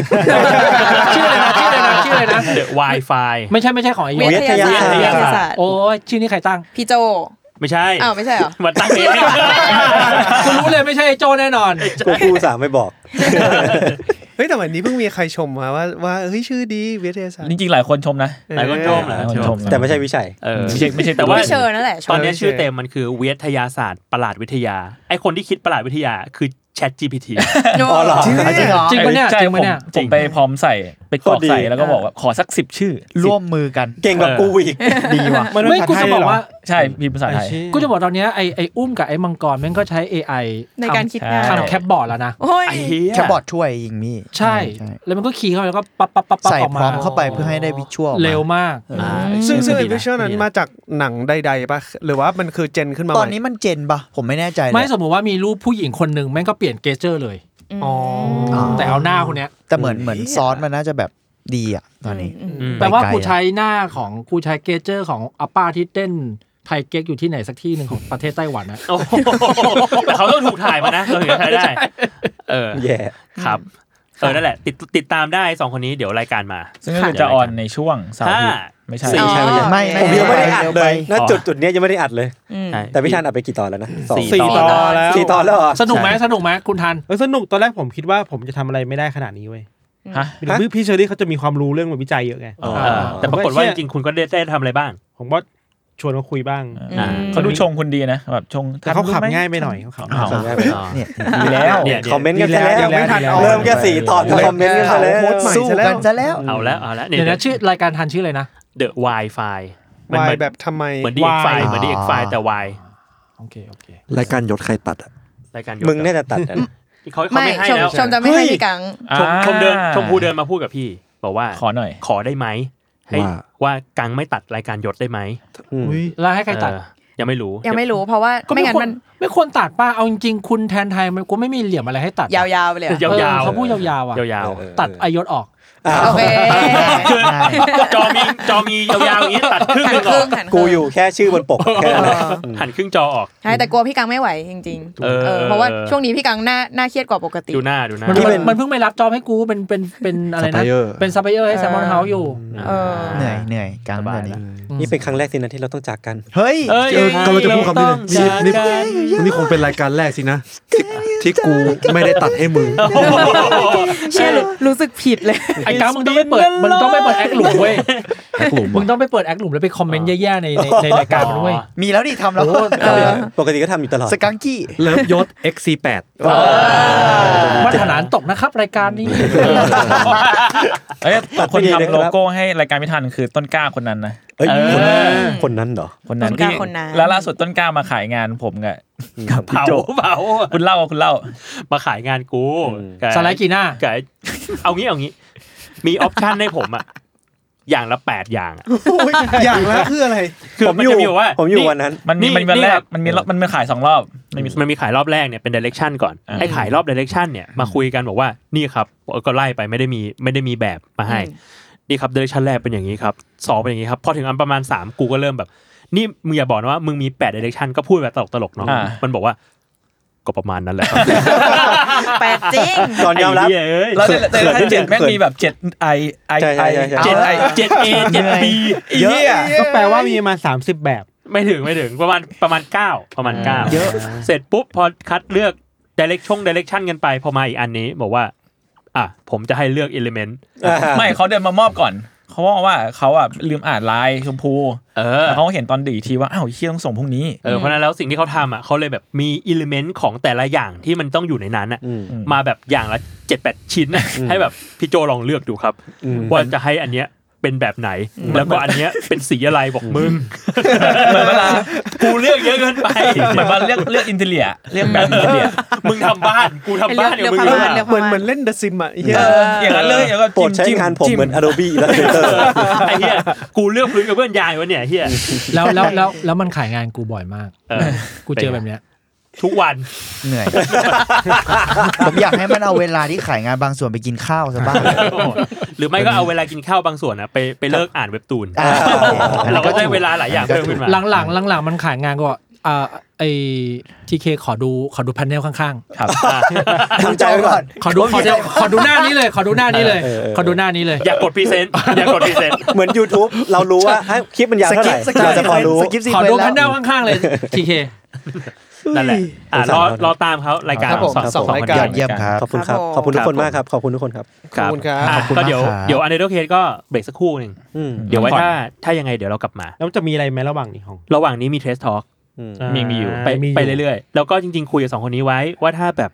Speaker 9: ชื่ออะไรนะชื่ออะไรนะชื่ออะไรนะ
Speaker 2: The Wi-Fi
Speaker 9: ไม่ใช่ไม่ใช่ของไอเดี
Speaker 5: วิ
Speaker 9: ย
Speaker 5: ทยาศาสตร์
Speaker 4: วิท
Speaker 5: วิท
Speaker 4: ยาศาสตร์
Speaker 5: ยาศาสตร์
Speaker 9: โอ้ยชื่อนี้ใครตั้ง
Speaker 5: พี่โจ
Speaker 2: ไม่ใช่
Speaker 5: อ้าวไม่ใช่เหรอ
Speaker 2: มาตั้งเอง
Speaker 9: กูรู้เลยไม่ใช่ไอ้โจแน่นอน
Speaker 4: กูกูอุตสามไม่บอก
Speaker 8: เฮ้ยแต่วันนี้เพิ่งมีใครชมมาว่าว่าเฮ้ยชื่อดีวิทยาศาสตร์
Speaker 7: จริงๆ หลายคนชมนะ
Speaker 2: หลายคนชมเหรอ
Speaker 7: หลายคนชมนะ
Speaker 4: แต่ไม่ใช่วิชัย
Speaker 2: เออ
Speaker 7: ไม่ใช่ไม่ใช่
Speaker 2: แต่ว่า
Speaker 5: พี่เชอร์นั่นแหละช
Speaker 2: ต
Speaker 5: อ
Speaker 2: อน
Speaker 5: บ
Speaker 2: นี้ชื่อเต็มมันคือวิทยาศาสตร์ประหลาดวิทยา ไอคนที่คิดประหลาดวิทยาคือ Chat GPT
Speaker 5: โน่
Speaker 4: อ๋อเหรอ
Speaker 5: จริง
Speaker 3: จริงเหรอ
Speaker 9: จริงปะเนี่ย
Speaker 7: ใช่
Speaker 9: จริง
Speaker 7: ผ
Speaker 9: ปะ
Speaker 7: ม
Speaker 9: เนี่ย
Speaker 7: ผมไปพร้อมใส่ไปกรอกใส่แล้วก็บอกว่าขอสักสิบชื่อ
Speaker 3: ร่วมมือกัน
Speaker 4: เก่งแบบกูอีก
Speaker 3: ดีว่ะ
Speaker 6: มัน
Speaker 9: ไม่กูจะบอกว่า
Speaker 7: ใช่พิมพ์ภาษาไทย
Speaker 9: กูจะบอกตอนเนี้ยไอไออุ้มกับไอมังกรแม่งก็ใช้ AI
Speaker 5: ในการคิด
Speaker 7: ใช่
Speaker 5: งาน
Speaker 9: ทำแคปบอร์ดแล้วนะ
Speaker 5: โอ้ย
Speaker 2: ไอ้เหี้ย
Speaker 3: แค่บอทช่วยยิงมี่
Speaker 9: ใช่ แล้วมันก็คีย์เข้าไปแล้วก็ปั๊บปั๊บปั๊บปั๊บ
Speaker 3: ใส่
Speaker 9: ออ
Speaker 3: พ
Speaker 9: กมา
Speaker 3: ร้อมเข้าไปเพื่อให้ได้วิชวลออกมา
Speaker 9: เร็วมาก
Speaker 2: อ่า
Speaker 8: ซึ่งซึ่งไอ้
Speaker 2: ดีะ
Speaker 8: วิชวลนั้น
Speaker 2: ดีะ
Speaker 8: มาจากหนังใดๆป่ะหรือว่ามันคือเจนขึ้นมาให
Speaker 3: ตอ
Speaker 8: ม่
Speaker 3: นนี้มันเจนปะผมไม่แน่ใจเลย
Speaker 9: ไม่สมมุติว่ามีรูปผู้หญิงคนหนึ่งแม่งก็เปลี่ยนเกเจอร์เลย
Speaker 8: อ๋อ
Speaker 3: อ๋อ
Speaker 9: แต่เอาหน้าคนเนี้ย
Speaker 3: แต่เหมือนเหมือนซอสมันน่าจะแบบดีอ่ะตอนนี้
Speaker 2: อืม
Speaker 9: แปลว่า
Speaker 3: ไปไกล
Speaker 9: กู
Speaker 3: อะ
Speaker 9: ใช้หน้าของกูใช้เกเจอร์ของอัปป้าที่เต้นไทยเก๊กอยู่ที่ไหนสักที่หนึ่งของประเทศไต้หวันนะ
Speaker 2: โอ้โหแต่เขาต้องถูกถ่ายมานะเราถึงจะใช้ได้ เออ
Speaker 4: แย่
Speaker 2: ครับ อนั่นแหละติดติดตามได้สองคนนี้เดี๋ยวรายการมา
Speaker 7: ซึ่งก็คือจะออนในช่วงเสาร์อาทิตย์
Speaker 2: ห้า
Speaker 7: ไม่ใช่
Speaker 5: สี่
Speaker 7: ใช่
Speaker 3: ไม่
Speaker 5: โอเค
Speaker 4: ผมยังไม่ได้อัดเลยณ
Speaker 2: อ๋อ
Speaker 4: จุดจุดๆเนี้ยยังไม่ได้อัดเลย
Speaker 5: อืม
Speaker 2: ใช่
Speaker 4: แต่พี่ทันอัดไปกี่ตอนแล้วนะสอง
Speaker 2: สี่
Speaker 8: สี่ตอนแล้ว
Speaker 4: สี่ตอนแล้วเหรอ
Speaker 9: สนุกไหมสนุกไหมคุณทัน
Speaker 6: เออสนุกตอนแรกผมคิดว่าผมจะทำอะไรไม่ได้ขนาดนี้เว้ย
Speaker 7: ฮะ
Speaker 6: หรือพี่เชอรี่เขาจะมีความรู้เรื่องแบบวิจัยเยอะไง
Speaker 2: เออแต่ปรากฏว่าจริงๆคุณก็ได้ได้ทำอะไรบ้าง
Speaker 6: ผมก็ชวนเขาคุยบ้าง
Speaker 5: อืม
Speaker 7: เขาดูชงคุณดีนะแบบชง
Speaker 6: แต่เขาขับ
Speaker 7: รู้หม
Speaker 6: ง่ายไปหน่อยเขาขับ
Speaker 7: อ้าว
Speaker 4: ขับง่ายไป
Speaker 3: เนี่ย
Speaker 7: ดีแล้ว
Speaker 2: เนี่ย
Speaker 4: คอมเมนต์กันซะแล้ว
Speaker 6: ดีแล้วดีแล้ว
Speaker 4: เริ่มแค่สี่ตอนก็คอมเมนต์กันซะแล้ว
Speaker 8: โพสต์ใหม่
Speaker 3: สู้กันซะแล้ว
Speaker 2: เอาแล้วเอาแล้วเนี่ย
Speaker 9: เดี๋ยวนะชื่อรายการทันชื่ออะไรนะ
Speaker 2: เดอะวายไฟ
Speaker 8: วายแบบทำไม
Speaker 2: เหมือนดีเอ็กไฟ
Speaker 3: Why
Speaker 2: เหมือนดีเอ็กไฟแต่วาย
Speaker 9: โอเค โอเค
Speaker 1: รายการยศใครตัดอะ
Speaker 2: รายการเดียวกั
Speaker 4: มึงน่าจะตัดอะนะ
Speaker 2: เขาเขา
Speaker 5: ไม่
Speaker 2: ไม่ให้
Speaker 5: ชม
Speaker 2: แล้ว
Speaker 5: ชมจะไม่ให้พี่กัง
Speaker 2: ชมชมเดินชมพูเดินมาพูดกับพี่ บอกว่า
Speaker 7: ขอหน่อย
Speaker 2: ขอได้ไหมให้
Speaker 1: ว่า
Speaker 2: ว่ากังไม่ตัดรายการยศได้ไหม
Speaker 4: อืม
Speaker 9: แล้วให้ใครตัด
Speaker 2: เออยังไม่รู้
Speaker 5: ยังไม่รู้เพราะว่า
Speaker 9: ก็
Speaker 5: ไม่งั้
Speaker 9: ไม่
Speaker 5: น
Speaker 9: ควร
Speaker 5: มัน
Speaker 9: ไม่ควรตัดป้าเอาจริงๆ คุณแทนไทยมันก็ไม่มีเหลี่ยมอะไรให้ตัด
Speaker 5: ยาวๆไปเลยอะ
Speaker 2: ยาวๆ
Speaker 9: เออเขาพูดยาวๆอ่ะ
Speaker 2: ยาวๆ
Speaker 9: ตัดอายศออก
Speaker 4: อ่ะ
Speaker 5: โอเค
Speaker 2: คือจอมีจอมียาวๆอย่างนี้ตัดครึ่ง
Speaker 5: หั
Speaker 2: ห
Speaker 5: น
Speaker 2: นึ่ง
Speaker 5: ค
Speaker 2: อ
Speaker 5: รึ่หันครึ่
Speaker 2: อง ก
Speaker 5: ง
Speaker 4: กูอยู่แค่ชื่อบนป กแค่นั้นแหละ
Speaker 2: หันครึ่งจอออก
Speaker 5: ใช่แต่กลัวพี่กังไม่ไหวจริงๆ
Speaker 2: เออ
Speaker 5: เออเพราะว่าช่วงนี้พี่กังหน้าหน้าเครียดกว่าปกติ
Speaker 2: ดูหน้าดูหน้า
Speaker 9: มันมันมันเพิ่งไปรับจอบให้กูเป็นเป็นเป็นอะไร
Speaker 1: ซัพพ
Speaker 9: นะ
Speaker 1: ลายเออร์
Speaker 9: เป็นซัพพลายเออร์ให้แซมมอนเฮาส์อยู่
Speaker 5: เออ
Speaker 3: เหนื่อยเหนื่อยกลางเดือนนี้
Speaker 4: นี่เป็นครั้งแรกสินะที่เราต้องจากกัน
Speaker 3: เฮ้ย
Speaker 2: เอ้ย
Speaker 1: เออกำลังจะพูดคำนี้เลยนี่นี่
Speaker 2: ราต้องจากกัน
Speaker 1: นี่คงเป็นรายการแรกสินะที่ที่กูไม่ได้ตัดให้มึง
Speaker 5: เชื่อรู้รู้สึกผิดเลย
Speaker 9: ไอ้ก้าวมึงต้องไปเปิดมึงต้องไปเปิดแอคหลุมเว้ ย
Speaker 1: แอคหลุมอะ
Speaker 9: มึงต้องไปเปิดแอคหลุมแล้วไปคอมเมนต์แย่ๆในในในรายการมันเว้ย
Speaker 3: มีแล้วดิทำแล้ว
Speaker 5: เออ
Speaker 4: ปกติก็ทำอยู่ตลอด
Speaker 3: สกัง กี้
Speaker 1: เลิฟยศ XC8
Speaker 9: มาตรฐานตกนะครับรายการนี้
Speaker 7: เอ้ยแต่คนทำโลโก้ให้รายการพิธันคือต้นกล้าคนนั้นนะ
Speaker 4: เอ้ย
Speaker 7: เออ
Speaker 4: คนนั้นคนนั้นเหรอ
Speaker 7: คนนั้น
Speaker 5: ต้นกล้าคนนั้น
Speaker 7: แล้วล่าสุดต้นกล้ามาขายงานผมกับกับพี่
Speaker 2: เผา
Speaker 7: โจ
Speaker 2: เผา
Speaker 7: คุณเล่าคุณเล่า
Speaker 2: มาขายงานกู
Speaker 4: อืม
Speaker 2: กับ
Speaker 9: สไลด์กีน่า
Speaker 2: กับเอางี้เอางี้ มีออปชันให้ผมอะอย่างละแปดอย่างอะ
Speaker 8: อย่างละคืออะไร
Speaker 2: คือ
Speaker 4: ผม
Speaker 2: มัน
Speaker 4: อยู่
Speaker 2: จะมีแบบว่า
Speaker 4: ผมอยู่วันนั้น
Speaker 7: มันมีมันมีวันแร
Speaker 2: ค
Speaker 7: ก
Speaker 2: บ
Speaker 7: มันมีรอบมันมีขายสองรอบมันมี
Speaker 2: มันมีขายรอบแรกเนี่ยเป็นดิเรกชันก่อน
Speaker 7: อ่า
Speaker 2: ไอ้ขายรอบดิเรกชันเนี่ยมาคุยกันบอกว่านี่ครับก็ไล่ไปไม่ได้มีไม่ได้มีแบบมาให้ นี่ครับดิเรกชันแรกเป็นอย่างนี้ครับสองเป็นอย่างนี้ครับพอถึงอันประมาณสามกูก็เริ่มแบบ นี่มึงอย่าบอกนะว่ามึงมีแปดดิเรกชันก็พูดแบบตลกๆเนาะ
Speaker 7: อ่ามั
Speaker 2: มันบอกว่าก็ประมาณนั้นแหละครับ
Speaker 5: แปดจริง
Speaker 4: ก่อนยอมรับ
Speaker 2: ไเหี้เอ้ย
Speaker 7: แล้วในใน
Speaker 4: เขิน
Speaker 7: ท่านเจ็ด
Speaker 4: เขิน
Speaker 7: แม่งมีแบบเจ็ดไอไอ
Speaker 4: ใช่ใช่
Speaker 7: ไอ
Speaker 4: ใช่ใช่
Speaker 7: เจ็
Speaker 2: เจ็
Speaker 7: ด
Speaker 2: ด
Speaker 7: ไอ
Speaker 2: ไอเจ็ดเอเจ็ดบี
Speaker 7: เยอะ
Speaker 6: ก็แปลว่ามีมาสามสิบแบบ
Speaker 2: ไม่ถึงไม่ถึงประมาณประมาณเก้าประมาณเก้าเยอะเสร็จปุ๊บพอคัดเลือกดิเรกช่องดิเรกชันกันไป พอมาอีกอันนี้บอกว่า อ่ะผมจะให้เลือกอิเลเมนต์
Speaker 7: ไม่เขาเดินมามอบก่อน เขาบอกว่าเขาอ่ะลืมอ่านไลน์ชมพู
Speaker 2: เออ
Speaker 7: แล้วเขาเห็นตอนดึกอีกทีว่าอ้าวเชี่ยต้องส่งพรุ่งนี้
Speaker 2: เออเพราะฉะนั้นแล้วสิ่งที่เขาทำอ่ะเขาเลยแบบมีอิเลเมนต์ของแต่ละอย่างที่มันต้องอยู่ในนั้นอ่ะ
Speaker 4: อืม
Speaker 2: มาแบบอย่างละเจ็ดแปดชิ้นน่ะให้แบบพี่โจลองเลือกดูครับ
Speaker 4: อืม
Speaker 2: ว่าจะให้อันเนี้ยเป็นแบบไหน แล้วก็อันเนี้ยเป็นสีอะไรบอกมึง
Speaker 7: เหมือนเวลา
Speaker 2: กูเลือกเยอะเกินไป
Speaker 7: เหมือนมาเลือกเลือกอินเทเลียเลือกแบบอินเทเลีย
Speaker 2: มึงทำบ้าน กูทำบ้านเนี่ยมึง
Speaker 5: เลือกเลือก
Speaker 8: เหมือนเหมือนเล่นเดอะซิมอ่ะไอ้เหี้ย
Speaker 7: เอออย่างนั้นเลยอย่างนั้น
Speaker 4: โปรดใช้
Speaker 7: จิ้ม
Speaker 4: งานผม
Speaker 7: จิ้
Speaker 4: เหมือน Adobe Illustrator
Speaker 2: ไอ้เหี้ยกูเลือกพื้นกับเพื่อนยายวันเนี่ยไอ้เหี้ย
Speaker 9: แล้วแล้วแล้วแล้วมันขายงานกูบ่อยมาก
Speaker 2: เออ
Speaker 9: กูเจอแบบเนี้ย
Speaker 2: ทุกวัน
Speaker 3: เหนื่อย ผมอยากให้มันเอาเวลาที่ขายงานบางส่วนไปกินข้าวซะบ้าง
Speaker 2: หรือไม่ก็เอาเวลากินข้าวบางส่วนอะไปไปเลิกอ่านเว็บตูน
Speaker 3: อ่า
Speaker 2: เราก็ได้เวลาหลายอย่างเพิ่มขึ้นมา
Speaker 9: หลังหลังหลังหลังๆมันขายงานก็บอกอ่าไอทีเคขอดูขอดูแพนเนลข้างๆ
Speaker 2: ครับอ่ะ
Speaker 4: ทำใจไว้ก่อน
Speaker 9: ขอดูขอดู ขอดูหน้านี้เลย ขอดูหน้านี้เลย
Speaker 4: เออเออ
Speaker 9: ขอดูหน้านี้เลย
Speaker 2: อย่ากดพรีเซนต์อย่ากดพรีเซนต์
Speaker 4: เหมือน YouTube เรารู้ ว่าให้คลิปมันยาว
Speaker 3: ส
Speaker 4: เท่าไห
Speaker 3: กิป
Speaker 4: ร่
Speaker 3: สกิป
Speaker 4: เราจะพอรู้
Speaker 3: สกิปซี
Speaker 9: ขอ
Speaker 3: เค
Speaker 9: ดู
Speaker 3: วน
Speaker 9: แพ
Speaker 3: แล้
Speaker 9: นเนล
Speaker 3: ว
Speaker 9: ข้างๆเลยทีเค
Speaker 2: นั่นแหละอ่ะรอรอตามเขารายการ
Speaker 8: ครับผม
Speaker 2: สอง
Speaker 8: สองรายการ
Speaker 3: ยอดเยี่ยมครับ
Speaker 4: ขอบคุณครับ
Speaker 5: ค
Speaker 4: ข
Speaker 5: รับผม
Speaker 4: อบคุณทุกคนมากครับ ขอบคุณทุกคนครับ
Speaker 8: ขอบคุณครับ
Speaker 2: อ่ะ
Speaker 3: ขอบคุณ
Speaker 2: ก็เดี๋ยว
Speaker 3: มากครับ
Speaker 2: เดี๋ยวอันเดอร์เคสก็เบรกสักครู่หนึ่ง
Speaker 4: อืม
Speaker 2: เดี๋ยวไว้ถ้าถ้ายังไงเดี๋ยวเรากลับมา
Speaker 6: แล้วมันจะมีอะไรไหมระหว่างนี้ของ
Speaker 2: ระหว่างนี้มีเทสทอ
Speaker 4: อืม
Speaker 7: มีมีอยู่
Speaker 2: ไป
Speaker 6: มีอยู่
Speaker 2: ไปเรื่อยๆ แล้วก็จริงๆ คุยกับสองคนนี้ไว้ว่าถ้าแบบ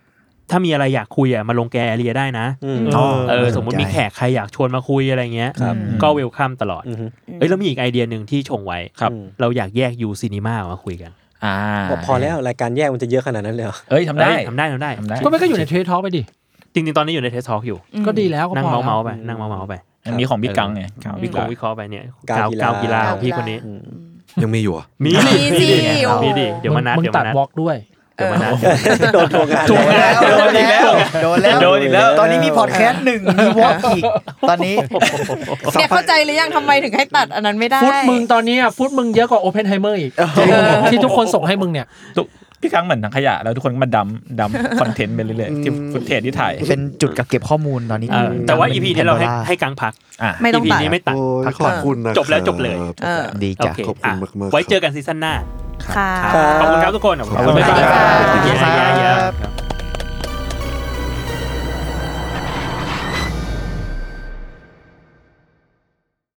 Speaker 2: ถ้ามีอะไรอยากคุยอ่ะมาลงแกแอเรียได้นะ
Speaker 4: อืม
Speaker 3: อ๋อ
Speaker 2: เออ
Speaker 3: น่า
Speaker 2: สมมติมี
Speaker 3: ใจ
Speaker 2: แขกใครอยากชวนมาคุยอะไรเงี้ย
Speaker 4: ครับ
Speaker 2: ก็เวลคัมตลอด
Speaker 4: อืม
Speaker 2: เอ้ยแล้วมีอีกไอเดียหนึ่งที่ชงไว้
Speaker 7: ครับ
Speaker 4: อืม
Speaker 2: เราอยากแยกยูซีนีมามาคุยกัน
Speaker 7: อ่า
Speaker 4: บอกพอแล้วรายการแยกมันจะเยอะขนาดนั้นเลยเหรอ
Speaker 7: เอ้ยทำได้
Speaker 2: เอ้ยทำได้ทำได้
Speaker 7: ทำได้
Speaker 2: จริง
Speaker 9: ก็ไม่ก็อยู่ในเทรดท็อปไปดิ
Speaker 2: จริงๆ ตอนนี้อยู่ในเทสทอล์กอยู่
Speaker 9: ก็ดีแล้วก็
Speaker 2: นั่ง
Speaker 9: พอแล้
Speaker 2: เมาเมาว ไปนั่งเมาเมาไป
Speaker 7: อันนี้ของพี่กังไงกัง
Speaker 2: วิเคราะห์วิเคราะห์ไปเนี่ยกา
Speaker 4: กาก
Speaker 2: วาวว
Speaker 4: กี
Speaker 2: กี
Speaker 4: ฬา
Speaker 2: ฬาของพี่คนนี้
Speaker 1: ยังมีอยู่อ่ะ
Speaker 2: มี
Speaker 5: มีสิโอ้โห
Speaker 2: มีดิเดี๋ยวมานัด
Speaker 9: มึง
Speaker 2: เดี๋ยว
Speaker 9: ตั
Speaker 2: มา
Speaker 9: ด
Speaker 2: นัด
Speaker 9: บล็อกด้วย
Speaker 2: เดี๋ยวมานัด
Speaker 4: โดนทวงงาน
Speaker 3: โดนแล้วโดนอีกแล้วโดนแล้ว
Speaker 7: โดนอีกแล้ว
Speaker 3: ตอนนี้มีพอดแคสต์หนึ่งมีวอล์กอีกตอนนี้
Speaker 5: เนี่ยเข้าใจหรือยังทำไมถึงให้ตัดอันนั้นไม่ได้
Speaker 9: ฟุตมึงตอนนี้อะฟุตมึงเยอะกว่าโอเพนไฮเมอร์อีก ที่ทุกคนส่งให้มึงเนี่ย
Speaker 7: พี่คังเหมือนถังขยะแล้วทุกคนก็มาดัมดัมคอนเทนต์ไปเรื่อยๆที่ฟุตเทจที่ถ่าย
Speaker 3: เป็นจุดกักเก็บข้อมูลตอนนี้
Speaker 2: เออแต่ว่า
Speaker 3: เป็
Speaker 2: อีพีนี้เราให้
Speaker 3: แพนด้
Speaker 2: ให้กลางพัก
Speaker 7: อ่ะ
Speaker 5: ไม่ต้อง
Speaker 2: พี
Speaker 5: ตัด
Speaker 2: นี้ไม่ตัด
Speaker 1: โอ้ย
Speaker 2: พัก
Speaker 1: ข
Speaker 2: ก่
Speaker 1: อน บคุณนะ
Speaker 2: จบแล้วจบเลย
Speaker 1: ครับ
Speaker 5: เออ
Speaker 3: ดี
Speaker 2: โอ
Speaker 3: จ้ะ
Speaker 2: เค
Speaker 1: ขอบคุณ
Speaker 2: อ่ะ
Speaker 1: มากๆครับ
Speaker 2: ไว้เจอกันซีซั่นหน้า
Speaker 5: ค่ะ
Speaker 2: ขอบคุณครับทุกคนขอบคุณ
Speaker 1: ขอบคุณ
Speaker 2: มาก
Speaker 1: ครับ
Speaker 2: ๆ